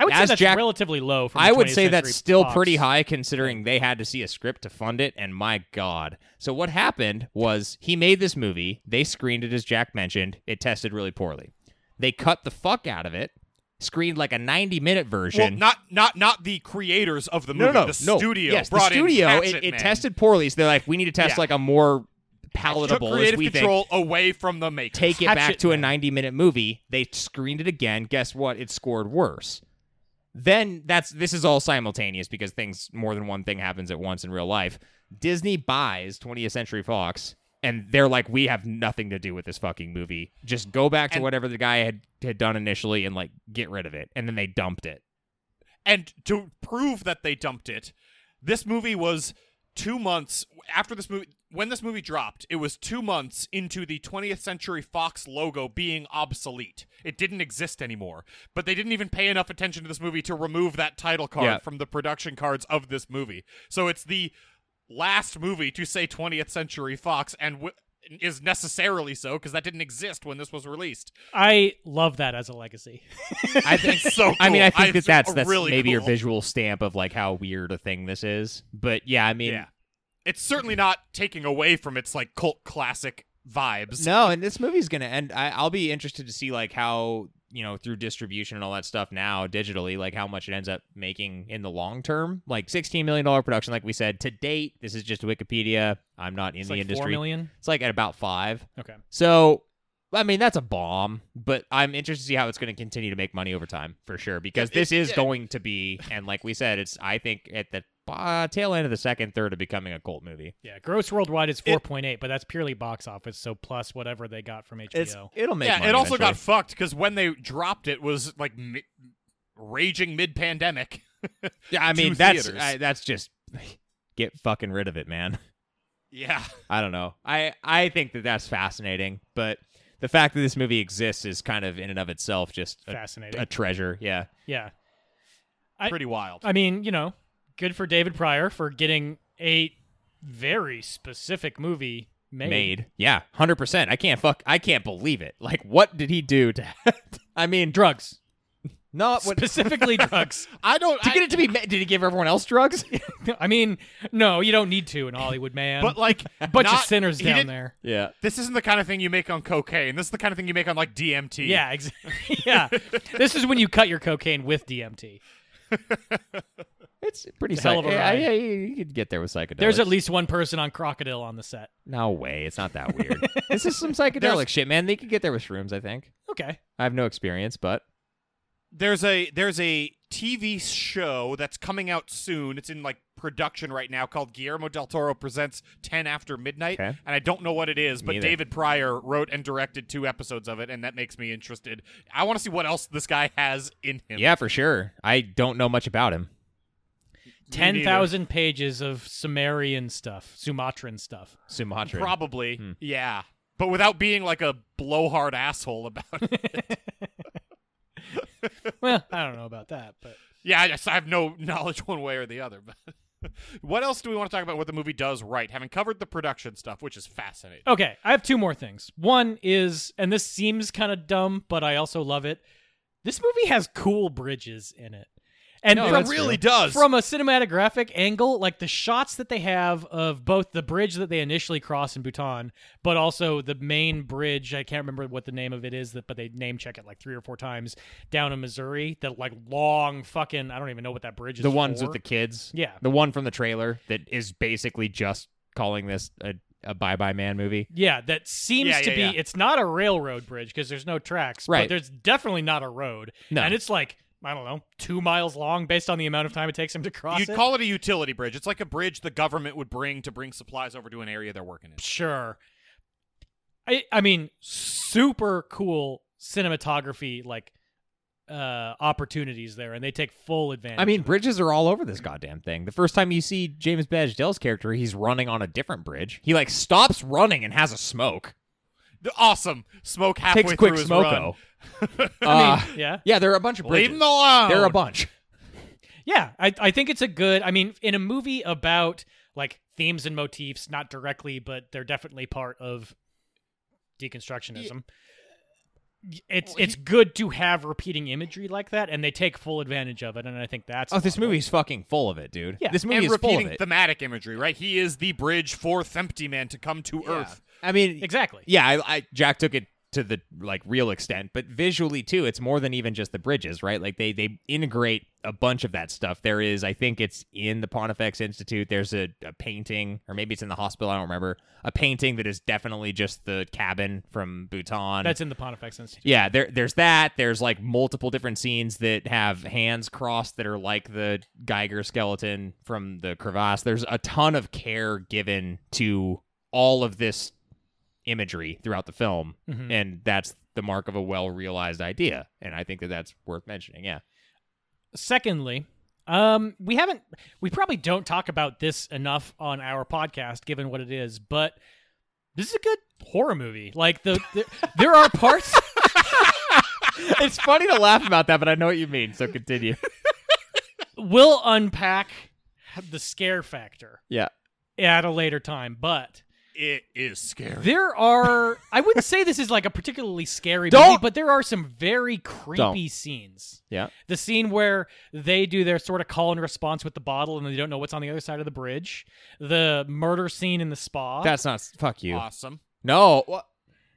I would say
as
that's
Jack-
relatively low. From
I
the
would
20th
say that's
Century
still
Fox.
pretty high considering they had to see a script to fund it, and my God. So, what happened was he made this movie. They screened it, as Jack mentioned. It tested really poorly. They cut the fuck out of it, screened like a 90 minute
Well,
version.
not not not the creators of the
no,
movie.
no, no,
the
no.
studio
Yes, the
brought
studio,
in
it,
Hatchet
it
Man.
tested poorly. So, they're like, we need to test
Yeah.
like a more
took
palatable, as
creative
we think,
control away from the makers.
take it back
Hatchet
to a
Man.
90 minute movie. They screened it again. Guess what? It scored worse. Then that's this is all simultaneous because things more than one thing happens at once in real life. Disney buys 20th Century Fox and they're like we have nothing to do with this fucking movie. Just go back to
And-
whatever the guy had had done initially and like get rid of it. And then they dumped it.
and to prove that they dumped it, this movie was two months after this movie when this movie dropped it was two months into the 20th century fox logo being obsolete it didn't exist anymore but they didn't even pay enough attention to this movie to remove that title card
Yeah.
from the production cards of this movie so it's the last movie to say 20th century fox and w- is necessarily so because that didn't exist when this was released
I love that as a legacy.
I think
so cool.
I mean, I think that
it's
that's that's
really
maybe your
cool.
visual stamp of like how weird a thing this is. But yeah, I mean,
Yeah. it's certainly not taking away from its like cult classic vibes
no, and this movie's gonna end. I, I'll be interested to see like how you know through distribution and all that stuff now digitally, like how much it ends up making in the long term. Like sixteen million dollar production, like we said to date. This is just Wikipedia. I'm not in
It's
the
like
industry.
four million.
It's like at about five.
Okay.
So, I mean, that's a bomb, but I'm interested to see how it's going to continue to make money over time for sure because this is
yeah.
going to be, and like we said, it's, I think, at the uh, tail end of the second third of becoming a cult movie.
Yeah, gross worldwide is 4.8, but that's purely box office. So plus whatever they got from HBO.
it'll make
yeah,
money
it also
eventually.
got fucked because when they dropped it was like mi- raging mid-pandemic.
Yeah, I
two
mean, that's,
theaters.
I, that's just get fucking rid of it, man.
yeah,
I don't know. I I think that that's fascinating, but the fact that this movie exists is kind of in and of itself just a,
Fascinating.
a treasure. Yeah.
yeah. I-
pretty wild.
I mean, you know, good for David Pryor for getting a very specific movie made.
made. Yeah, hundred percent. I can't fuck. I can't believe it. Like, what did he do to? I mean, dr-
Drugs.
not what,
Specifically drugs.
I don't.
to
I-
get it to be. ma- Did he give everyone else drugs?
I mean, no, you don't need to in Hollywood, man.
but like,
bunch of
not-
sinners
he
down
didn't-
there.
yeah.
This isn't the kind of thing you make on cocaine. This is the kind of thing you make on like DMT.
Yeah, exactly. yeah. This is when you cut your cocaine with DMT.
It's pretty.
It's a hell
psych-
of a
yeah,
ride.
yeah, you, you could get there with psychedelics.
There's at least one person on Crocodile on the set.
no way. It's not that weird. this is some psychedelic
There's-
shit, man. They could get there with shrooms. I think.
Okay.
I have no experience, but
There's a there's a TV show that's coming out soon. It's in like production right now called Guillermo del Toro presents 10 after midnight
Okay.
and I don't know what it is, but
Neither.
David Pryor wrote and directed two episodes of it and that makes me interested. I want to see what else this guy has in him.
yeah, for sure. I don't know much about him.
Me neither.
10,000 pages of Sumerian stuff, Sumatran stuff.
Sumatra.
Probably.
Hmm.
Yeah. But without being like a blowhard asshole about it.
Well, I don't know about that, but
yeah, I, just, I have no knowledge one way or the other. But what else do we want to talk about what the movie does right? Having covered the production stuff, which is fascinating.
Okay, I have two more things. One is, and this seems kind of dumb, but I also love it. This movie has cool bridges in it, and
No,
from,
that's
really
true.
does.
from a cinematographic angle, like the shots that they have of both the bridge that they initially cross in Bhutan, but also the main bridge. I can't remember what the name of it is, that but they name check it like three or four times down in Missouri. That like long fucking I don't even know what that bridge is.
the ones
for.
with the kids.
yeah.
The one from the trailer that is basically just calling this a, a Bye Bye Man movie.
Yeah, that seems
Yeah,
to
yeah,
be.
yeah.
It's not a railroad bridge because there's no tracks. But
Right.
there's definitely not a road.
No.
And it's like I don't know, two miles long based on the amount of time it takes him to cross.
You'd
it.
call it a utility bridge. It's like a bridge the government would bring to bring supplies over to an area they're working in.
sure. I I mean, super cool cinematography like uh opportunities there, and they take full advantage.
I mean,
of it.
bridges are all over this goddamn thing. The first time you see James Badgedell's character, he's running on a different bridge. He like stops running and has a smoke.
Th- Awesome. Smoke halfway
Takes
through
quick
his
smoke
run.
I mean,
yeah.
yeah, there are a bunch of
Leave
bridges.
him alone.
there are a bunch.
Yeah, I, I think it's a good. I mean, in a movie about like themes and motifs, not directly, but they're definitely part of deconstructionism. It's it's good to have repeating imagery like that, and they take full advantage of it. And I think that's
Oh, this
laudable.
movie's fucking full of it, dude.
Yeah,
this movie
and
is full of
repeating
it.
thematic imagery, right? He is the bridge for Thempty Man to come to Earth.
I mean,
exactly.
yeah, I, I Jack took it to the like real extent, but visually too, it's more than even just the bridges, right? Like they they integrate a bunch of that stuff. There is, I think it's in the Pontifex Institute. There's a, a painting, or maybe it's in the hospital. I don't remember. A painting that is definitely just the cabin from Bhutan.
That's in the Pontifex Institute.
yeah, there, there's that. There's like multiple different scenes that have hands crossed that are like the Geiger skeleton from the crevasse. There's a ton of care given to all of this imagery throughout the film,
Mhm.
and that's the mark of a well realized idea. And I think that that's worth mentioning. Yeah,
Secondly, Um, we haven't, we probably don't talk about this enough on our podcast, given what it is, but this is a good horror movie. Like the, the there are parts.
it's funny to laugh about that, but I know what you mean. So continue.
we'll unpack the scare factor
Yeah.
at a later time, but
It is scary.
there are I wouldn't say this is like a particularly scary movie,
Don't-
but there are some very creepy scenes.
Yeah.
The scene where they do their sort of call and response with the bottle and they don't know what's on the other side of the bridge. The murder scene in the spa.
That's not. Fuck you.
awesome.
No. What?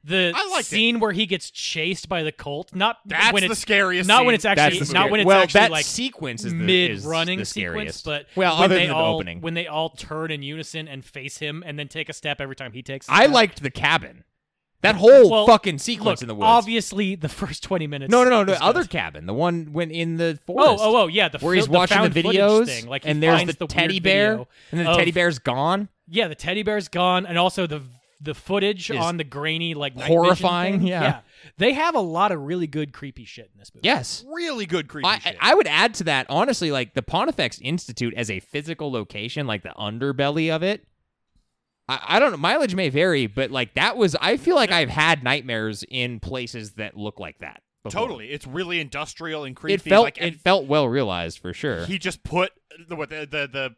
the
I liked it.
scene where he gets chased by the cult. Not
That's
when
the
it's
scariest.
not when
scene.
it's actually
That's the
not
scary-
when it's
well,
actually
that
like
sequence is the, is
mid running
the
sequence,
scariest.
but
well,
when
other
they
than
all
the opening,
when they all turn in unison and face him and then take a step every time he takes. a
I
step.
liked the cabin. That whole
Well,
fucking sequence
Look,
in the woods.
Obviously, the first twenty minutes.
no, no, no, no.
is good.
Other cabin, the one when in the
Oh,
forest.
oh, oh, yeah. The
Where
fil-
he's watching the,
found footage
videos,
thing. Like, he
and there's
finds
the,
weird
teddy bear,
video.
and then the
of-
teddy bear's gone.
Yeah, the teddy bear's gone, and also the the footage
Is
on the grainy, like night vision
horrifying,
thing.
yeah.
they have a lot of really good creepy shit in this movie.
Yes,
really good creepy
I,
shit.
I I would add to that honestly, like the Pontifex Institute as a physical location, like the underbelly of it. I, I don't know. Mileage may vary, but like that was. I feel like I've had nightmares in places that look like that. before.
totally. It's really industrial and creepy.
It felt
like, and
it felt well realized for sure.
he just put the what the, the the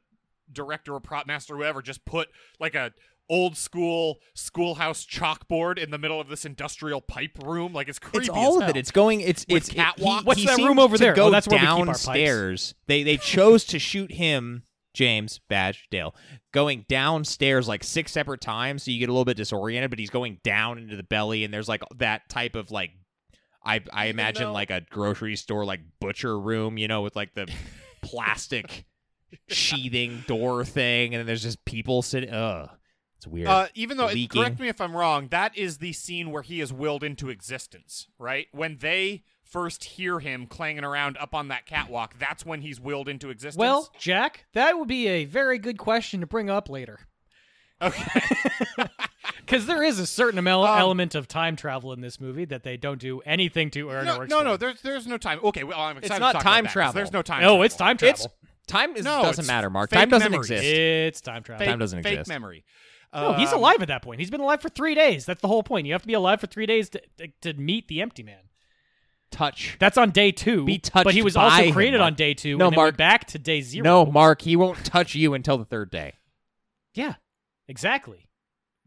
director or prop master or whoever just put like a old school schoolhouse chalkboard in the middle of this industrial pipe room like it's creepy
it's
as
all of
hell.
it. It's going. It's
With
it's it-
catwalk.
he-
What's
he
that
seemed
room over
to
there? Oh,
Go
that's where we keep our pipes.
downstairs. They they chose to shoot him, James Badge Dale, going downstairs like six separate times, so you get a little bit disoriented. But he's going down into the belly, and there's like that type of like, I I imagine
though-
like a grocery store like butcher room, you know, with like the plastic sheathing door thing, and then there's just people sitting. Ugh, it's weird.
uh, even though,
Leaking.
correct me if I'm wrong, that is the scene where he is willed into existence, right? When they first hear him clanging around up on that catwalk, that's when he's willed into existence.
Well, Jack, that would be a very good question to bring up later.
okay.
Because there is a certain amel-
Um,
element of time travel in this movie that they don't do anything to earn
No,
or
no,
explain.
no, there's there's no time. Okay, well, I'm excited. to
not
talk
time
about that, 'cause
travel.
There's no time.
Oh, it's
travel.
time travel.
time is,
No,
doesn't
it's
matter, Mark.
fake
Time doesn't
memories.
exist.
It's time travel.
Fake,
Time doesn't
fake
exist.
memory.
No, he's
Um,
alive at that point. He's been alive for three days. That's the whole point. You have to be alive for three days to, to, to meet the Empty Man.
Touch.
That's on day two.
Be touched
but he was
by
also
him,
created
Mark.
on day two.
No,
and then went
Mark.
back to day zero.
No, Mark, he won't touch you until the third day.
Yeah, exactly.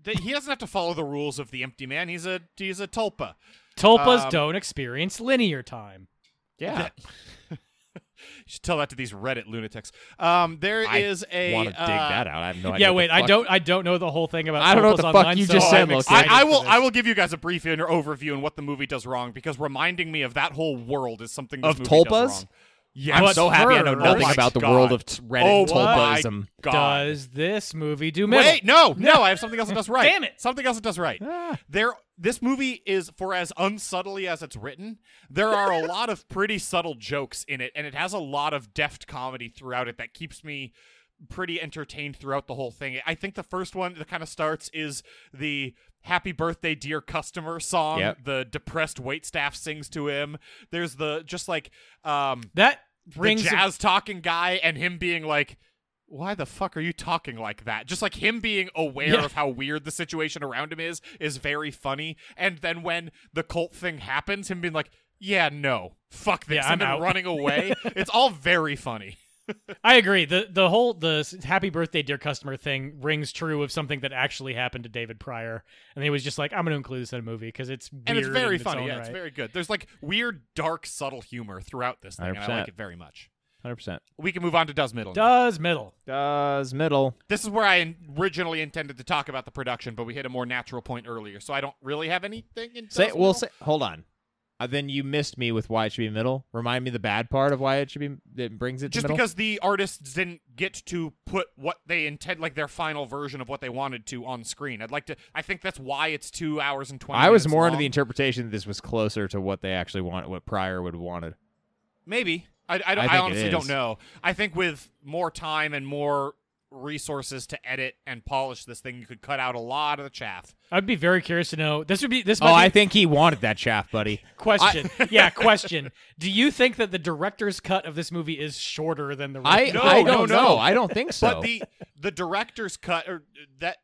th- he doesn't have to follow the rules of the empty man. He's a he's a tulpa.
Tulpas
Um,
don't experience linear time.
Yeah.
You should tell that to these Reddit lunatics. Um, there is
I
a
Want to dig
uh,
that out? I have no idea.
Yeah,
what
wait.
the
I
fuck-
don't. I don't know the whole thing about.
I don't know what
Tulpas
the fuck
online,
you
so
oh,
just said,
I'm
Logan.
excited
I, I
for
will
this.
I will give you guys a brief inter- overview on what the movie does wrong because reminding me of that whole world is something this
Of
movie
tulpas?
Does wrong. Yes.
I'm
But
so happy I know
first-
nothing
Oh my
about the
God.
world of t-
oh
Reddit
my
Tolbaism.
god.
Does this movie do middle?
Wait, no, no, I have something else that does right.
Damn it. Ah.
Something else that does right. There this movie is for as unsubtly as it's written, there are a lot of pretty subtle jokes in it, and it has a lot of deft comedy throughout it that keeps me pretty entertained throughout the whole thing. I think the first one that kind of starts is the Happy Birthday Dear Customer song.
Yep.
The depressed waitstaff sings to him. There's the just like um
That
the
brings a-
jazz talking guy and him being like why the fuck are you talking like that just like him being aware
Yeah.
of how weird the situation around him is is very funny and then when the cult thing happens him being like yeah no fuck this
Yeah, I'm
and then
out."
running away it's all very funny
I agree. The the whole the s- happy birthday dear customer thing rings true of something that actually happened to David Pryor, and he was just like, I'm going to include this in a movie because it's weird
and it's
in
very
its
funny
own
yeah
right.
it's very good there's like weird dark subtle humor throughout this thing and i
100%.
like it very much
Hundred percent.
we can move on to does middle now.
does middle.
Does middle?
this is where i in- originally intended to talk about the production but we hit a more natural point earlier so i don't really have anything in
Say
Does
well.
Middle.
Say, hold on. Uh, then you missed me with why it should be middle. Remind me the bad part of why it should be that brings it to
just
middle.
because the artists didn't get to put what they intend like their final version of what they wanted to on screen i'd like to i think that's why it's two hours and 20
I was
minutes
more
long.
under the interpretation that this was closer to what they actually want, what Pryor would have wanted.
maybe i, I, don't-
I
I
think it
honestly don't
is.
know i think with more time and more resources to edit and polish this thing, you could cut out a lot of the chaff.
I'd be very curious to know. This would be this.
Oh,
might be
I think he wanted that chaff, buddy.
question. yeah, question. Do you think that the director's cut of this movie is shorter than the?
I
No,
I
no,
don't
no.
know. I don't think so.
But the the director's cut or that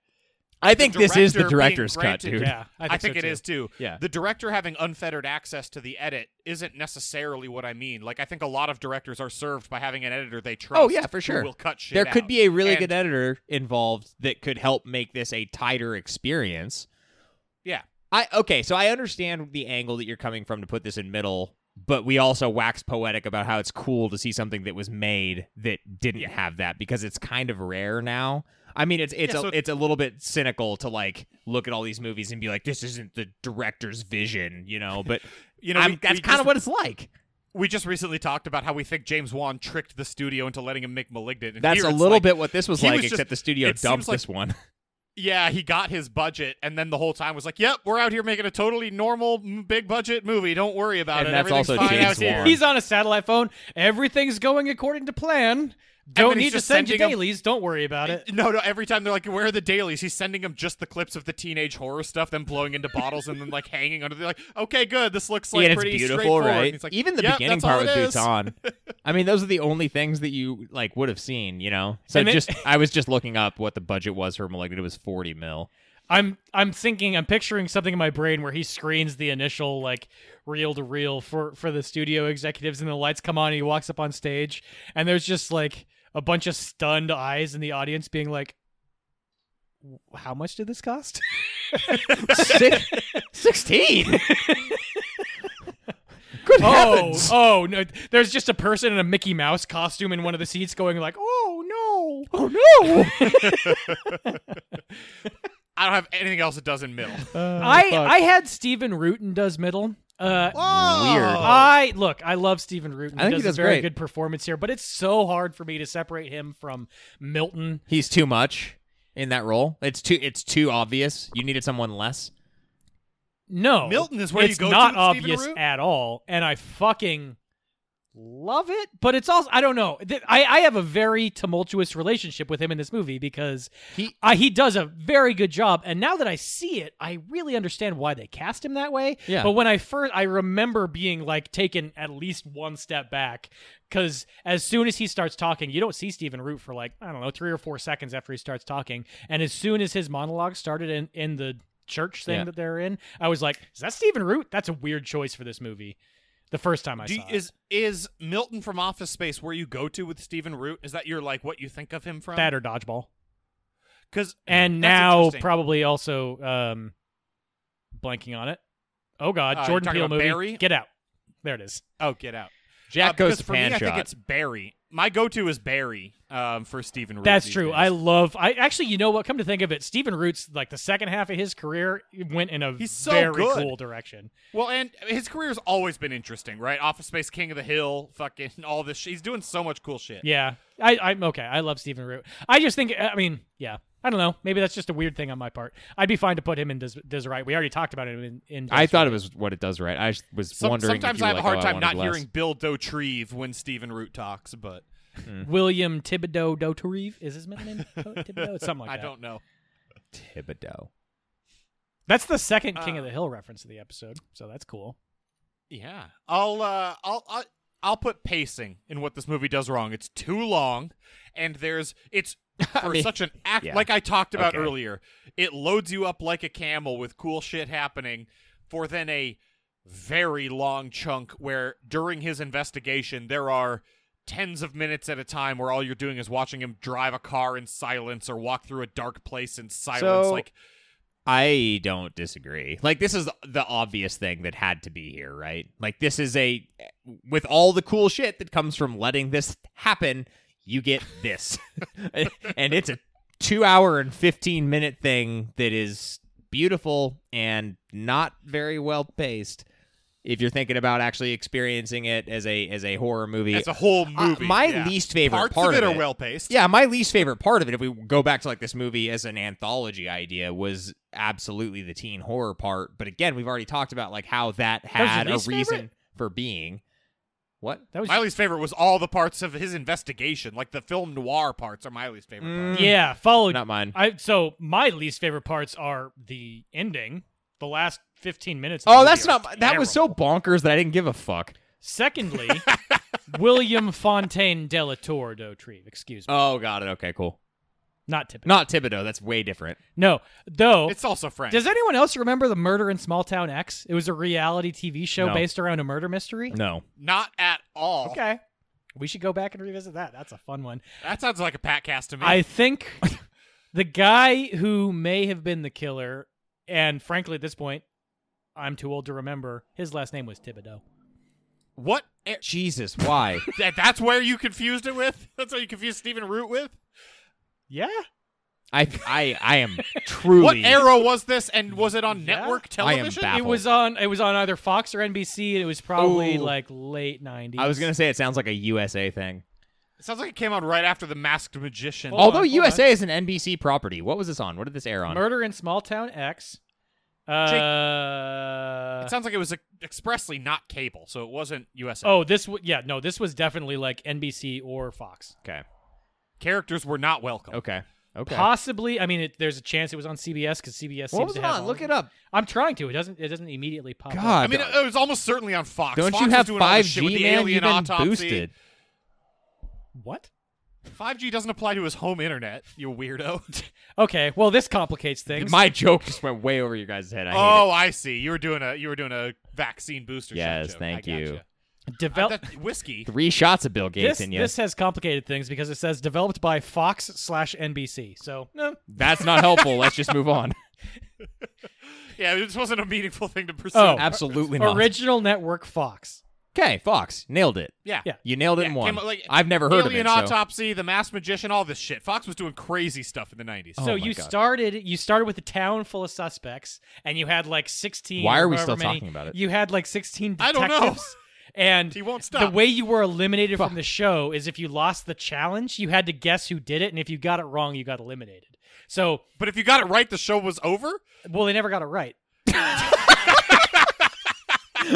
I think this is the
director being
director's cut,
granted-
dude.
Yeah, I think,
I think
so
it
too.
is too.
Yeah.
The director having unfettered access to the edit isn't necessarily what I mean. Like I think a lot of directors are served by having an editor they trust.
Oh, yeah, for
who
sure.
will cut shit.
There could
out.
be a really
And-
good editor involved that could help make this a tighter experience.
Yeah.
I okay, so I understand the angle that you're coming from to put this in middle, but we also wax poetic about how it's cool to see something that was made that didn't have that because it's kind of rare now. I mean, it's it's
Yeah,
a,
so-
it's a little bit cynical to like look at all these movies and be like, this isn't the director's vision, you know. But
You know,
I'm-
we-
that's
we
kind of
just-
what it's like.
we just recently talked about how we think James Wan tricked the studio into letting him make Malignant. and
That's
here
a
it's
little
like,
bit what this was
he
like,
was just-
except the studio
it seems
dumped
like-
this one.
Yeah, he got his budget, and then the whole time was like, "Yep, we're out here making a totally normal m- big budget movie. Don't worry about
And
it.
that's
Everything's
also
fine
James
out here."
Wan.
He's on a satellite phone. Everything's going according to plan. Don't
then he's
need to
just
send you
sending 'em-
dailies. Don't worry about it.
No, no. Every time they're like, "Where are the dailies?" He's sending them just the clips of the teenage horror stuff, them blowing into bottles and then like hanging under. They're like, "Okay, good. This looks like
Yeah, and
pretty
it's beautiful,
straightforward." And
right?
he's like,
Even the
"Yep,
beginning
that's all
part with
it is."
boots on. I mean, those are the only things that you like would have seen, you know. So
And it-
just I was just looking up what the budget was for Malignant. It was forty mil.
I'm I'm thinking I'm picturing something in my brain where he screens the initial like reel to reel for for the studio executives and the lights come on and he walks up on stage and there's just like a bunch of stunned eyes in the audience being like "W- how much did this cost?
Six, Sixteen. Good
Oh,
heavens!
oh no! There's just a person in a Mickey Mouse costume in one of the seats, going like, "Oh no!"
Oh no!
I don't have anything else it does in middle.
I I had Steven Rootin does middle. Uh,
Ah.
Weird.
I look, I love Steven Rootin.
Oh. I think
he
he
does,
does
a very
great.
good performance here, but it's so hard for me to separate him from Milton.
He's too much in that role. It's too. It's too obvious. You needed someone less.
No,
Milton is where you
it's
go to
not
with Steven
obvious
Root?
at all, and I fucking love it. But it's also I don't know. Th- I I have a very tumultuous relationship with him in this movie because
He-
I, he does a very good job, and now that I see it, I really understand why they cast him that way.
Yeah.
But when I first, I remember being like taken at least one step back because as soon as he starts talking, you don't see Stephen Root for like I don't know three or four seconds after he starts talking, and as soon as his monologue started in in the church thing
Yeah.
that they're in, I was like, is that Stephen Root? That's a weird choice for this movie. The first time I
Do,
saw it.
is is Milton from Office Space where you go to with Steven Root? Is that your like what you think of him from?
that or dodgeball,
because
and now probably also um, blanking on it. Oh God,
Uh, you're
Jordan
talking
Peele
about
movie,
Barry?
Get Out. There it is.
oh get out.
Jack
Uh,
goes
because
to
for me,
pan
I
shot.
think it's Barry. My go-to is Barry um, for Steven Root.
That's
these
true.
days.
I love. I actually, you know what? Come to think of it, Stephen Root's like the second half of his career went in a
He's so
very
good.
cool direction.
Well, and his career's always been interesting, right? Office Space, King of the Hill, fucking all this. Sh- he's doing so much cool shit.
Yeah, I, I'm okay. I love Stephen Root. I just think, I mean, yeah, I don't know. Maybe that's just a weird thing on my part. I'd be fine to put him in Des, Des Right. We already talked about him in. in
I
Des
thought
Right.
it was what it does right. I just was
Some-
wondering. if
sometimes
you
I
were
have
like,
a hard
oh, I
time not
wanted less.
hearing Bill Dotrieve when Steven Root talks, but
William Thibodeau Doterive. Is his middle name Thibodeau? It's something like
I
that.
don't know.
Thibodeau.
That's the second King of
Uh,
the Hill reference of the episode, so that's cool.
Yeah, I'll uh, I'll, I'll I'll put pacing in what this movie does wrong. It's too long, and there's it's for
mean,
such an act
yeah.
like I talked about
Okay.
earlier. It loads you up like a camel with cool shit happening, for then a very long chunk where during his investigation there are tens of minutes at a time where all you're doing is watching him drive a car in silence or walk through a dark place in silence
So-
like
I don't disagree. Like this is the obvious thing that had to be here, right? Like this is a with all the cool shit that comes from letting this happen, you get this. and it's a 2 hour and 15 minute thing that is beautiful and not very well paced. If you're thinking about actually experiencing it as a as a horror movie,
it's a whole
Uh,
movie.
my
yeah.
least favorite
Parts
part
of it are well paced.
yeah, my least favorite part of it, if we go back to like this movie as an anthology idea, was absolutely the teen horror part. But again, we've already talked about like how that
your
had a
least
reason
favorite?
for being. What?
That was
Miley's favorite was all the parts of his investigation, like the film noir parts are Miley's favorite parts.
yeah. Followed.
Not mine.
Oh, I so my least favorite parts are the ending, the last fifteen minutes. of the
Oh,
movie
that's
are
not. mi- That was so bonkers that I didn't give a fuck.
Secondly, William Fontaine de la Tour d'Autrive. Excuse me,
Oh, got it. Okay, cool.
not Tippett.
Not Thibodeau. That's way different.
No, though.
It's also French.
does anyone else remember the Murder in Small Town X? It was a reality TV show
No.
based around a murder mystery.
No.
Not at all.
Okay, we should go back and revisit that. That's a fun one.
That sounds like a pat cast to me.
I think the guy who may have been the killer, and frankly, at this point, I'm too old to remember. His last name was Thibodeau.
what? air-
Jesus, why?
That, that's where you confused it with? That's what you confused Stephen Root with?
Yeah,
I I I am truly.
What era was this and was it on
Yeah.
network
I am
television?
baffled.
it was on. It was on either Fox or NBC, and it was probably
Ooh.
like late '90s.
I was gonna say it sounds like a USA thing.
It sounds like it came out right after The Masked Magician.
Hold
Although
on, hold
USA is an NBC property. What was this on? What did this air on?
Murder in Small Town X. Uh,
It sounds like it was uh, expressly not cable, so it wasn't USA.
oh, this. W- yeah, no, this was definitely like NBC or Fox.
Okay.
Characters were not welcome.
Okay. Okay.
Possibly. I mean, it, there's a chance it was on CBS because CBS
what
seems
was
to
it
have.
on?
all
Look
of
it up.
I'm trying to. It doesn't. It doesn't immediately pop. up.
God.
I mean, it, it was almost certainly on Fox.
don't
Fox
you
was
have
doing all
five
this shit with
G
the
man?
alien
You've been
autopsy.
boosted.
What?
5G doesn't apply to his home internet, you weirdo.
Okay. Well, this complicates things.
My joke just went way over your guys' head. I hate
oh, I see. You were doing a you were doing a vaccine booster. shot
Yes,
joke.
thank
I
you.
gotcha.
Develop.
Uh, that- whiskey.
it. Three shots of Bill Gates
this,
and
this
yes.
has complicated things because it says developed by Fox slash NBC. So no,
That's not helpful. Let's just move on.
Yeah, this wasn't a meaningful thing to pursue.
Oh.
Absolutely not.
original network Fox.
Okay, Fox nailed it.
Yeah.
Yeah.
You nailed it in
Yeah,
one.
came out like-
I've never heard
Alien
of it. so-
autopsy, the mass magician, all this shit. Fox was doing crazy stuff in the nineties.
Oh
so
my
you
God.
started you started with a town full of suspects and you had like 16
Why are we
however
still
many-
talking about it?
you had like 16
I
detectives
don't know.
and
He won't
the
stop.
way you were eliminated from the show is if you lost the challenge you had to guess who did it and if you got it wrong you got eliminated so
but if you got it right, the show was over.
well they never got it right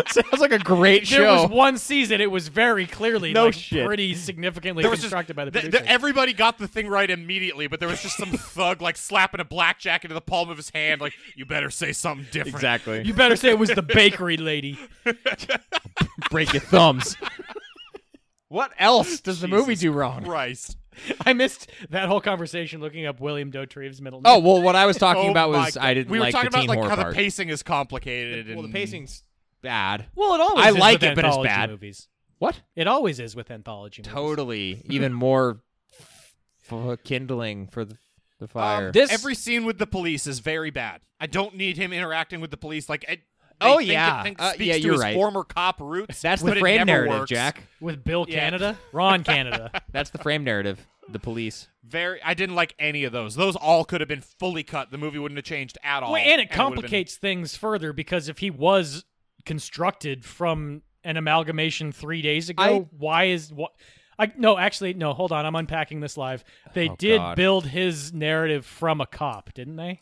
Sounds like a great
there was
show.
one season it was very clearly
No
like,
shit.
pretty significantly
There was just
constructed by the
th-
producers.
th- everybody got the thing right immediately, but there was just some thug like slapping a blackjack into the palm of his hand, like you better say something different.
exactly.
you better say it was the bakery lady
break your thumbs. what else does the movie do wrong?
Christ.
i missed that whole conversation looking up william dotrieve's middle name
Oh well, what I was talking
Oh
about
my
was
God.
I didn't
We were
like
talking
the teen
about like
horror
how the
part.
pacing is complicated.
well, the
and-
pacing's bad.
Well, it always
I
is
like
with
it, but it's
anthology
bad.
Movies.
What?
It always is with anthology movies.
Totally, even more f- kindling for the, the fire.
Um,
This-
every scene with the police is very bad. I don't need him interacting with the police. Like, I, I
Oh,
think
yeah.
it think
Uh,
speaks
yeah,
to
you're
his
right.
former cop roots.
That's the
but it
frame
never
narrative,
works.
Jack.
With Bill
Yeah.
Canada, Ron Canada.
That's the frame narrative. The police.
Very. I didn't like any of those. Those all could have been fully cut. The movie wouldn't have changed at all.
well, and it
would have been-
complicates things further because if he was constructed from an amalgamation three days ago,
I-
why is what? I no, actually, no. Hold on, I'm unpacking this live. They
Oh,
did
God.
build his narrative from a cop, didn't they?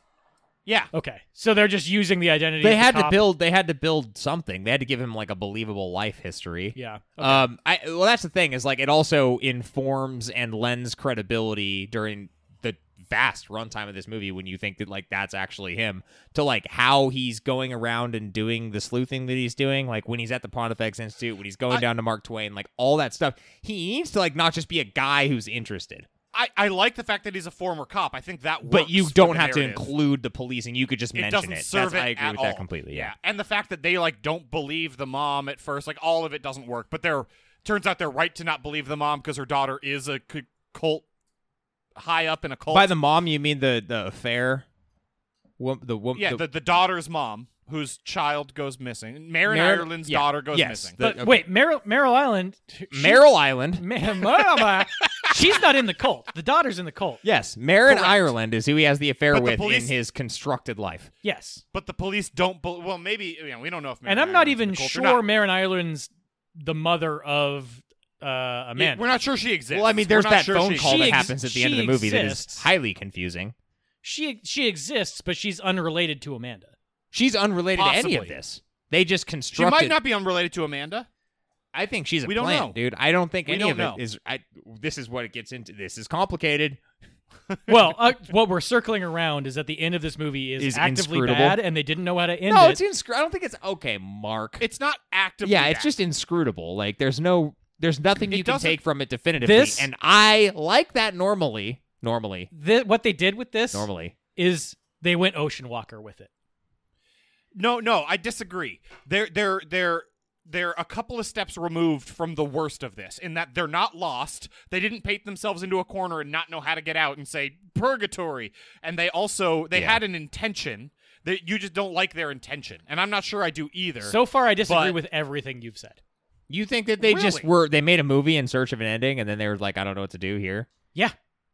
yeah.
Okay, so they're just using the identity.
They
of the
had to
cop.
build. They had to build something. They had to give him like a believable life history.
Yeah.
Um, I well, that's the thing is like it also informs and lends credibility during the vast runtime of this movie when you think that like that's actually him to like how he's going around and doing the sleuthing that he's doing, like when he's at the Pontifex Institute, when he's going
I-
down to Mark Twain, like all that stuff. He needs to like not just be a guy who's interested,
I, I like the fact that he's a former cop. I think that. Works
but you
for
don't
the
have to
narrative.
include the police, and you could just
It
mention
doesn't
it.
serve
that's,
it
I agree
at
with
all.
that completely. Yeah.
and the fact that they like don't believe the mom at first, like all of it doesn't work. But they're turns out they're right to not believe the mom because her daughter is a c- cult, high up in a cult.
By the mom, you mean the the affair, Wo- the woman.
Yeah, the, the daughter's mom, whose child goes missing. Marin
Mar-
Ireland's
yeah.
daughter goes
Yes.
missing.
The-
but
okay.
wait, Merrill, Merrill Island. she-
Merrill Island.
Ma- Mama, she's not in the cult. The daughter's in the cult.
Yes, Marin
Correct.
Ireland is who he has the affair
But the
with
police-
in his constructed life.
Yes.
but the police don't. Be- well, maybe you know, we don't know if. Marin
and I'm not
Ireland's in
even
the cult or
sure
not.
Marin Ireland's the mother of uh, Amanda.
We're not sure she exists.
Well, I mean, there's
We're not
that
sure
phone
she
call
She
that
ex-
happens at the end of the
she
movie that
exists.
is highly confusing.
she she exists, but she's unrelated to Amanda.
She's unrelated to any of
Possibly.
this. They just
She
constructed.
might not be unrelated to Amanda.
I think she's a
We don't
plant,
know.
dude. I don't think
We
any
don't
of
know.
it is. I, this is what it gets into. This is complicated.
well, uh, what we're circling around is that the end of this movie is,
Is
actively
inscrutable.
bad, and they didn't know how to end
no,
it.
it's e- inscr. I don't think it's okay, Mark.
It's not actively.
yeah, it's
bad.
just inscrutable. Like there's no, there's nothing
It
you can
doesn't-
take from it definitively.
This-
and I like that normally, normally,
Thi- what they did with this
normally.
is they went Ocean Walker with it.
No, no, I disagree. They're they're they're they're a couple of steps removed from the worst of this in that they're not lost. They didn't paint themselves into a corner and not know how to get out and say purgatory. And they also they
Yeah.
had an intention that you just don't like their intention. And I'm not sure I do either.
So far, I disagree
But-
with everything you've said.
You think that they just
Really?
were they made a movie in search of an ending, and then they were like, I don't know what to do here.
Yeah,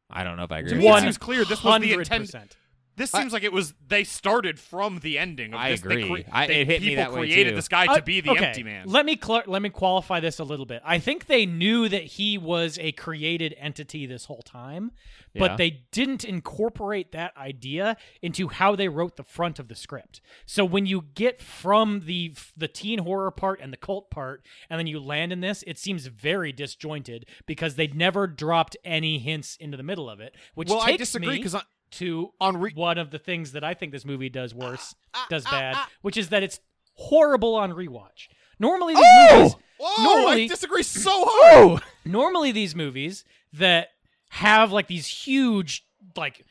I don't know if I agree.
to
with
me it
One-
seems clear this was the intent.
percent.
This
I-
seems like it was they started from the ending. Of
I
this. They
agree.
cre-
I-
they-
it hit me
people
that way,
created
too.
this guy
Uh,
to be the
okay.
empty man.
Let me clar- let me qualify this a little bit. I think they knew that he was a created entity this whole time, but
Yeah.
they didn't incorporate that idea into how they wrote the front of the script. So when you get from the the teen horror part and the cult part, and then you land in this, it seems very disjointed because they never dropped any hints into the middle of it. Which
well,
takes
I disagree
me-
because on,
to
on re- Ah,
one of the things that I think this movie does worse, does bad, which is that it's horrible on rewatch. Normally these movies,
Whoa,
normally
Oh! I disagree so hard.
normally these movies that have like these huge like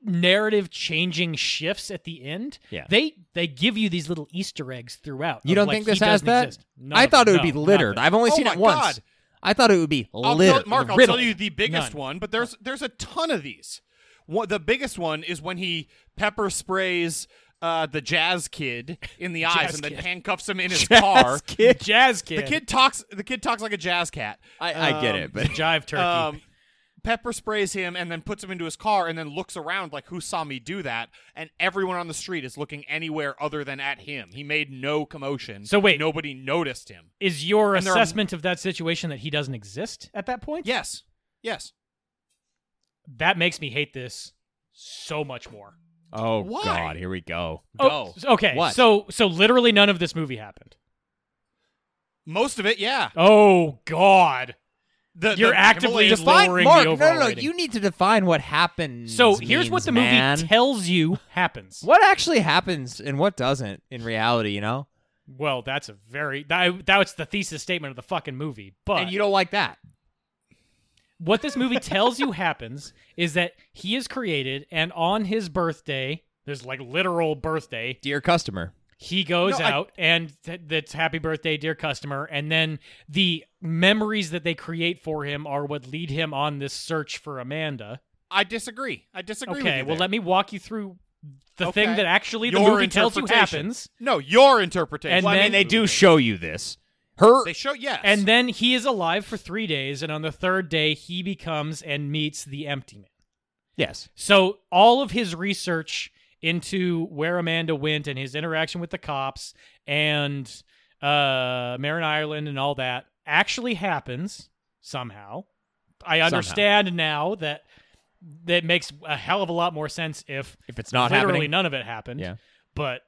narrative changing shifts at the end,
Yeah.
they they give you these little Easter eggs throughout.
You
of,
don't
like,
think this
he
has
doesn't
that?
exist. None
I
of
thought it
them.
would be
No,
littered.
nothing.
I've only
Oh
seen
my
it once.
God.
I thought it would be
Oh,
I'll
littered.
tell, Mark, I'll
riddled.
tell you the biggest
None.
one, but there's there's a ton of these. What the biggest one is when he pepper sprays uh, the jazz kid in the eyes and then
kid.
handcuffs him in his
Jazz
car.
kid.
Jazz kid.
The kid talks. The kid talks like a jazz cat.
I, I get
Um,
it, but
jive turkey.
Um, pepper sprays him and then puts him into his car and then looks around like, "Who saw me do that?" And everyone on the street is looking anywhere other than at him. He made no commotion.
So wait.
nobody noticed him.
is your
and there are-
assessment of that situation that he doesn't exist at that point?
Yes, yes.
that makes me hate this so much more.
oh
Why?
god, here we go.
Oh, s- okay.
What?
So so literally none of this movie happened.
Most of it, yeah.
Oh God.
The,
You're
the Himalayan-
actively Define- lowering the Mark,
Mark.
no,
No,
overall
no,
no,
no.
no, rating.
You
you
need to define what happens.
So here's what the movie tells you happens.
What actually happens and what doesn't in reality, you know?
Well, that's a very that, that's the thesis statement of the fucking movie. But
and you don't like that.
what this movie tells you happens is that he is created, and on his birthday, there's like literal birthday,
Dear customer.
he goes
No, I-
out and th- that's happy birthday dear customer and then the memories that they create for him are what lead him on this search for amanda
I disagree. I disagree with
okay
you.
well
there.
let me walk you through the
Okay.
thing that actually the
Your
movie tells you
interpretation.
happens
No, your interpretation.
And Well, I mean, then- they
show you this. Her
They show yes.
and then he is alive for three days and on the third day he becomes and meets the empty man
Yes.
So all of his research into where Amanda went and his interaction with the cops and uh Marin Ireland and all that actually happens somehow. I understand now that that makes a hell of a lot more sense if
If it's not
literally
happening.
none of it happened.
Yeah.
But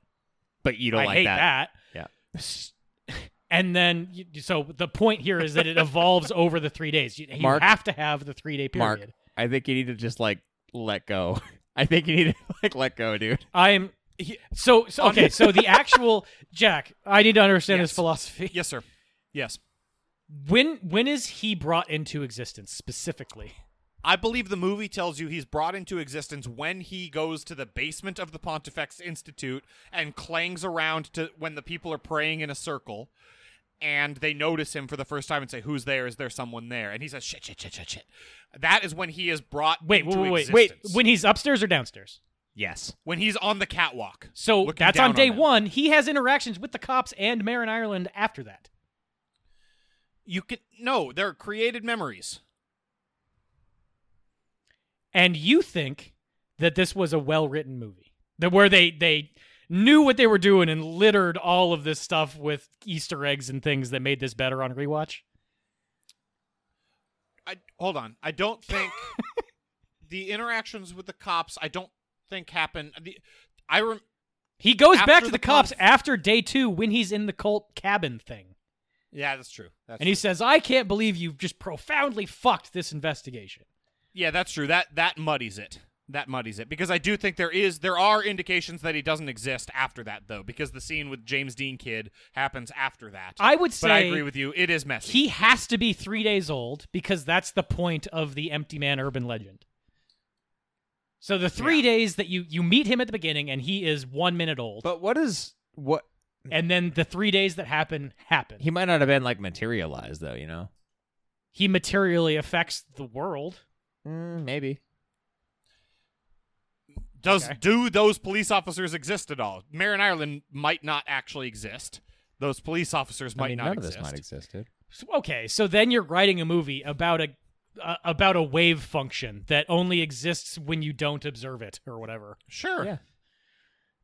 But you don't
I
like
hate
that.
that. Yeah. And then, you- so the point here is that it evolves over the three days. You, you
Mark-
have to have the three day period.
Mark, I think you need to just like let go. I think you need to like let go, dude.
I'm so, so okay. So the actual Jack, I need to understand his
Yes.
philosophy.
yes, sir. Yes,
When when is he brought into existence specifically?
I believe the movie tells you he's brought into existence when he goes to the basement of the Pontifex Institute and clangs around to when the people are praying in a circle, and they notice him for the first time and say, "Who's there? Is there someone there?" And he says, "Shit, shit, shit, shit, shit." That is when he is brought
Wait, wait,
into
wait, wait, wait.
existence.
When he's upstairs or downstairs?
Yes.
when he's on the catwalk.
So
Looking
that's
down
on
on
day
them.
one. He has interactions with the cops and Marin Ireland after that.
You can no, they're created memories.
And you think that this was a well written movie that where they they knew what they were doing and littered all of this stuff with Easter eggs and things that made this better on rewatch.
I hold on. I don't think the interactions with the cops. I don't think happen. The, I rem-
He goes
After
back to
the
the cops
conf-
after day two when he's in the cult cabin thing.
Yeah, that's true. That's
And he says, I can't believe you've just profoundly fucked this investigation.
Yeah, that's true. That that muddies it. That muddies it because I do think there is there are indications that he doesn't exist after that though because the scene with James Dean Kid happens after that.
I would
but I
say
agree with you. It is messy.
He has to be three days old because that's the point of the empty man urban legend. So the three
Yeah.
days that you you meet him at the beginning and he is one minute old,
But what is what
and then the three days that happen happen.
he
He,
might not have been like materialized though, you know?
materially affects the world.
Mm, maybe.
Does
Okay.
do those police officers exist at all? Marin Ireland might not actually exist. Those police officers might
I mean,
not
none
exist.
of this might exist, dude.
So- okay, so then you're writing a movie about a uh, about a wave function that only exists when you don't observe it or whatever.
Sure.
Yeah.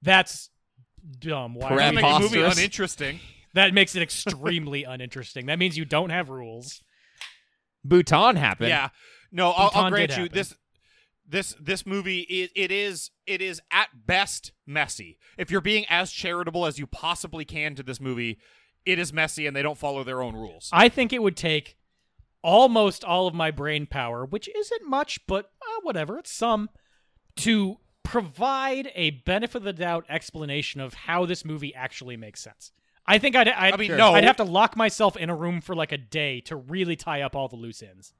That's dumb. Why?
Doesn't make a movie
Preposterous.
uninteresting.
That makes it extremely uninteresting. That means you don't have rules.
Bhutan happened.
yeah. No, I'll, I'll
Bhutan did
grant you
happen.
this. This this movie is it is it is at best messy. If you're being as charitable as you possibly can to this movie, it is messy and they don't follow their own rules.
I think it would take almost all of my brain power, which isn't much, but uh, whatever, it's some, to provide a benefit of the doubt explanation of how this movie actually makes sense. I think I'd, I'd,
I mean, Sure. no.
I'd have to lock myself in a room for like a day to really tie up all the loose ends.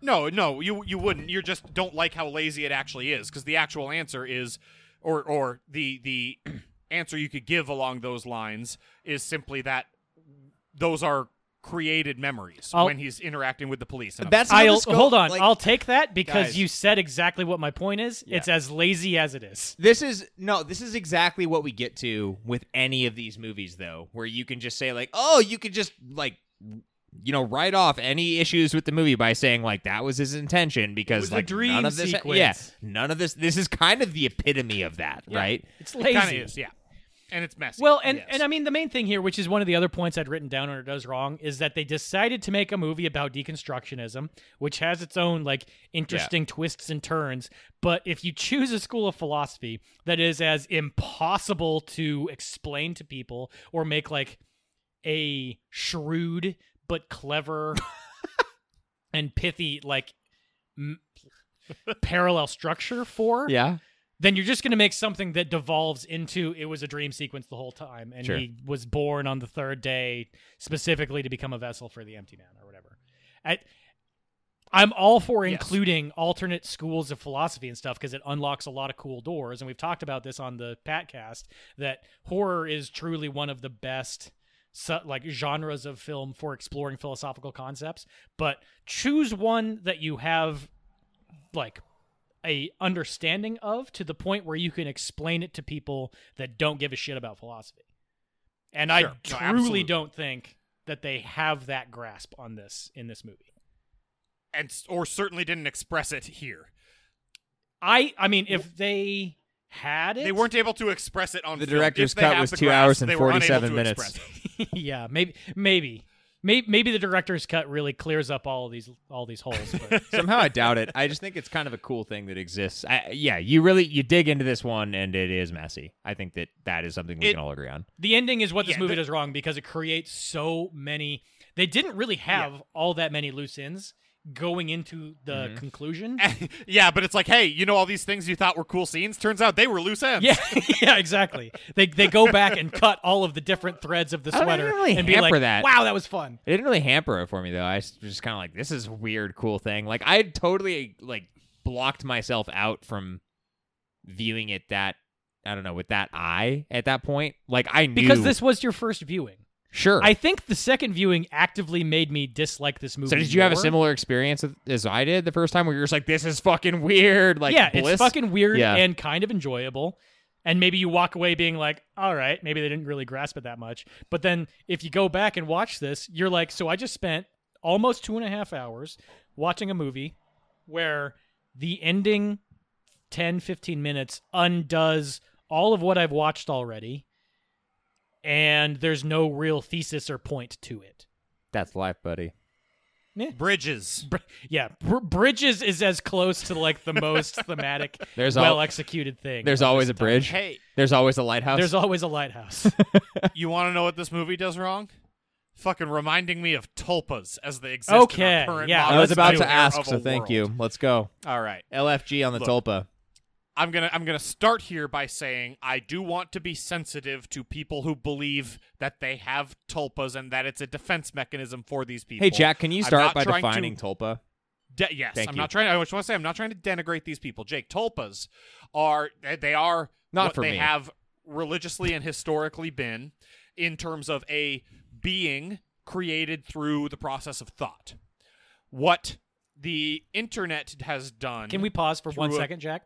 No, no, you you wouldn't. You just don't like how lazy it actually is because the actual answer is, or or the the answer you could give along those lines is simply that those are created memories
I'll-
when he's interacting with the police. and
That's how
I'll
this go-
hold on.
like-
I'll take that because
Guys.
you said exactly what my point is.
Yeah.
It's as lazy as it is.
This is no, this is exactly what we get to with any of these movies though, where you can just say like, "Oh, you could just like you know, write off any issues with the movie by saying like that was his intention because
was a
like
dream
none of this
sequence.
yeah, none of this this is kind of the epitome of that, right?
It's
It
lazy.
kind of is, yeah. And it's messy.
Well, and
yes.
and I mean the main thing here, which is one of the other points I'd written down under does wrong, is that they decided to make a movie about deconstructionism, which has its own like interesting twists and turns. But if you choose a school of philosophy that is as impossible to explain to people or make like a shrewd but clever and pithy like m- parallel structure for,
Yeah.
then you're just going to make something that devolves into it was a dream sequence the whole time and
Sure.
he was born on the third day specifically to become a vessel for the empty man or whatever I, i'm all for
Yes.
including alternate schools of philosophy and stuff because it unlocks a lot of cool doors and we've talked about this on the patcast that horror is truly one of the best su- like genres of film for exploring philosophical concepts but choose one that you have like a understanding of to the point where you can explain it to people that don't give a shit about philosophy. And I
Sure. No,
truly
absolutely.
don't think that they have that grasp on this in this movie.
and s- or certainly didn't express it here.
I I mean if they had it
They weren't able to express it on
The
film.
director's
If they
cut
have
was
the
two
grasp,
hours and
they were unable
47
to
minutes.
express it.
yeah, maybe maybe maybe maybe the director's cut really clears up all these all these holes but
Somehow I doubt it. I just think it's kind of a cool thing that exists. I, yeah, you really you dig into this one and it is messy. I think that that is something we
It-
can all agree on.
The ending is what this
Yeah,
movie
the-
does wrong because it creates so many. They didn't really have all that many loose ends going into the
Mm-hmm.
conclusion.
yeah, but it's like, hey, you know all these things you thought were cool scenes? Turns out they were loose ends.
yeah, yeah, exactly. They they go back and cut all of the different threads of the
I don't
sweater
really
and be
hamper
like,
that.
"Wow, that was fun."
It didn't really hamper it for me though. I s- was just kind of like, this is a weird, cool thing. Like I had totally like blocked myself out from viewing it that I don't know with that eye at that point. Like I knew
Because this was your first viewing.
sure.
I think the second viewing actively made me dislike this movie.
so did you have a
more.
similar experience with- as I did the first time where you're just like, this is fucking weird. Like
yeah,
bliss?
it's fucking weird
Yeah.
and kind of enjoyable. And maybe you walk away being like, all right, maybe they didn't really grasp it that much. But then if you go back and watch this, you're like, so I just spent almost two and a half hours watching a movie where the ending 10, 15 minutes undoes all of what I've watched already. And there's no real thesis or point to it.
That's life, buddy.
Bridges.
Br- yeah, Br- Bridges is as close to like the most thematic,
There's al-
well executed thing.
There's
of
always
this
a
time.
bridge.
Hey,
There's always a lighthouse.
There's always a lighthouse.
you want to know what this movie does wrong? fucking reminding me of tulpas as they exist.
Okay,
in our current
yeah,
modern
I was about
sphere
to ask,
of
so
a
thank
world.
you. Let's go.
All right.
LFG on the
Look.
Tulpa.
I'm gonna I'm gonna start here by saying I do want to be sensitive to people who believe that they have tulpas and that it's a defense mechanism for these people.
Hey, Jack, can you
I'm
start
not
by
trying to-
defining Tulpa?
De- yes,
Thank
I'm
you.
not trying. I just want to say I'm not trying to denigrate these people. Jake, tulpas are they- they are
Not
what
for
they
me.
have religiously and historically been in terms of a being created through the process of thought. What the internet has done.
Can we pause for one
Through a-
second, Jack?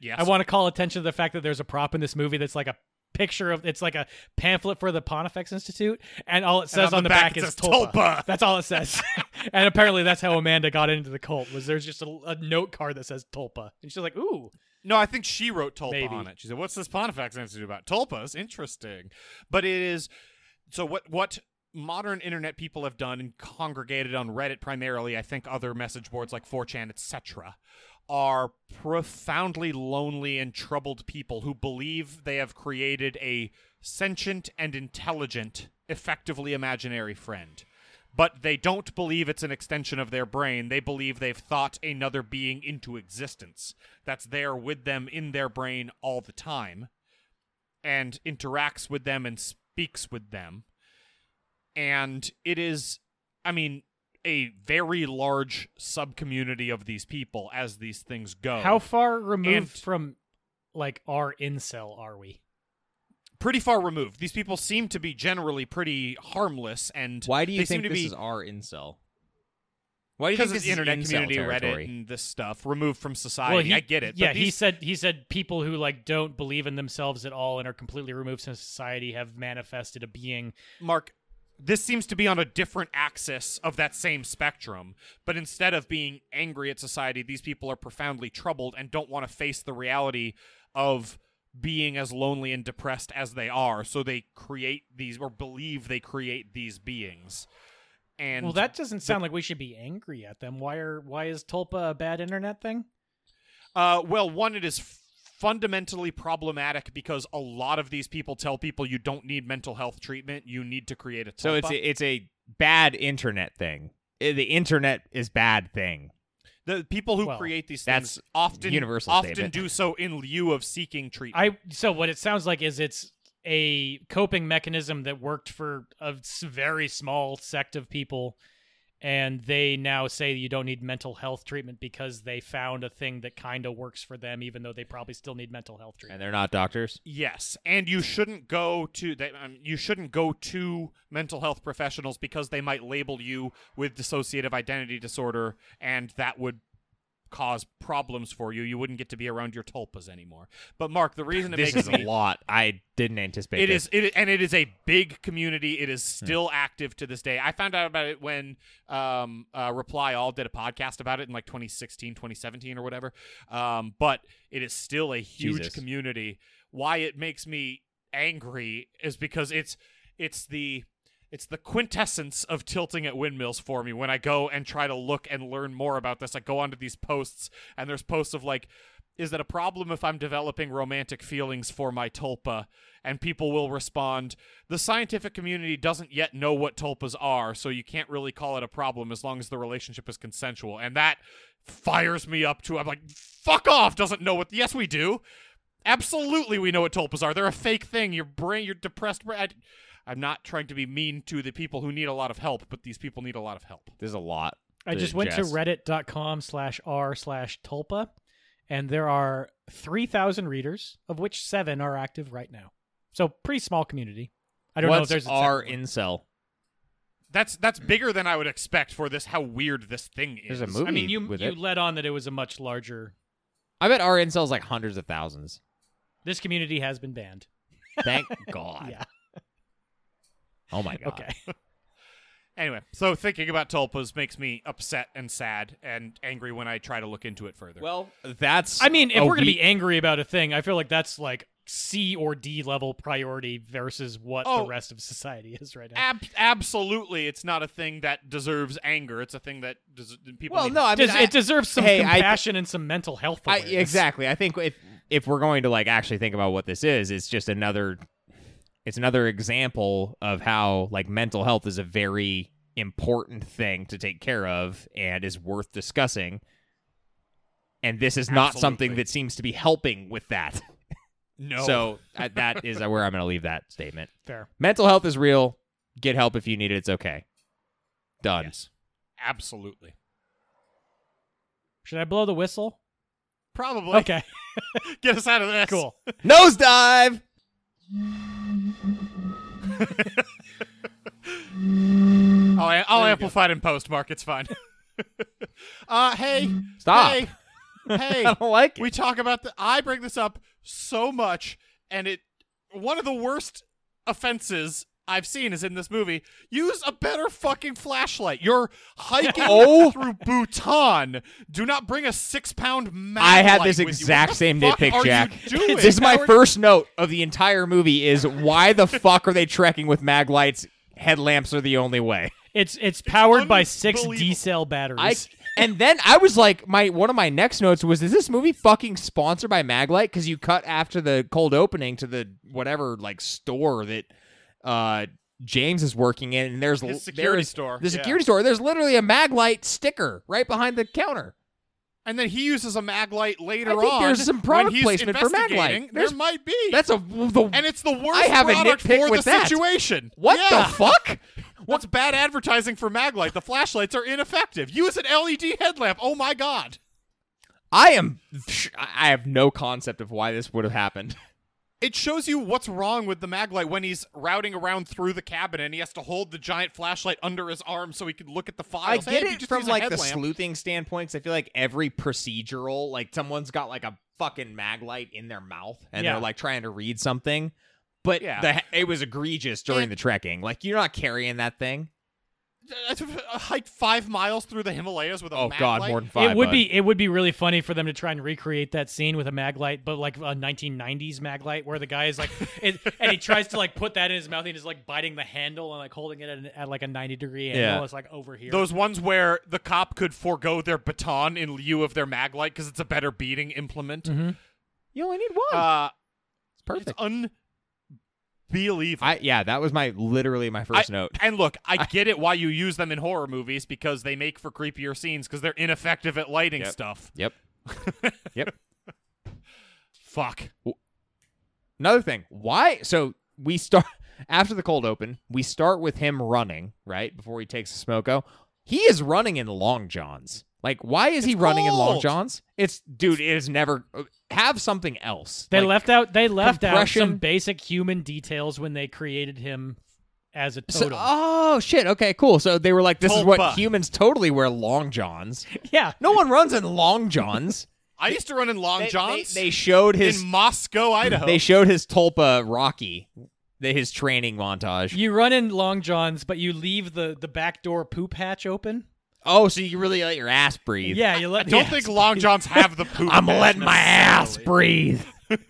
Yes.
I want to call attention to the fact that there's a prop in this movie that's like a picture of it's like a pamphlet for the Pontifex Institute, and all it says
on the back it
is
says
Tulpa.
Tulpa.
That's all it says. and apparently that's how Amanda got into the cult was there's just a, a note card that says Tulpa, and she's like, ooh,
No, I think she wrote Tulpa
Maybe.
on it. She said, "What's this Pontifex Institute about? Tulpas, interesting." But it is so. What what modern internet people have done and congregated on Reddit primarily, I think, other message boards like 4chan, etc., are profoundly lonely and troubled people who believe they have created a sentient and intelligent, effectively imaginary friend but they don't believe it's an extension of their brain. They believe they've thought another being into existence that's there with them in their brain all the time and interacts with them and speaks with them. And it is, I mean, a very large subcommunity of these people as these things go.
how far removed
Oh. And-
from like our incel are we?
pretty far removed. These people seem to be generally pretty harmless and
Why do you
they seem to
think this
be
is our incel? Why do you think
because
this
it's
is
internet
incel
community,
territory?
Reddit, and this stuff removed from society. I get it.
Yeah,
but
he
these-
said he said people who like don't believe in themselves at all and are completely removed from society have manifested a being.
Mark, this seems to be on a different axis of that same spectrum. But instead of being angry at society, these people are profoundly troubled and don't want to face the reality of being as lonely and depressed as they are. So they create these, or believe they create these beings. And
well, that doesn't sound like we should be angry at them. Why are why is Tulpa a bad internet thing?
Uh, well, one, it is fundamentally problematic because a lot of these people tell people you don't need mental health treatment; you need to create a.
So it's
tulpa.
a, it's a bad internet thing. Eh, The internet is bad thing.
the people who
Well,
create these
that's
things often
universal
often
statement.
do so in lieu of seeking treatment.
I so what it sounds like is it's a coping mechanism that worked for a s- very small sect of people and they now say you don't need mental health treatment because they found a thing that kind of works for them even though they probably still need mental health treatment.
And they're not doctors.
Yes, and you shouldn't go to that. Um, you shouldn't go to mental health professionals because they might label you with dissociative identity disorder, and that would cause problems for you. You wouldn't get to be around your tulpas anymore. But Mark, the reason it
This
makes
is a
me
lot. I didn't anticipate
It
this.
is, it, and it is a big community. It is still active to this day. I found out about it when um, uh, Reply All did a podcast about it in like 2016, 2017, or whatever. Um, but it is still a huge
Jesus.
community. Why it makes me angry is because it's it's the it's the quintessence of tilting at windmills for me when I go and try to look and learn more about this. I go onto these posts, and there's posts of like, is that a problem if I'm developing romantic feelings for my tulpa? And people will respond, the scientific community doesn't yet know what tulpas are, so you can't really call it a problem as long as the relationship is consensual. And that fires me up to, I'm like, fuck off, doesn't know what, yes, we do. Absolutely, we know what tulpas are. They're a fake thing. Your brain, your depressed brain. I, am not trying to be mean to the people who need a lot of help, but these people need a lot of help.
This is a lot.
I
to
just went to
ingest.
reddit.com slash r slash tulpa, and there are 3,000 readers, of which seven are active right now. So, pretty small community. I don't know if
What's
there's a
our
separate one.
incel?
That's that's bigger than I would expect for this. How weird this thing is.
There's a movie
I mean, you,
with
you
it.
led on that it was a much larger.
I bet our incels like hundreds of thousands.
This community has been banned.
Thank God.
Yeah.
Oh my God.
Okay.
Anyway, so thinking about tulpas makes me upset and sad and angry when I try to look into it further.
Well, that's.
I mean, if
a
we're going to
weak-
be angry about a thing, I feel like that's like C or D level priority versus what
Oh.
the rest of society is right now.
Ab- absolutely, it's not a thing that deserves anger. It's a thing that des- people.
well,
need-
no, I mean,
Des-
I-
it deserves some
hey, I-
compassion and some mental health
I,
awareness.
exactly. I think if if we're going to like actually think about what this is, it's just another it's another example of how like mental health is a very important thing to take care of and is worth discussing. And this is not something
Absolutely.
that seems to be helping with that.
No.
So I, that is uh, where I'm going to leave that statement.
Fair.
Mental health is real. Get help if you need it. It's okay. Done.
Yes. Absolutely.
Should I blow the whistle?
Probably.
Okay.
Get us out of this.
Cool.
Nosedive.
I'll, I'll amplify it in post, Mark. It's fine. uh, hey.
Stop.
Hey. Hey.
I don't like it.
we talk about the. I bring this up so much, and it. One of the worst offenses I've seen is in this movie. Use a better fucking flashlight. You're hiking
Oh.
through Bhutan. Do not bring a six pound mag.
I had
light
this
with you.
exact
What the
same
fuck are
nitpick,
you
Jack.
doing?
This is my first note of the entire movie is why the fuck are they trekking with mag lights? Headlamps are the only way.
It's it's powered by six
unbelievable.
D cell
I
batteries.
and then I was like, my one of my next notes was, is this movie fucking sponsored by Maglite? Because you cut after the cold opening to the whatever like store that uh James is working in, and there's
His
l-
security
there is-
store,
The
yeah.
security store. There's literally a Maglite sticker right behind the counter.
And then he uses a mag light later
I think
on.
there's some
when
product
he's
placement for mag light.
investigating. There
There's-
might be.
That's a the
and it's the worst
I have a
product
nitpick
for
with
the
that.
situation.
what
Yeah.
the fuck?
What's bad advertising for Maglite? The flashlights are ineffective. Use an LED headlamp. Oh my god.
I am. I have no concept of why this would have happened.
It shows you what's wrong with the Maglite when he's routing around through the cabin and he has to hold the giant flashlight under his arm so he can look at the
I
files. Hey,
get
if you
it
just
from
use a
like the
headlamp-
sleuthing standpoint because I feel like every procedural, like someone's got like a fucking mag light in their mouth and
Yeah.
they're like trying to read something. But
Yeah.
the, it was egregious during
And-
the trekking. Like you're not carrying that thing.
Uh, hike five miles through the Himalayas with a
Oh
mag
God,
light.
more than five.
it would
bud.
be it would be really funny for them to try and recreate that scene with a mag light, but like a 1990s mag light where the guy is like, it, and he tries to like put that in his mouth and is like biting the handle and like holding it at, an, at like a 90 degree angle.
Yeah.
It's like over here.
Those ones where the cop could forego their baton in lieu of their mag light because it's a better beating implement.
Mm-hmm.
You only need one.
Uh,
it's perfect.
it's unbelievable.
I yeah, that was my literally my first
I-
note.
And look, I get it why you use them in horror movies because they make for creepier scenes because they're ineffective at lighting
Yep.
stuff.
Yep. Yep.
Fuck.
Another thing, why? So we start after the cold open. We start with him running right before he takes a smoko. He is running in long johns. Like, why is he running in long
cold.
johns? It's dude. It is never uh, have something else.
they
Like,
left out they left out some
compression-
basic human details when they created him as a
so-
totem.
oh shit. Okay, cool. So they were like, this is
Tulpa.
what humans totally wear long johns.
yeah.
No one runs in long johns.
I used to run in long
They- they-
johns
They, showed his.
in Moscow, Idaho.
They showed his tulpa Rocky, the, his training montage.
You run in long johns, but you leave the the back door poop hatch open.
oh, so you really let your ass breathe.
Yeah, you let.
I don't
yeah.
think long johns have the poop.
I'm
patch
letting my ass
necessarily.
breathe.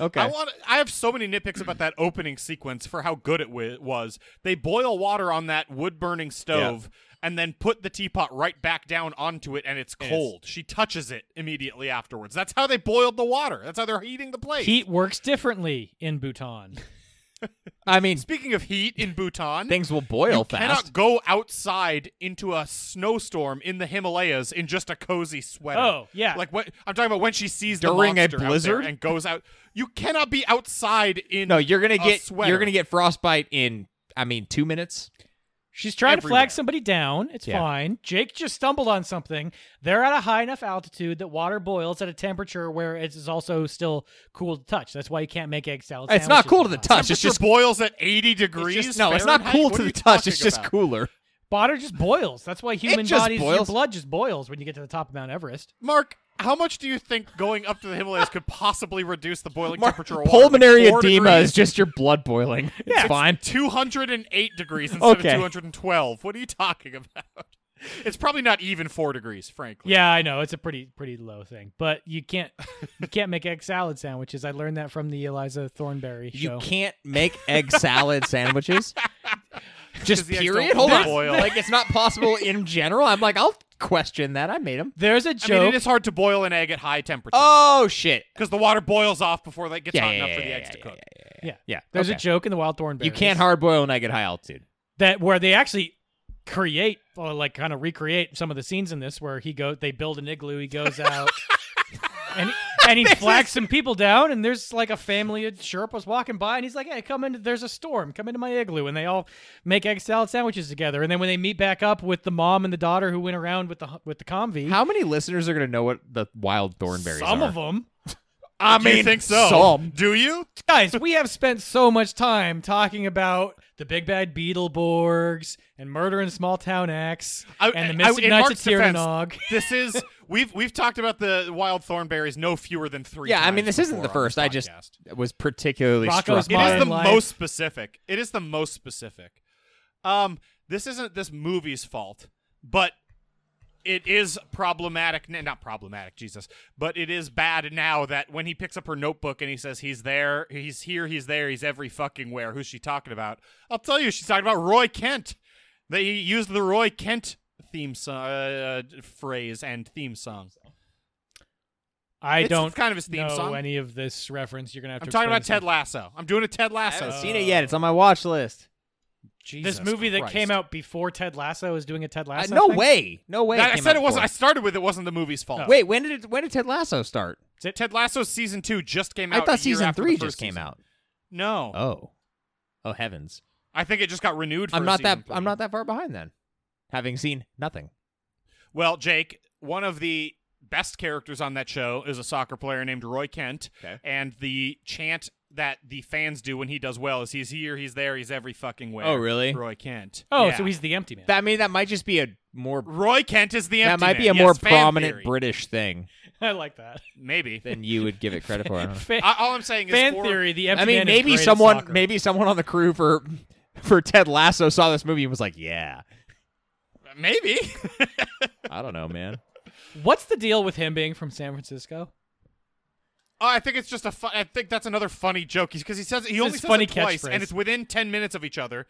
okay.
I want. I have so many nitpicks about that opening sequence for how good it wi- was. They boil water on that wood burning stove and then put the teapot right back down onto it, and it's cold. She touches it immediately afterwards. That's how they boiled the water. That's how they're heating the place.
heat works differently in Bhutan.
I mean,
Speaking of heat in Bhutan,
things will boil
you cannot
fast.
go outside into a snowstorm in the Himalayas in just a cozy sweater.
Oh, yeah.
Like what I'm talking about when she sees
During
the monster
a
out there
blizzard?
and goes out. You cannot be outside in.
No, you're gonna
a
get
sweater.
you're gonna get frostbite in. I mean, two minutes.
She's trying to
Everywhere.
flag somebody down. It's
Yeah.
fine. Jake just stumbled on something. They're at a high enough altitude that water boils at a temperature where it is also still cool to touch. That's why you can't make egg salad.
It's not
sandwiches
cool to
in
the
Bhutan.
touch. It's
Temperature
just,
boils at 80
it's
degrees.
just- no. It's not
Fahrenheit?
cool
What
to
are
the
you
touch. It's
talking
just
about?
cooler.
Water just boils. That's why human
just
bodies, your
boils.
blood just boils when you get to the top of Mount Everest.
Mark, how much do you think going up to the Himalayas could possibly reduce the boiling
Mar-
temperature? of water?
pulmonary
Four
edema
degrees?
is just your blood boiling. It's fine.
208 degrees instead
Okay.
of 212. What are you talking about? It's probably not even four degrees, frankly.
Yeah, I know. It's a pretty pretty low thing, but you can't you can't make egg salad sandwiches. I learned that from the Eliza Thornberry show.
You can't make egg salad sandwiches. Just
the eggs don't
period. Hold on.
boil.
Like it's not possible in general. I'm like, I'll question that. I made him.
There's a
I
joke.
mean, it is hard to boil an egg at high temperature
Oh shit!
because the water boils off before that gets
Yeah,
hot
yeah,
enough
yeah,
for the
yeah,
eggs
yeah,
to
yeah,
cook.
yeah.
Yeah,
There's a
okay.
joard in the wild thorn berries.
You can't hard boil an egg at high altitude.
that where they actually create or like kind of recreate some of the scenes in this where he go they build an igloo, he goes out and and he flags some people down and there's like a family of Sherpas walking by and he's like, Hey, come into there's a storm, come into my igloo and they all make egg salad sandwiches together and then when they meet back up with the mom and the daughter who went around with the with the convy
How many listeners are gonna know what the wild thornberries
some
are?
of them
I
mean,
you think so.
some.
Do you?
guys, we have spent so much time talking about the Big Bad Beetleborgs and Murder in Small Town X
I-
and the
I-
Mystic
in
Knights
Mark's
of
defense,
Tyrannog.
This is we've we've talked about the wild thornberries no fewer than three.
Yeah, I mean,
times
this isn't the
before on this
first. I just
podcast.
was particularly
Rocco's
struck.
It
Modern
is the
life.
most specific. It is the most specific. Um, this isn't this movie's fault, but it is problematic. n- Not problematic, Jesus, but it is bad now that when he picks up her notebook and he says he's there, he's here, he's there, he's every fucking where. Who's she talking about? I'll tell you, she's talking about Roy Kent. They used the Roy Kent theme song uh, phrase and theme song.
I
It's
don't
kind of his theme
know
song.
any of this reference. You're gonna have
I'm
to.
talking about
explain
Ted Lasso. I'm doing a Ted
I
Lasso.
haven't seen it yet. It's on my watch list.
this
Oh, Jesus
movie that
Christ.
came out before Ted Lasso is doing a Ted
Uh,
Lasso.
no
thing?
way. No way.
I, I
came
said
out
it wasn't. I
before.
started with it wasn't the movie's fault.
Oh.
Wait, when did it, when did Ted Lasso start?
Ted Lasso's season two just came out.
I
a year
thought season
after the
three
first
just came
season.
out.
No,
Oh, oh heavens!
I think it just got renewed. For
I'm
a
not that
season three.
I'm not that far behind then, having seen nothing.
Well, Jake, one of the best characters on that show is a soccer player named Roy Kent,
Okay.
and the chant that the fans do when he does well is "He's here, he's there, he's every fucking way."
Oh, really?
Roy Kent.
Oh,
Yeah.
so he's the empty man.
That, I mean, that might just be a more
Roy Kent is the
that
empty
might be a
man.
more
Yes, fan
prominent
theory.
British thing
I like that.
Maybe.
than you would give it credit for. I, don't know.
Fan,
I- all I'm saying is
fan
for-
theory. The empty
I mean,
man is
maybe
great at
someone
soccer.
maybe someone on the crew for for Ted Lasso saw this movie and was like, yeah,
Maybe.
I don't know, man.
What's the deal with him being from San Francisco?
Oh, I think it's just a fun. I think that's another funny joke because he says he
It's
only
his
says
funny
it twice,
catchphrase.
and it's within ten minutes of each other.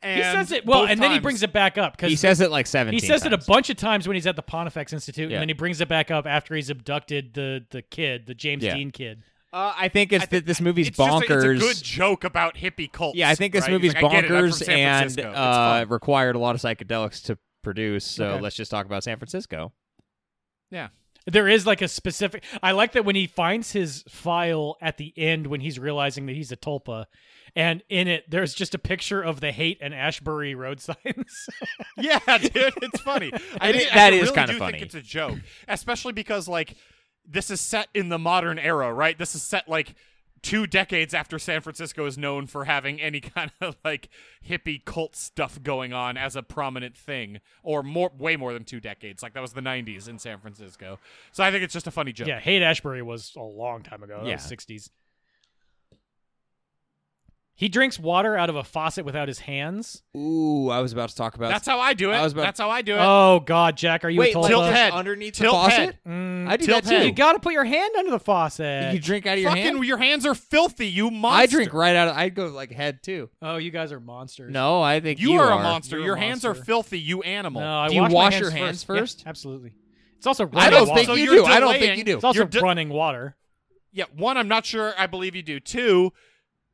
And
he says it well,
both
and then he
times-
brings it back up because
He says it like seventeen.
He says it a
times.
bunch of times when he's at the Pontifex Institute,
Yeah.
and then he brings it back up after he's abducted the the kid, the James
Yeah.
Dean kid.
Uh, I think it's
I think-
that this movie's
it's just a-
bonkers.
it's a good joke about hippie cults.
yeah, I think this
right?
movie's
He's like, "I get it, I'm from
bonkers
San
and
Francisco. It's
uh,
fun."
required a lot of psychedelics to produce. So
Okay.
let's just talk about San Francisco.
yeah,
There is like a specific. I like that when he finds his file at the end when he's realizing that he's a tulpa, and in it there's just a picture of the hate and Ashbury road signs.
yeah, dude, it's funny. I,
It is-
think- I
that is
really
kinda
do
funny.
Think it's a joke, especially because like this is set in the modern era, right? This is set like two decades after San Francisco is known for having any kind of like hippie cult stuff going on as a prominent thing, or more, way more than two decades. Like that was the '90s in San Francisco. So I think it's just a funny joke.
yeah, hate Ashbury was a long time ago. That
Yeah.
was sixties. He drinks water out of a faucet without his hands.
Ooh, I was about to talk about.
That's how I do it.
I was about-
That's how I do it.
Oh God, Jack, are you
wait,
a tulpa?
like
Tilt
just
head.
underneath
Tilt
the faucet.
head.
Mm,
I do
Tilt
that too.
head.
you got to put your hand under the faucet.
You drink out of your
Fucking,
hand.
your hands are filthy, you monster.
I drink right out. of I go like head too.
Oh, you guys are monsters.
No, I think
You,
you
are, a monster.
You're a
your hands are
monster.
filthy, you animal.
No, I
Do you
my
wash your hands
Yeah,
first?
absolutely. It's also running
I don't
water.
think
So
you
you're
do. I don't think
delaying-
you do.
it's also
you're di-
running water.
Yeah, one, I'm not sure I believe you do. Two,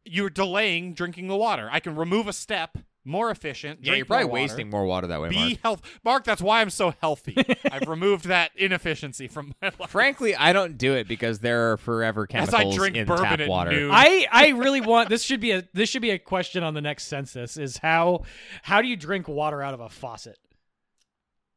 you're delaying drinking the water. I can remove a step, more efficient.
Yeah,
drink
you're probably
more water.
wasting more water that way, Mark.
Be health, Mark. That's why I'm so healthy. I've removed that inefficiency from my life.
Frankly, I don't do it because there are forever
As
chemicals
I drink
in
bourbon
tap
at
water.
noon.
I, I really want this should be a this should be a question on the next census is how how do you drink water out of a faucet?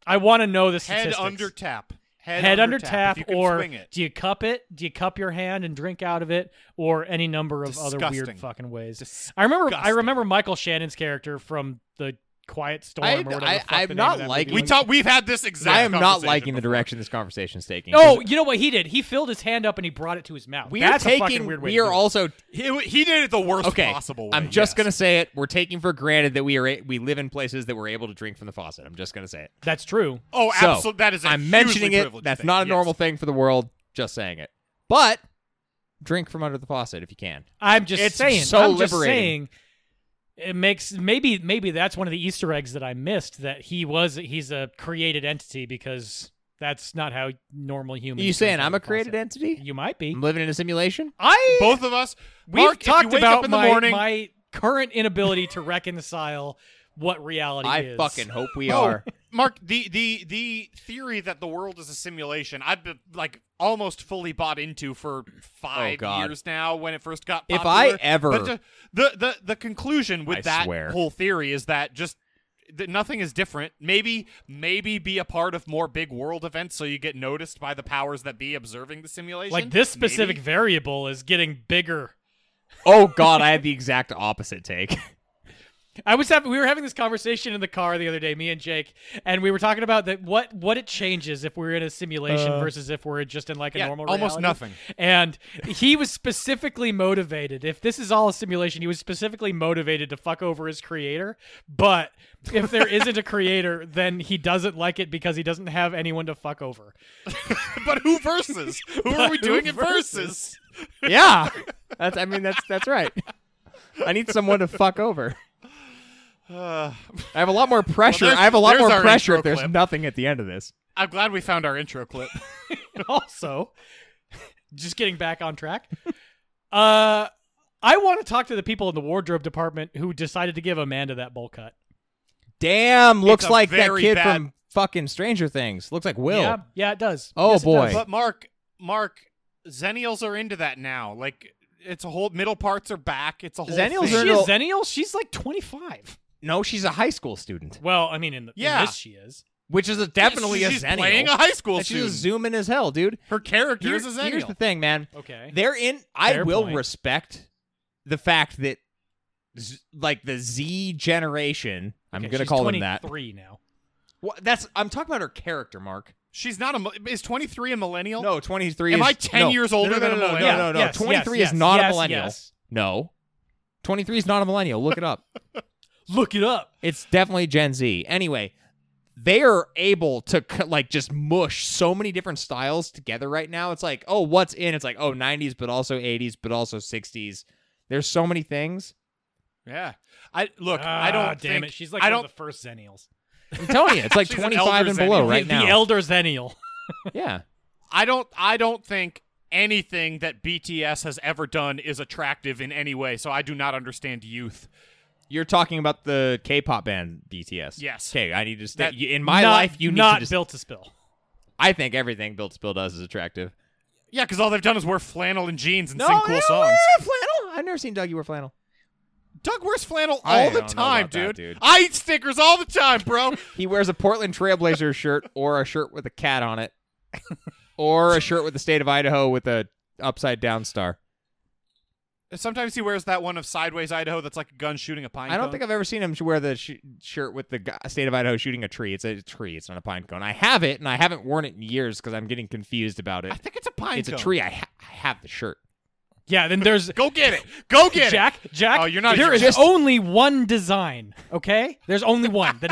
I want to know the
Head
statistics.
under tap. Head,
Head under
tap, if
tap,
you can
or
swing it.
do you cup it? Do you cup your hand and drink out of it, or any number of other
Disgusting.
weird fucking ways? I remember I
Disgusting.
remember Michael Shannon's character from the Quiet Storm.
I-
or whatever the
I-
fuck
I'm
the name
not
of that
liking-
movie
We
was.
talk. We've had this exact.
I am not
conversation
liking the
before.
direction this conversation is taking.
Oh, you know what he did? He filled his hand up and he brought it to his mouth.
we are
That's a
taking.
fucking weird way.
we
to
are
do it.
also
He, he did it the worst
okay.
possible way.
I'm just
yes.
gonna say it. We're taking for granted that we are a- we live in places that we're able to drink from the faucet. I'm just gonna say it.
That's true.
Oh,
So,
absolutely. That is. A
I'm
hugely
mentioning it.
privileged
That's
thing,
not a
yes.
normal thing for the world. Just saying it. But drink from under the faucet if you can.
I'm just
It's
saying.
so
I'm just
liberating.
saying. it makes maybe maybe that's one of the Easter eggs that I missed that he was he's a created entity because that's not how normal humans.
you saying
think
I'm a
about the
created
concept.
entity?
You might be.
I'm living in a simulation?
I
Both of us.
we've
Mark, if you
talked
wake
about
up in
my
the morning.
my current inability to reconcile what reality
I
is.
fucking hope we
Oh,
are.
Mark, the the the theory that the world is a simulation, I've been like almost fully bought into for five
God.
years now. When it first got
If
popular,
I ever-
but the, the the the conclusion with
I
that
swear.
whole theory is that just that nothing is different. Maybe maybe be a part of more big world events so you get noticed by the powers that be observing the simulation.
like this specific
Maybe.
variable is getting bigger.
oh God, I had the exact opposite take.
I was having we were having this conversation in the car the other day, me and Jake, and we were talking about that what what it changes if we're in a simulation versus if we're just in like a
Yeah,
normal
almost
reality.
nothing.
And he was specifically motivated. If this is all a simulation, he was specifically motivated to fuck over his creator. But if there isn't a creator, then he doesn't like it because he doesn't have anyone to fuck over.
But who versus? Who are we doing it versus?
yeah, that's. I mean, that's that's right. I need someone to fuck over.
Uh,
I have a lot more pressure.
there's-
I have a lot
there's
more
our
pressure if
intro
there's
clip.
nothing at the end of this.
I'm glad we found our intro clip.
And also, just getting back on track. Uh I want to talk to the people in the wardrobe department who decided to give Amanda that bowl cut.
Damn, looks
a
like that
very
kid
bad-
from fucking Stranger Things. Looks like Will.
Yeah, yeah, it does.
Oh,
Yes, it
boy.
does.
But Mark, Mark, Zennials are into that now. Like it's a whole middle parts are back. It's a whole
Zennials
thing.
Is
are
she a
Colonel-
Zennial? She's like 25.
No, she's a high school student,
Well, I mean, in, the,
Yeah.
in this she is.
which is a, definitely
she's,
a
she's
zennial.
playing a high school
And she's
student.
zooming as hell, dude.
Her character
Here-
is a
here's the
Zennial.
thing, man.
Okay.
They're in. I
Fair
will
point.
respect the fact that, z- like the Z generation, I'm
Okay,
gonna
she's
call them
23
that.
now.
Wha- that's. I'm talking about her character, Mark.
She's not a. mil- Is 23 a millennial?
No, 23.
Am
is,
I 10
no.
years
No, no,
older
no,
than a
no, no,
millennial?
No, no, no.
Yes,
23
yes,
is not
yes,
a millennial.
yes.
No, 23 is not a millennial. Look it up.
Look it up.
It's definitely Gen Z. Anyway, they're able to c- like just mush so many different styles together right now. It's like, oh, what's in? It's like, oh, 90s, but also 80s, but also 60s. There's so many things.
Yeah. I look. I
Ah,
don't.
Damn
think,
it. She's like
I
one
don't.
of the first Zennials.
I'm telling you, it's like
She's an
25
elder
and below
Xennial.
right
the,
now.
the elder Zennial.
yeah.
I don't. I don't think anything that BTS has ever done is attractive in any way. So I do not understand youth.
You're talking about the K-pop band BTS.
Yes.
Okay, I need to stay.
That-
in my
Not-
life, you need
not
to just,
built to spill.
I think everything Built Spill does is attractive.
Yeah, because all they've done is wear flannel and jeans and sing cool songs.
flannel. I've never seen Dougie wear flannel.
Doug wears flannel
I
all the
don't know
time,
about that,
dude.
dude.
I eat stickers all the time, bro.
He wears a Portland Trailblazer shirt or a shirt with a cat on it, or a shirt with the state of Idaho with a upside down star.
Sometimes he wears that one of Sideways Idaho that's like a gun shooting a pine.
I don't
cone.
think I've ever seen him sh- wear the sh- shirt with the g- state of Idaho shooting a tree. It's a tree. It's not a pine cone. I have it, and I haven't worn it in years because I'm getting confused about it.
I think it's a pine.
it's a
cone.
tree. I, ha- I have the shirt.
Yeah, then there's
Go get it. Go get it.
Jack. Jack,
Oh, you're not
there is
just-
only one design, okay? There's only one that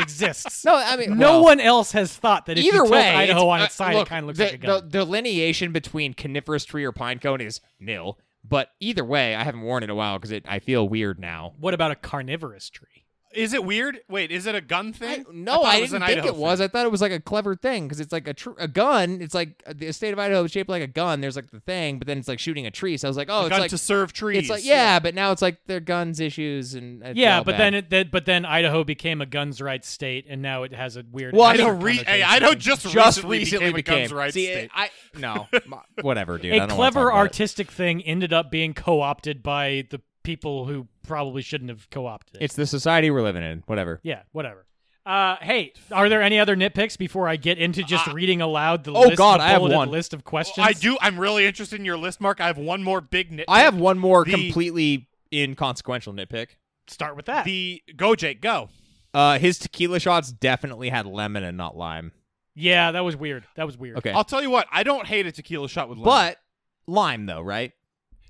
exists.
No, I mean
No
well,
one else has thought that if you
Either
tilt
way,
Idaho on
uh,
its side,
look,
it kind of looks
the,
like a gun.
The delineation between coniferous tree or pine cone is nil. But either way, I haven't worn it in a while because I feel weird now.
what about a carnivorous tree?
Is it weird? Wait, is it a gun thing?
I- no,
thought
I,
it was
didn't
an
think
Idaho
it was.
thing.
I thought it was like a clever thing because it's like a tr- a gun. It's like uh, the state of Idaho is shaped like a gun. There's like the thing, but then it's like shooting a tree. So I was like,
A
oh, it's
gun
like
to serve trees.
it's like yeah, but now it's like their guns issues and uh, it's
Yeah,
all
but
bad.
then it then, but then Idaho became a guns rights state, and now it has a weird.
Well, I
Idaho,
Idaho
re- hey,
connotation.
Idaho just,
just
recently,
recently
became, a guns rights
See,
state.
I no, my- whatever, dude. I
a
don't wanna talk
clever
about it.
artistic thing ended up being co-opted by the people who probably shouldn't have co-opted it.
It's the society we're living in. Whatever.
yeah, whatever. Uh, hey, are there any other nitpicks before I get into just
Uh,
reading aloud the
Oh,
list,
God,
the
I have
bulleted
one.
list of questions?
Oh, I do. I'm really interested in your list, Mark. I have one more big nitpick.
I have one more
The-
completely inconsequential nitpick.
start with that.
the go, Jake. Go.
Uh, his tequila shots definitely had lemon and not lime.
yeah, that was weird. That was weird.
Okay,
I'll tell you what. I don't hate a tequila shot with lemon.
but lime though, right?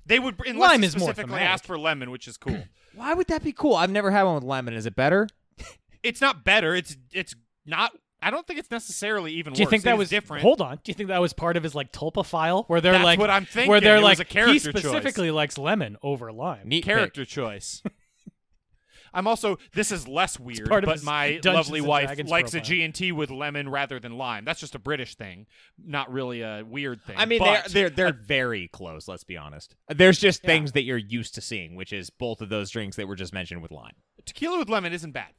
they would unless
lime
you
is more
specifically
thematic.
asked for lemon, which is cool.
Why would that be cool? I've never had one with lemon. Is it better?
it's not better. It's it's not. I don't think it's necessarily even.
Do you
worse.
think
It
that
is
was
different?
Hold on. Do you think that was part of his like tulpa file where they're
That's
like
what I'm thinking.
where they're
It was
like
a
he
character choice.
specifically likes lemon over lime.
Neat pick.
character choice. I'm also this is less weird,
part of
but
his
my
Dungeons
lovely
and
wife
Dragons
likes a
profile.
G and T with lemon rather than lime. That's just a British thing, not really a weird thing.
I mean,
but,
they're they're, they're very close. Let's be honest. There's just things that you're used to seeing, which is both of those drinks that were just mentioned with lime.
tequila with lemon isn't bad.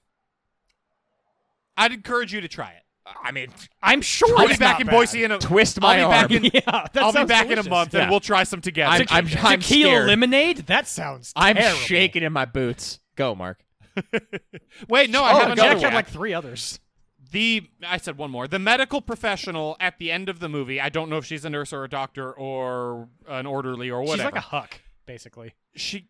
I'd encourage you to try it.
I mean,
I'm sure.
I'll be
it's
back
not
in
bad.
Boise in a
twist
I'll
my
be
arm.
back in-
yeah, that
I'll be
sounds
back
delicious.
in a month
Yeah.
and we'll try some together.
I'm- I'm- I'm
Tequila
scared.
lemonade? That sounds.
I'm
terrible.
shaking in my boots. Go, Mark.
Wait, no, I
Oh,
have
Jack
another
had
one.
like three others.
the I said one more. The medical professional at the end of the movie. I don't know if she's a nurse or a doctor or an orderly or whatever.
She's like a huck, basically.
she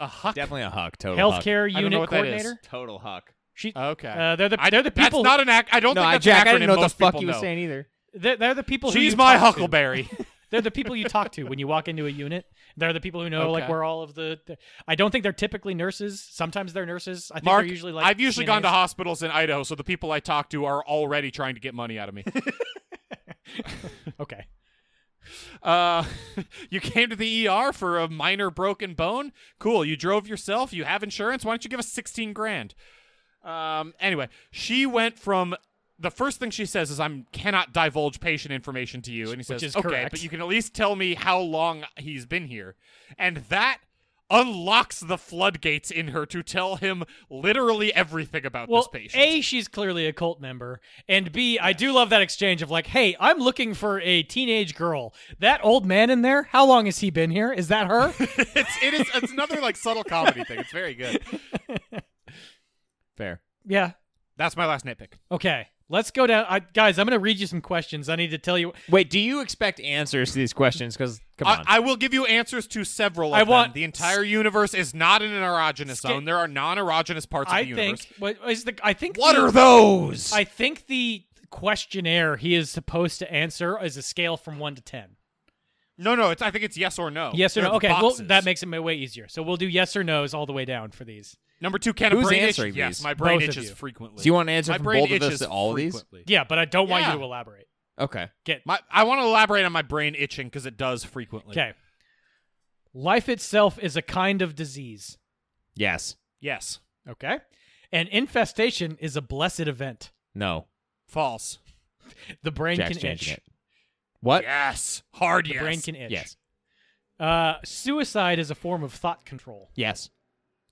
a huck.
Definitely a huck. Total huck.
I
Healthcare
don't know
unit
what that is.
coordinator.
Total huck.
She.
Okay.
Uh, they're the
I-
they're the people.
That's not an ac- I don't
No,
think
I,
that's an
Jack, I
acronym
didn't know what the
most
fuck
people
you were
know.
saying either.
they're, they're the people. who
She's
you
my
talk to.
huckleberry.
They're the people you talk to when you walk into a unit. They're the people who know like
Okay.
where all of the. the- I don't think they're typically nurses. Sometimes they're nurses. I think
Mark,
they're usually like.
I've usually gone to
CNAs.
hospitals in Idaho, so the people I talk to are already trying to get money out of me.
Okay.
Uh, you came to the ER for a minor broken bone. Cool. You drove yourself. You have insurance. Why don't you give us sixteen grand? Um. Anyway, she went from the first thing she says is, "I'm cannot divulge patient information to you," and he says,
is
"Okay,
correct.
but you can at least tell me how long he's been here," and that unlocks the floodgates in her to tell him literally everything about
Well,
this patient.
a she's clearly a cult member, and B, I do love that exchange of like, "Hey, I'm looking for a teenage girl. That old man in there. How long has he been here? Is that her?"
it's it is it's another like subtle comedy thing. It's very good.
Fair.
yeah.
That's my last nitpick.
Okay. Let's go down, I, guys. I'm going to read you some questions. I need to tell you.
Wait, do you expect answers to these questions? Because come
I,
on,
I will give you answers to several. Of
I
them.
want-
the entire universe is not in an erogenous
Sk-
zone. There are non-erogenous parts
I
of the universe.
think what is the? I think
what
the-
are those?
I think the questionnaire he is supposed to answer is a scale from one to ten.
No, no, it's. I think it's yes or no.
Yes or
Oh, They're
no? Okay, well
boxes.
that makes it my way easier. So we'll do yes or no's all the way down for these.
number two. Can a
Who's
brain
answering
itch? Yes,
these?
my brain
Both of
itches
you.
frequently.
Do you want to answer
my
from
brain
both of us
itches
to all of these?
frequently.
Yeah, but I don't want
Yeah.
you to elaborate.
Okay.
Get
My, I want to elaborate on my brain itching because it does frequently.
okay. Life itself is a kind of disease.
Yes.
Yes.
Okay, and infestation is a blessed event.
No.
False.
The brain
Jack's
can
changing
itch.
it. What?
Yes. Hard
The
yes.
brain can itch.
Yes.
Uh, suicide is a form of thought control.
Yes.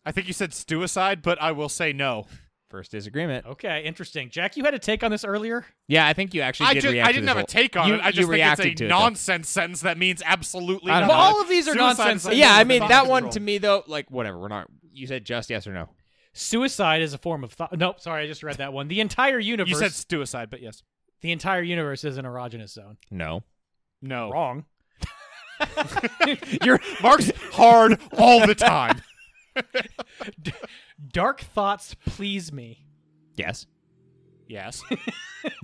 I think you said suicide, but I will say no.
First disagreement.
Okay, interesting. Jack, you had a take on this earlier.
Yeah, I think you actually
I
did
just,
react
I
to
didn't
this
have a
whole-
take on
you,
it. I
you
just think
reacted
it's
to
a
it, though.
nonsense sentence that means absolutely
I
nothing.
don't know. Well,
all of these are
Suicide is a
nonsense sentences.
Yeah, I
form of
mean
thought
that one
control.
to me though, like whatever. We're not. You said just yes or no.
Suicide is a form of thought. Nope, sorry, I just read that one. The entire universe.
You said suicide, but yes.
the entire universe is an erogenous zone.
No.
No.
Wrong.
You're Mark's hard all the time.
Dark thoughts please me.
Yes.
Yes.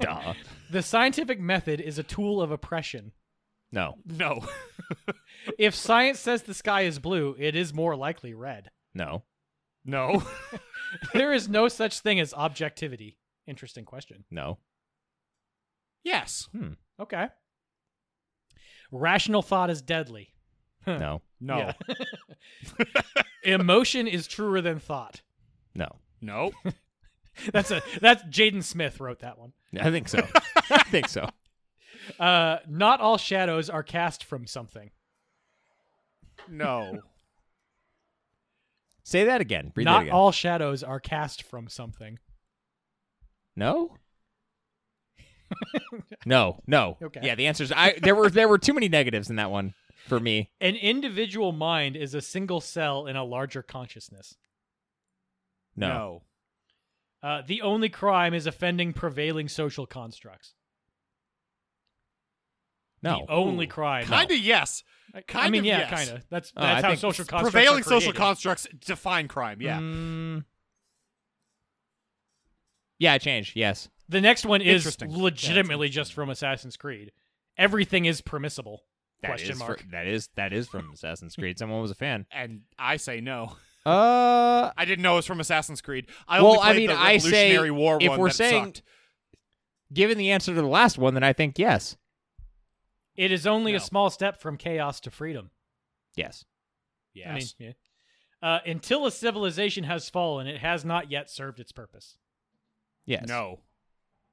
Duh.
The scientific method is a tool of oppression.
No.
No.
If science says the sky is blue, it is more likely red.
No.
No.
There is no such thing as objectivity. Interesting question.
No.
Yes.
Okay. Rational thought is deadly.
No.
No.
Yeah. Emotion is truer than thought.
No.
No.
That's a that's Jaden Smith wrote that one.
I think so. I think so.
Uh, not all shadows are cast from something.
No.
Say that again. Read that
Not
again.
all shadows are cast from something.
No. no, no.
Okay.
Yeah, the answers. I there were there were too many negatives in that one for me.
An individual mind is a single cell in a larger consciousness.
No.
Uh, the only crime is offending prevailing social constructs.
No.
The only
Ooh.
crime.
Kind of yes.
I- I
kind
mean,
of
yeah,
yes.
kind of. That's
Oh, I
that's how
think
social constructs.
Prevailing
are
social
created.
constructs define crime. Yeah.
Mm. yeah, I changed. Yes.
The next one is
Interesting. Yeah, that's
legitimately just from Assassin's Creed. Everything is permissible.
That
question
is
mark.
fr- that is that is from Assassin's Creed. Someone was a fan.
And I say no.
Uh
I didn't know it was from Assassin's Creed. I only
Well, I
played
mean,
the
I say
Revolutionary War
if
one
we're
that
saying-
sucked.
given the answer to the last one, then I think yes.
It is only a
No.
small step from chaos to freedom.
Yes.
Yes.
I mean, yeah. uh, until a civilization has fallen, it has not yet served its purpose.
Yes.
No.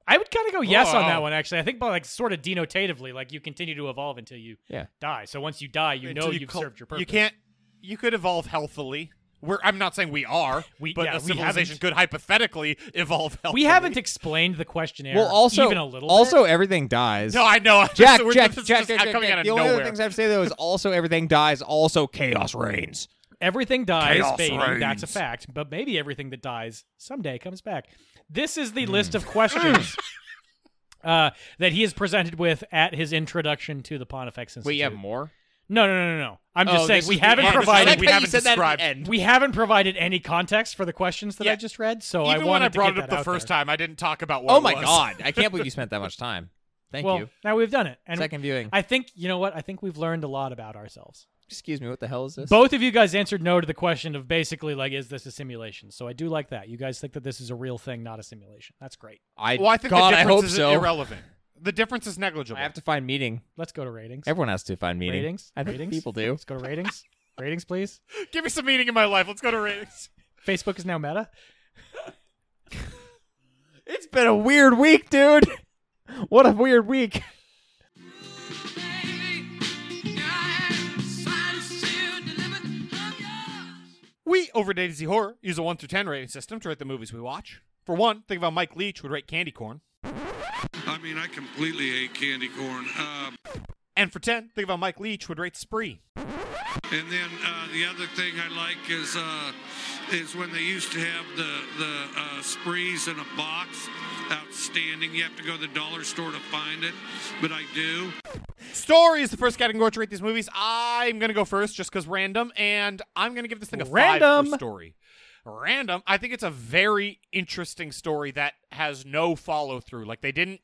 I would kind of go
Oh,
yes on that
Wow.
one, actually. I think, but like sort of denotatively, like you continue to evolve until you
Yeah.
die. So once you die, you
Until
know have
cul-
served your purpose.
You can't. You could evolve healthily. We're, I'm not saying we are,
We-
but
yeah,
a
we
civilization
haven't.
could hypothetically evolve healthily.
We haven't explained the questionnaire.
Well, also,
even a little. bit.
also everything dies.
No, I know.
Jack,
We're-
Jack,
this is
Jack,
just
Jack, Jack,
coming out
Jack.
of
The only other
nowhere.
things I have to say though is also everything dies. Also chaos reigns.
Everything dies,
Chaos
fading. That's a
reigns.
fact. But maybe everything that dies someday comes back. This is
Hmm.
the list of questions uh, that he is presented with at his introduction to the Pontifex Institute.
more.
no, no, no, no, no. I'm just
Oh,
saying
this
we
is the
haven't
end.
I like
provided
we
how you
haven't
said that at the
described.
end.
we haven't provided any context for the questions that I
Yeah.
just read. So Oh, I
Even when
wanted
I brought
to
it
get
up
that
the
out
first
there.
time, I didn't talk about what.
Oh
it
my
was.
god! I can't believe you spent that much time. Thank
well,
you.
now we've done it, and
Second viewing.
I think you know what I think we've learned a lot about ourselves.
Excuse me. What the hell is this?
Both of you guys answered no to the question of basically like, is this a simulation? So I do like that. You guys think that this is a real thing, not a simulation. That's great.
I,
Well, I think
God,
the
I
difference
hope
is
so.
irrelevant. The difference is negligible.
I have to find meeting.
Let's go to ratings.
Everyone has to find meeting.
ratings.
I think
ratings.
people do.
Let's go to ratings. ratings, please.
Give me some meaning in my life. Let's go to ratings.
Facebook is now Meta.
It's been a weird week, dude. What a weird week.
We over at A to Z Horror use a one through ten rating system to rate the movies we watch. For one, think about Mike Leach would rate Candy Corn,
I mean, I completely ate candy corn. Uh,
and for ten, think about Mike Leach would rate Spree.
and then uh, the other thing I like is uh, is when they used to have the the uh, sprees in a box. Outstanding. You have to go to the dollar store to find it, but I do.
Story is the first category to rate these movies. I'm gonna go first just because random, and I'm gonna give this thing a five
Random.
for story. Random. I think it's a very interesting story that has no follow through. Like they didn't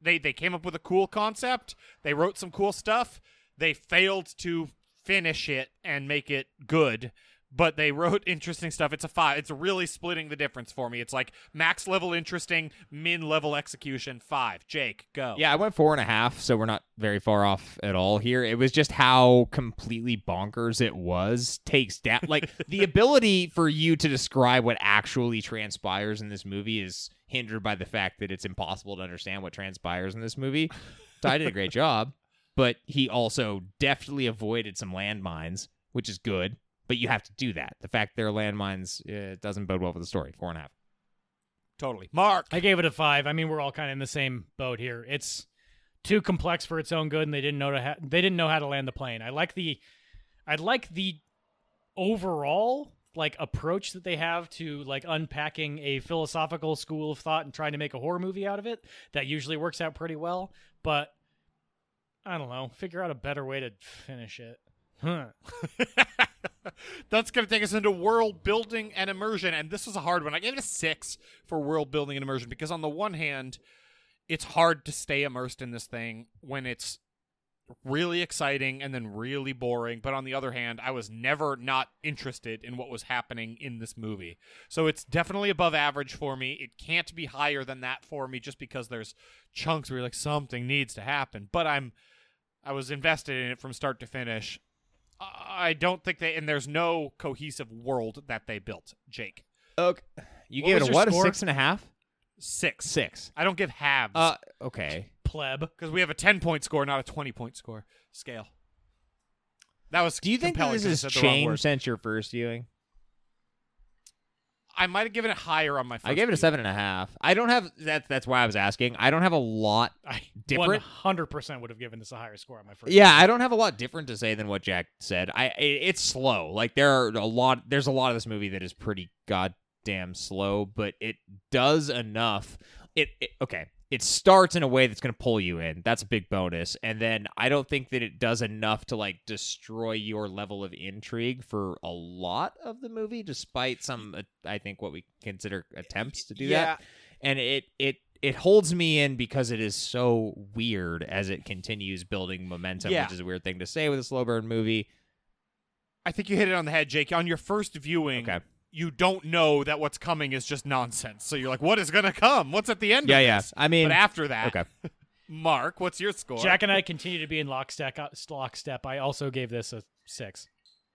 they they came up with a cool concept, they wrote some cool stuff, they failed to finish it and make it good. But they wrote interesting stuff. It's a five. It's really splitting the difference for me. It's like max level interesting, min level execution five. Jake,
Oh.
go.
Yeah, I went four and a half, so we're not very far off at all here. It was just how completely bonkers it was takes down. Like the ability for you to describe what actually transpires in this movie is hindered by the fact that it's impossible to understand what transpires in this movie. Ty did a great job, but he also deftly avoided some landmines, which is good. But you have to do that. The fact there are landmines uh, doesn't bode well for the story. Four and a half.
totally. Mark.
I gave it a five. I mean, we're all kind of in the same boat here. It's too complex for its own good, and they didn't know to ha- they didn't know how to land the plane. I like the, I like the overall like approach that they have to like unpacking a philosophical school of thought and trying to make a horror movie out of it. That usually works out pretty well, but I don't know. Figure out a better way to finish it. Huh.
That's going to take us into world building and immersion. And this was a hard one. I gave it a six for world building and immersion because, on the one hand, it's hard to stay immersed in this thing when it's really exciting and then really boring. But on the other hand, I was never not interested in what was happening in this movie. So it's definitely above average for me. It can't be higher than that for me just because there's chunks where you're like, something needs to happen. But I'm. I was invested in it from start to finish, I don't think they, and there's no cohesive world that they built. Jake,
Okay, you
What
gave
was
it a
your
what?
score?
A six and a half?
six.
Six.
I don't give halves
Uh, okay.
Pleb.
because we have a ten point score, not a twenty point score scale. That was.
Do you think that
compelling
this
'cause
has
I said the wrong word.
changed since your first viewing?
I might have given it higher on my. First
I gave it a seven and a half. I don't have that. That's why I was asking. I don't have a lot.
I one
Different?
hundred percent would have given this a higher score on my first.
Yeah, I don't have a lot different to say than what Jack said. I it, it's slow. Like there are a lot. There's a lot of this movie that is pretty goddamn slow, but it does enough. It, it okay. It starts in a way that's going to pull you in. That's a big bonus. And then I don't think that it does enough to like destroy your level of intrigue for a lot of the movie, despite some uh, I think what we consider attempts to do that and it it it holds me in because it is so weird as it continues building momentum,
Yeah.
which is a weird thing to say with a slow burn movie.
I think you hit it on the head, Jake. On your first viewing,
Okay.
you don't know that what's coming is just nonsense. So you're like, "What is gonna come? What's at the end?"
Yeah,
of
yeah.
this?"
I mean-
but after that,
Okay.
Mark, what's your score?
uh, Jack and I continue to be in lockstep. Lockstep. I also gave this a six.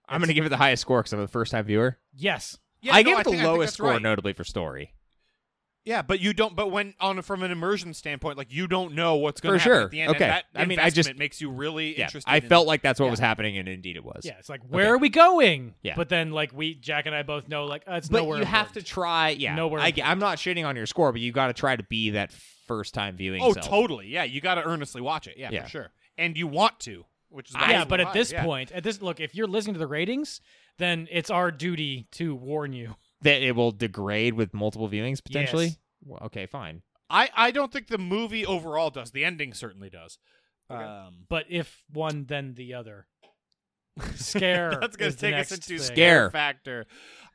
I'm going to give it the highest score because I'm a first time viewer.
Yes.
Yeah,
I
no,
gave it the
think- I think
lowest
that's
score,
right.
notably for story.
Yeah, but you don't. But when on from an immersion standpoint, like you don't know what's going
For
to happen
sure.
at the end. and
Okay.
that
I mean, I just-
investment makes you really
Yeah,
interested.
I
in-
felt like that's what was happening, and indeed it was.
Yeah, it's like where are we going?
Yeah.
But then like we Jack and I both know like uh, it's
but
nowhere.
you have to
important.
try. Yeah,
Nowhere
I,
important.
am not shitting on your score, but you got to try to be that first time viewing.
Oh,
self.
totally. Yeah, you got to earnestly watch it. Yeah,
Yeah.
for sure. And you want to, which is why
Yeah,
it's
but
so
at
high,
this
yeah.
point, at this look, if you're listening to the ratings, then it's our duty to warn you.
that it will degrade with multiple viewings potentially.
Yes.
Well, okay, fine.
I I don't think the movie overall does. The ending certainly does. Um,
But if one, then the other. Scare.
That's going
is
to
the
take us
next
into
thing.
scare factor.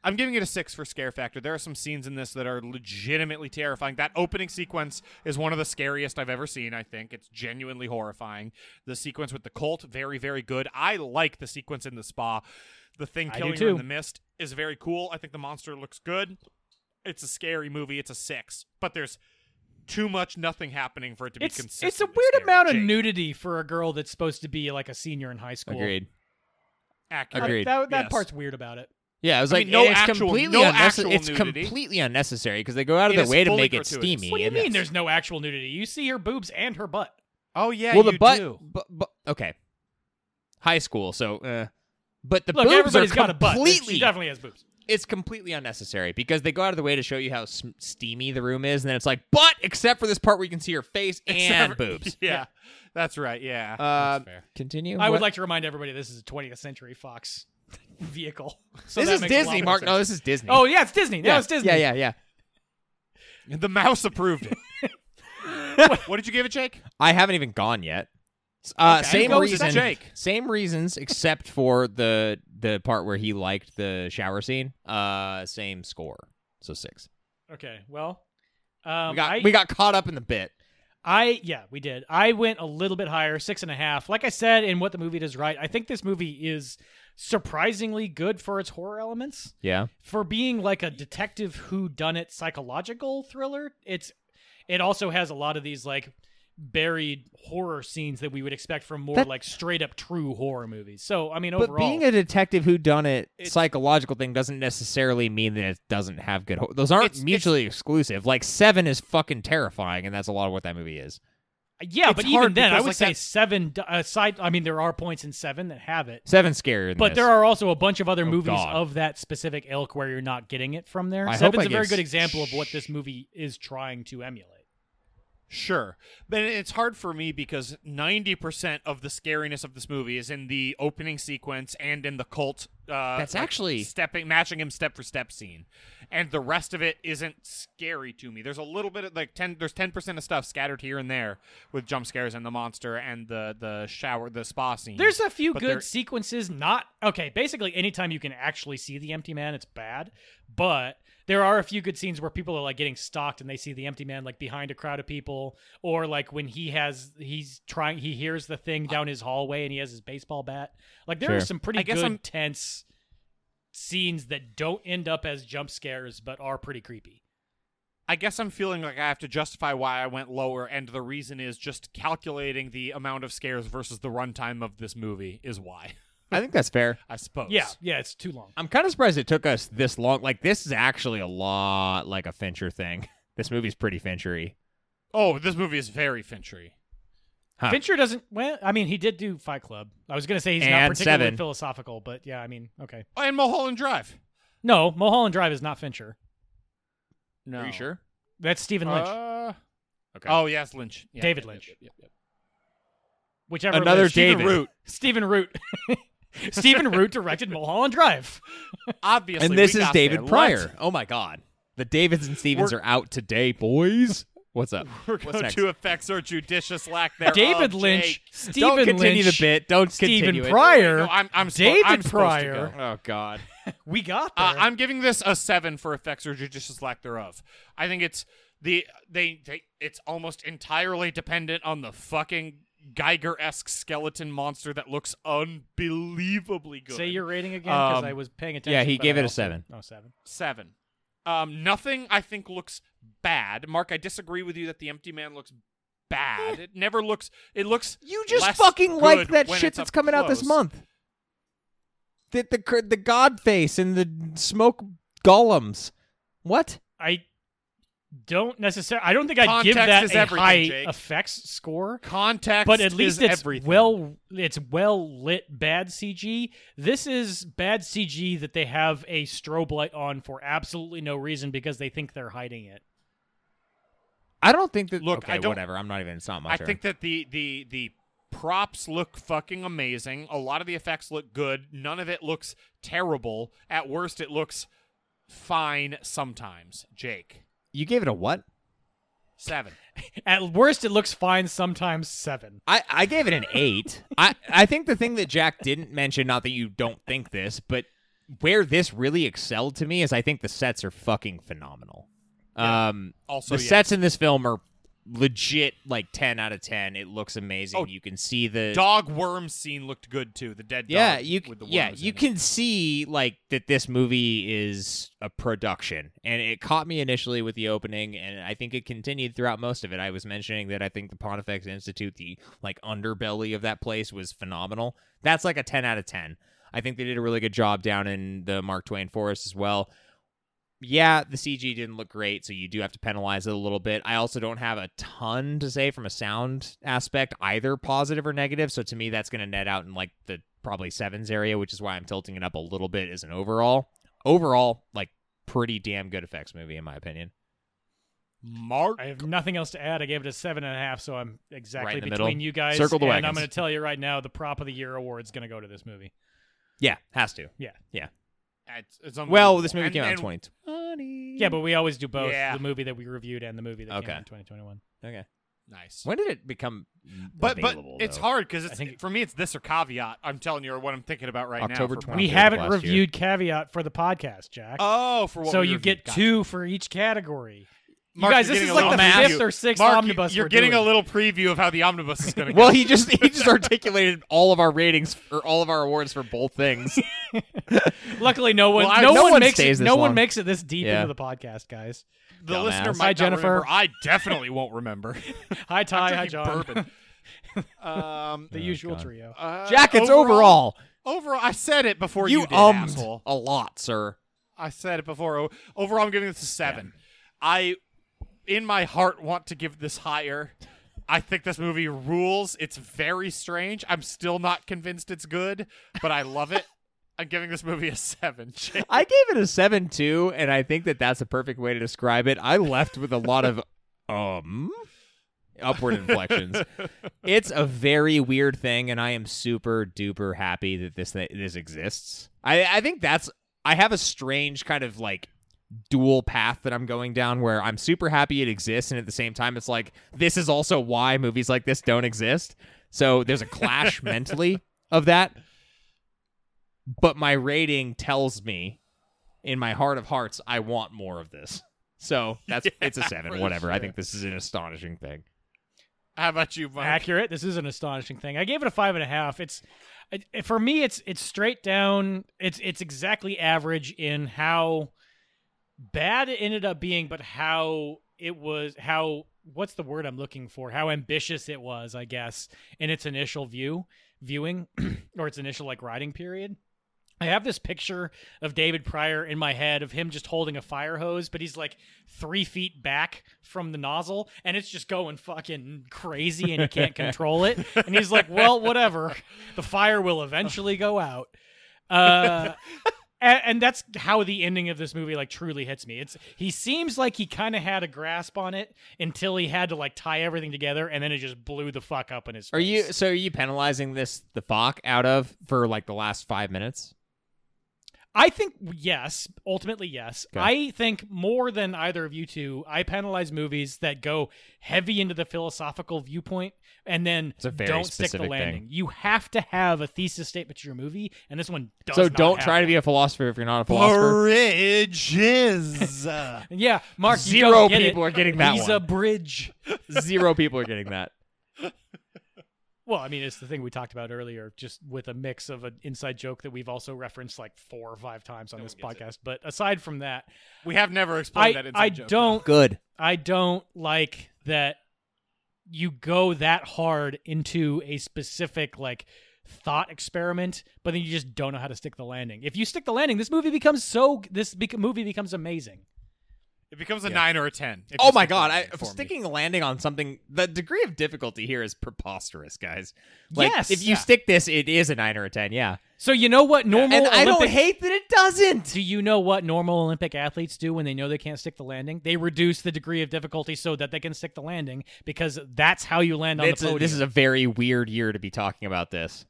I'm giving it a six for scare factor. There are some scenes in this that are legitimately terrifying. That opening sequence is one of the scariest I've ever seen, I think. It's genuinely horrifying. The sequence with the cult, very, very good. I like the sequence in the spa. The thing
I do
killing her in
too.
the mist is very cool. I think the monster looks good. It's a scary movie. It's a six, but there's too much nothing happening for it to be
It's
consistent.
it's a weird amount of
Jake,
nudity for a girl that's supposed to be like a senior in high school.
Agreed.
accurate.
Like,
Agreed.
that that
Yes.
part's weird about it.
Yeah, I was
I
like,
mean, no
it's
actual-
completely
no
unnecess-
actual
It's
nudity.
completely unnecessary because they go out of
It
their
is
way to
fully
make it
gratuitous.
steamy.
What do you
and
mean?
that's-
There's no actual nudity. You see her boobs and her butt.
Oh yeah,
well, the
you
butt,
do.
but, but okay, high school. So, uh, but the
Look,
boobs are
everybody's got a butt.
completely.
She definitely has boobs.
it's completely unnecessary because they go out of the way to show you how sm- steamy the room is, and then it's like, but except for this part where you can see her face and boobs.
Yeah, that's right. Yeah.
Uh,
fair.
continue.
I
What?
would like to remind everybody this is a 20th Century Fox vehicle. So
this
that
is
makes a lot
Disney,
more
Mark.
sense.
No, this is Disney.
Oh yeah, it's Disney. No,
yeah,
it's Disney.
Yeah, yeah, yeah.
The mouse approved it. what did you give it, Jake?
I haven't even gone yet. S- Uh,
Okay.
Same
Go with
reason.
Jake.
Same reasons, except for the the part where he liked the shower scene. Uh, same score. So six.
Okay. Well, um,
we got
I,
we got caught up in the bit.
I yeah, we did. I went a little bit higher, six and a half. Like I said, in what the movie does right, I think this movie is surprisingly good for its horror elements.
Yeah.
For being like a detective who done it psychological thriller, it's it also has a lot of these like buried horror scenes that we would expect from more
That-
like straight up true horror movies. So I mean,
But
overall,
being a detective who done it
It's-
psychological thing doesn't necessarily mean that it doesn't have good. Ho- Those aren't
It's- it's-
mutually exclusive. Like seven is fucking terrifying, and that's a lot of what that movie is.
uh, yeah,
it's
but
hard
even then, I
because,
would
like,
say
that-
seven d- aside. I mean, there are points in seven that have it.
Seven's scarier. Than
But
this.
there are also a bunch of other
Oh,
movies
God.
of that specific ilk where you're not getting it from there.
I hope
Seven's
I
a very
gave
good
s-
example of what this movie is trying to emulate.
Sure. But it's hard for me because 90% of the scariness of this movie is in the opening sequence and in the cult uh
That's
like,
actually-
stepping matching him step for step scene. And the rest of it isn't scary to me. There's a little bit of like 10 there's 10% of stuff scattered here and there with jump scares and the monster and the the shower the spa scene.
There's a few
But
good
there-
sequences, not okay. Basically, anytime you can actually see the empty man, it's bad. But there are a few good scenes where people are like getting stalked and they see the empty man like behind a crowd of people, or like when he has he's trying he hears the thing down his hallway and he has his baseball bat. Like there are
Sure.
some pretty
I guess
good
I'm-
tense scenes that don't end up as jump scares but are pretty creepy.
I guess I'm feeling like I have to justify why I went lower, and the reason is just calculating the amount of scares versus the runtime of this movie is why,
I think that's fair.
I suppose.
Yeah, yeah, it's too long.
I'm kind of surprised it took us this long. Like this is actually a lot like a Fincher thing. This movie's pretty Finchery.
Oh, this movie is very Finchery.
Huh.
Fincher doesn't. Well, I mean, he did do Fight Club. I was gonna say he's not
And
particularly
Seven.
philosophical, but yeah, I mean, okay.
Oh, and Mulholland Drive.
No, Mulholland Drive is not Fincher.
No.
Are you sure?
That's Stephen Lynch,
Uh,
Okay.
Oh, yes, Lynch. Yeah,
David
yeah,
Lynch.
yeah, yeah, yeah.
whichever.
another
Lynch.
David.
Root.
Stephen Root. Stephen Root directed Mulholland Drive.
Obviously.
and this
we
is
got
David
there.
Pryor.
Let's-
Oh my God, the Davids and Stevens are out today, boys. What's up?
We're
What's
going
next?
to affects our judicious lack there. Oh,
David Lynch. Stephen
Don't continue
Lynch.
the bit. Don't
Stephen
continue it.
Pryor.
No, I'm, I'm spo-
David
I'm supposed to
Pryor.
go.
Oh God.
We got there.
Uh, I'm giving this a seven for effects or judicious lack thereof. I think it's the they, they it's almost entirely dependent on the fucking Geiger esque skeleton monster that looks unbelievably good.
Say your rating again because
Um,
I was paying attention.
yeah, he
but
gave
I
it a
also-
seven.
Oh, seven.
seven. Um, nothing I think looks bad. Mark, I disagree with you that the Empty Man looks bad. it never looks. It looks.
You
less good when it's up close.
month. the the cr- the god face and the smoke golems. What?
I don't necessarily. I don't think I'd give
Context
that
is
a
everything,
high
Jake.
effects score.
Context,
But at least
is
it's
everything.
well it's well lit bad CG. This is bad CG that they have a strobe light on for absolutely no reason because they think they're hiding it.
I don't think that.
Look,
okay,
I don't-
whatever. I'm not even. It's not my
I
turn.
think that the the the props look fucking amazing. A lot of the effects look good. None of it looks terrible. At worst, it looks fine sometimes. Jake,
you gave it a what?
seven.
At worst it looks fine sometimes 7.
I, I gave it an eight. I, I think the thing that Jack didn't mention, not that you don't think this, but where this really excelled to me is I think the sets are fucking phenomenal. Um,
Also,
the
yes.
sets in this film are legit like 10 out of 10. It looks amazing.
Oh,
you can see the.
dog worm scene looked good too. The dead
yeah,
dog
you c-
with the
yeah,
worms
you
in it.
can see like that this movie is a production, and it caught me initially with the opening, and I think it continued throughout most of it. I was mentioning that I think the Pontifex Institute, the like underbelly of that place, was phenomenal. That's like a ten out of ten. I think they did a really good job down in the Mark Twain Forest as well. Yeah, the CG didn't look great, so you do have to penalize it a little bit. I also don't have a ton to say from a sound aspect, either positive or negative. So to me, that's going to net out in like the probably sevens area, which is why I'm tilting it up a little bit as an overall. Overall, like pretty damn good effects movie in my opinion.
Mark.
I have nothing else to add. I gave it a seven and a half, so I'm exactly
Right in the
between
middle.
you guys.
Circle the
and I'm
wagons.
going to tell you right now, the prop of the year award is going to go to this movie.
Yeah, has to.
It's, it's unbelievable.
Well, this movie
And-
came out in
and
2020.
Yeah, but we always do both:
Mm. Yeah.
the movie that we reviewed and the movie that
Okay.
came out in 2021.
okay.
Nice.
When did it become?
But but
available,
it's
though?
hard because it's
think-
for me it's this or caveat. I'm telling you or what I'm thinking about right
October
now. for-
20.
we
Not good
haven't
last year.
reviewed caveat for the podcast, Jack.
Oh, for what?
so
we
you
reviewed.
get
Gotcha.
two for each category.
Mark,
you guys,
you're
this
getting a
is like the
little preview.
fifth or sixth
Mark,
omnibus.
You're
we're
getting
doing.
a little preview of how the omnibus is going to go.
Well, he just he just articulated all of our ratings or all of our awards for both things.
Luckily, no one,
Well, I-
no,
no
one
one
makes
stays
it.
this
No one
long.
makes it this deep
Yeah.
into the podcast, guys.
the
Dumbass.
listener might
Hi,
not
Jennifer.
remember. I definitely won't remember.
Hi, Ty. Hi,
I'm drinking
John.
bourbon. Um,
The
Oh,
usual
God.
trio.
uh,
Jack, it's overall.
Overall, I said it before you,
You
did,
ummed
asshole.
a lot, sir.
I said it before. O- Overall, I'm giving this a seven. I, in my heart, want to give this higher. I think this movie rules. It's very strange. I'm still not convinced it's good, but I love it. I'm giving this movie a seven. Jake.
I gave it a seven two, and I think that that's a perfect way to describe it. I left with a lot of um upward inflections. it's a very weird thing, and I am super duper happy that this thi- this exists. I I think that's I have a strange kind of like dual path that I'm going down where I'm super happy it exists and at the same time it's like this is also why movies like this don't exist. So there's a clash mentally of that. But my rating tells me in my heart of hearts I want more of this. So that's it's a 7
for
whatever. I
sure.
think this is an astonishing thing.
How about you, Mike?
accurate. This is an astonishing thing. I gave it a five and a half. It's it- it- for me, it's it's straight down. It's it's exactly average in how bad it ended up being, but how it was how what's the word I'm looking for? How ambitious it was, I guess, in its initial view viewing or its initial like riding period. I have this picture of David Pryor in my head of him just holding a fire hose, but he's like three feet back from the nozzle and it's just going fucking crazy and he can't control it. And he's like, well, whatever. The fire will eventually go out. Uh, and, and that's how the ending of this movie like truly hits me. It's he seems like he kind of had a grasp on it until he had to like tie everything together and then it just blew the fuck up in his face.
Are you so are you penalizing this the fuck out of for like the last 5 minutes?
I think yes, ultimately yes.
Okay.
I think more than either of you two, I penalize movies that go heavy into the philosophical viewpoint and then
a very
don't stick the
specific thing.
landing. You have to have a thesis statement to your movie, and this one does.
so
not
don't
have
try to
one.
be a philosopher if you're not a philosopher.
Bridges. Uh,
Yeah, Mark. you
Zero
don't get it.
people are getting that
He's
one.
a bridge.
Zero people are getting that.
Well, I mean, it's the thing we talked about earlier, just with a mix of an inside joke that we've also referenced like four or five times on this podcast. But aside from that,
we have never explored
I
that inside
I
joke.
don't
Good.
I don't like that you go that hard into a specific like thought experiment, but then you just don't know how to stick the landing. If you stick the landing, this movie becomes so this bec movie becomes amazing.
It becomes a nine or a ten. if
Oh
you
my
stick
god,
with
I,
it for me.
sticking the landing on something. The degree of difficulty here is preposterous, guys. Like,
Yes.
if you
Yeah.
stick this, it is a nine or a ten. Yeah,
So you know what normal
and I don't
Olympic-
hate that it doesn't.
Do you know what normal Olympic athletes do when they know they can't stick the landing? They reduce the degree of difficulty so that they can stick the landing because that's how you land on
It's
the
a,
podium.
this is a very weird year to be talking about this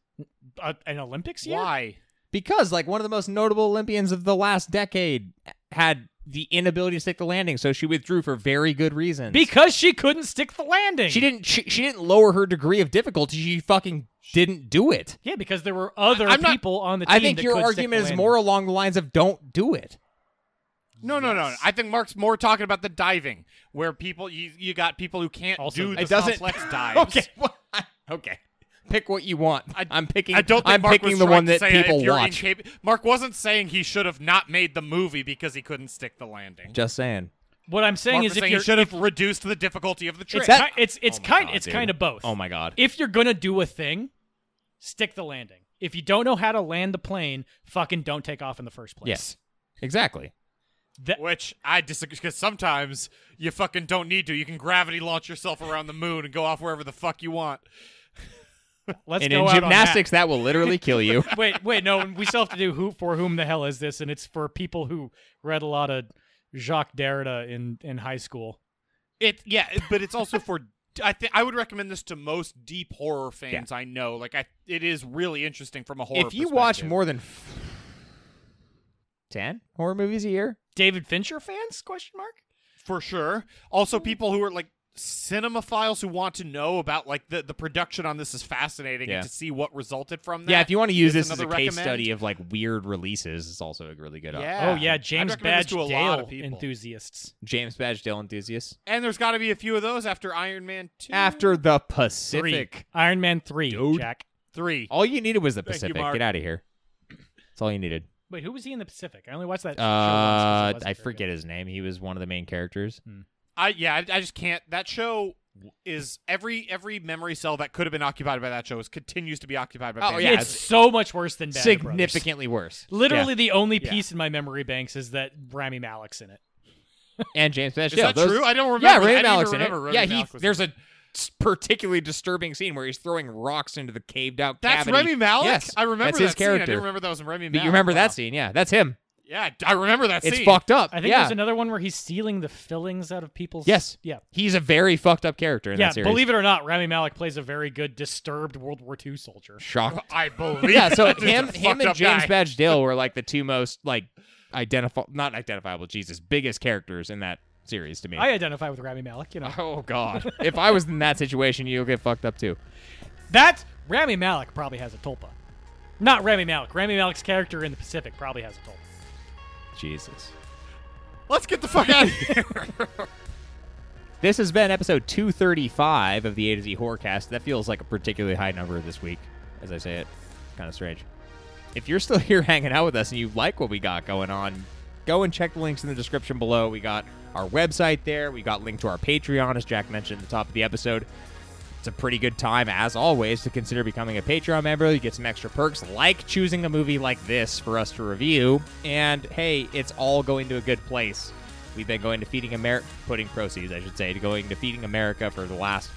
Uh, an Olympics year.
Why?
because, like, one of the most notable Olympians of the last decade had the inability to stick the landing, so she withdrew for very good reasons.
Because she couldn't stick the landing.
she didn't, she, she didn't lower her degree of difficulty. She fucking didn't do it.
Yeah, because there were other
I'm not-
people on the team.
I think
that
your
could stick the
argument is
landing.
more along the lines of don't do it.
No, no, no. I think Mark's more talking about the diving, where people you, you got people who can't
Also-
do
It
the
doesn't-
complex dives.
okay. okay. Pick what you want. I, am picking.
I don't think
I'm
Mark
picking
was
the
trying
one
to
that
say if
people
you're
watch.
incap- Mark wasn't saying he should have not made the movie because he couldn't stick the landing.
Just saying.
What I'm saying
Mark
is,
was
if
saying
you're
he should have reduced the difficulty of the trick.
it's
That-
ki- it's it's
Oh my
kind
God,
it's
dude.
kind of both.
Oh my god.
If you're gonna do a thing, stick the landing. If you don't know how to land the plane, fucking don't take off in the first place.
yes. Exactly.
That-
which I disagree because sometimes you fucking don't need to. You can gravity launch yourself around the moon and go off wherever the fuck you want.
let's
and in
go out on that.
gymnastics, that. will literally kill you.
wait, wait, no, we still have to do who for whom the hell is this, and it's for people who read a lot of Jacques Derrida in in high school.
It yeah, it- but it's also for I think I would recommend this to most deep horror fans I know. Like I, it is really interesting from a horror.
if you watch
perspective.
more than f- ten horror movies a year,
David Fincher fans? Question mark.
for sure. Also, people who are like cinemaphiles who want to know about like the the production on this is fascinating
Yeah.
and to see what resulted from that.
yeah. If you want to use
is
this as a
another
case
recommend.
study of like weird releases, it's also a really good. op-
Yeah.
Oh yeah,
I'd
James
recommend this
Badge
to a lot
Dale
of people.
enthusiasts.
James Badge, Dale enthusiast.
and there's got to be a few of those after Iron Man two,
After the
Three.
Pacific,
Iron Man three.
Dude.
Jack.
three.
all you needed was the
Thank you,
Pacific.
Mark.
Get out of here. That's all you needed.
Wait, who was he in the Pacific? I only watched that. show once 'cause
Uh,
wasn't
I
very
forget his name. He was one of the main characters.
I yeah, I, I just can't. That show is every every memory cell that could have been occupied by that show is continues to be occupied by.
Oh,
Band
good.
yeah,
of
it's so much worse than Band of Brothers.
Significantly worse.
Literally, the only
Yeah.
piece in my memory banks is that Rami Malek's in it.
and James Best.
Is
yeah,
that
those-
true? I don't remember.
Yeah,
I
Ray
didn't
Malek's in it.
remember Rami
yeah, he.
Malek was
There's
in
a s- particularly disturbing scene where he's throwing rocks into the caved out
That's
cavity.
Remy Malik.
Yes,
I remember
that's
that
his
scene. I
character.
didn't remember that was Remy Malik.
But you remember
Wow.
that scene? Yeah, that's him.
Yeah, I remember that
It's
scene.
fucked up.
I think
yeah.
there's another one where he's stealing the fillings out of people's.
Yes.
Yeah.
He's a very fucked up character in
Yeah,
that series.
believe it or not, Rami Malek plays a very good disturbed World War II soldier.
Shocked.
I believe.
yeah, so
that dude's
him,
a
him,
fucked
and
up
James
guy.
Badge Dale were like the two most like identifiable, not identifiable, Jesus, biggest characters in that series to me.
I identify with Rami Malek, you know.
oh God, if I was in that situation, you'll get fucked up too.
That Rami Malek probably has a tulpa. Not Rami Malek. Rami Malek's character in the Pacific probably has a tulpa.
Jesus.
Let's get the fuck out of here.
This has been episode 235 of the A to Z Horrorcast. That feels like a particularly high number this week, as I say it. Kind of strange. If you're still here hanging out with us and you like what we got going on, go and check the links in the description below. We got our website there. We got link to our Patreon, as Jack mentioned at the top of the episode. It's a pretty good time, as always, to consider becoming a Patreon member. You get some extra perks, like choosing a movie like this for us to review. And hey, it's all going to a good place. We've been going to Feeding America, putting proceeds, I should say, to going to Feeding America for the last,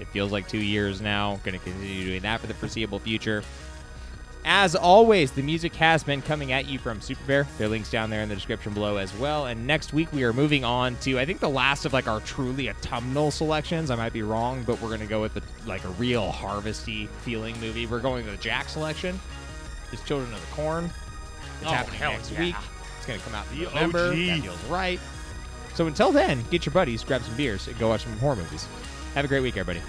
it feels like two years now. Going to continue doing that for the foreseeable future. As always, the music has been coming at you from Super Bear. There are links down there in the description below as well. And next week we are moving on to I think the last of like our truly autumnal selections. I might be wrong, but we're gonna go with the, like a real harvesty feeling movie. We're going to the Jack selection. It's Children of the Corn. It's
Oh,
happening
hell
next
yeah.
week. It's gonna come out in
The
November.
OG.
That feels right. So until then, get your buddies, grab some beers, and go watch some horror movies. Have a great week, everybody.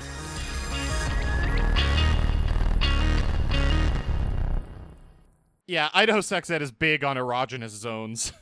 yeah, Idaho sex ed is big on erogenous zones.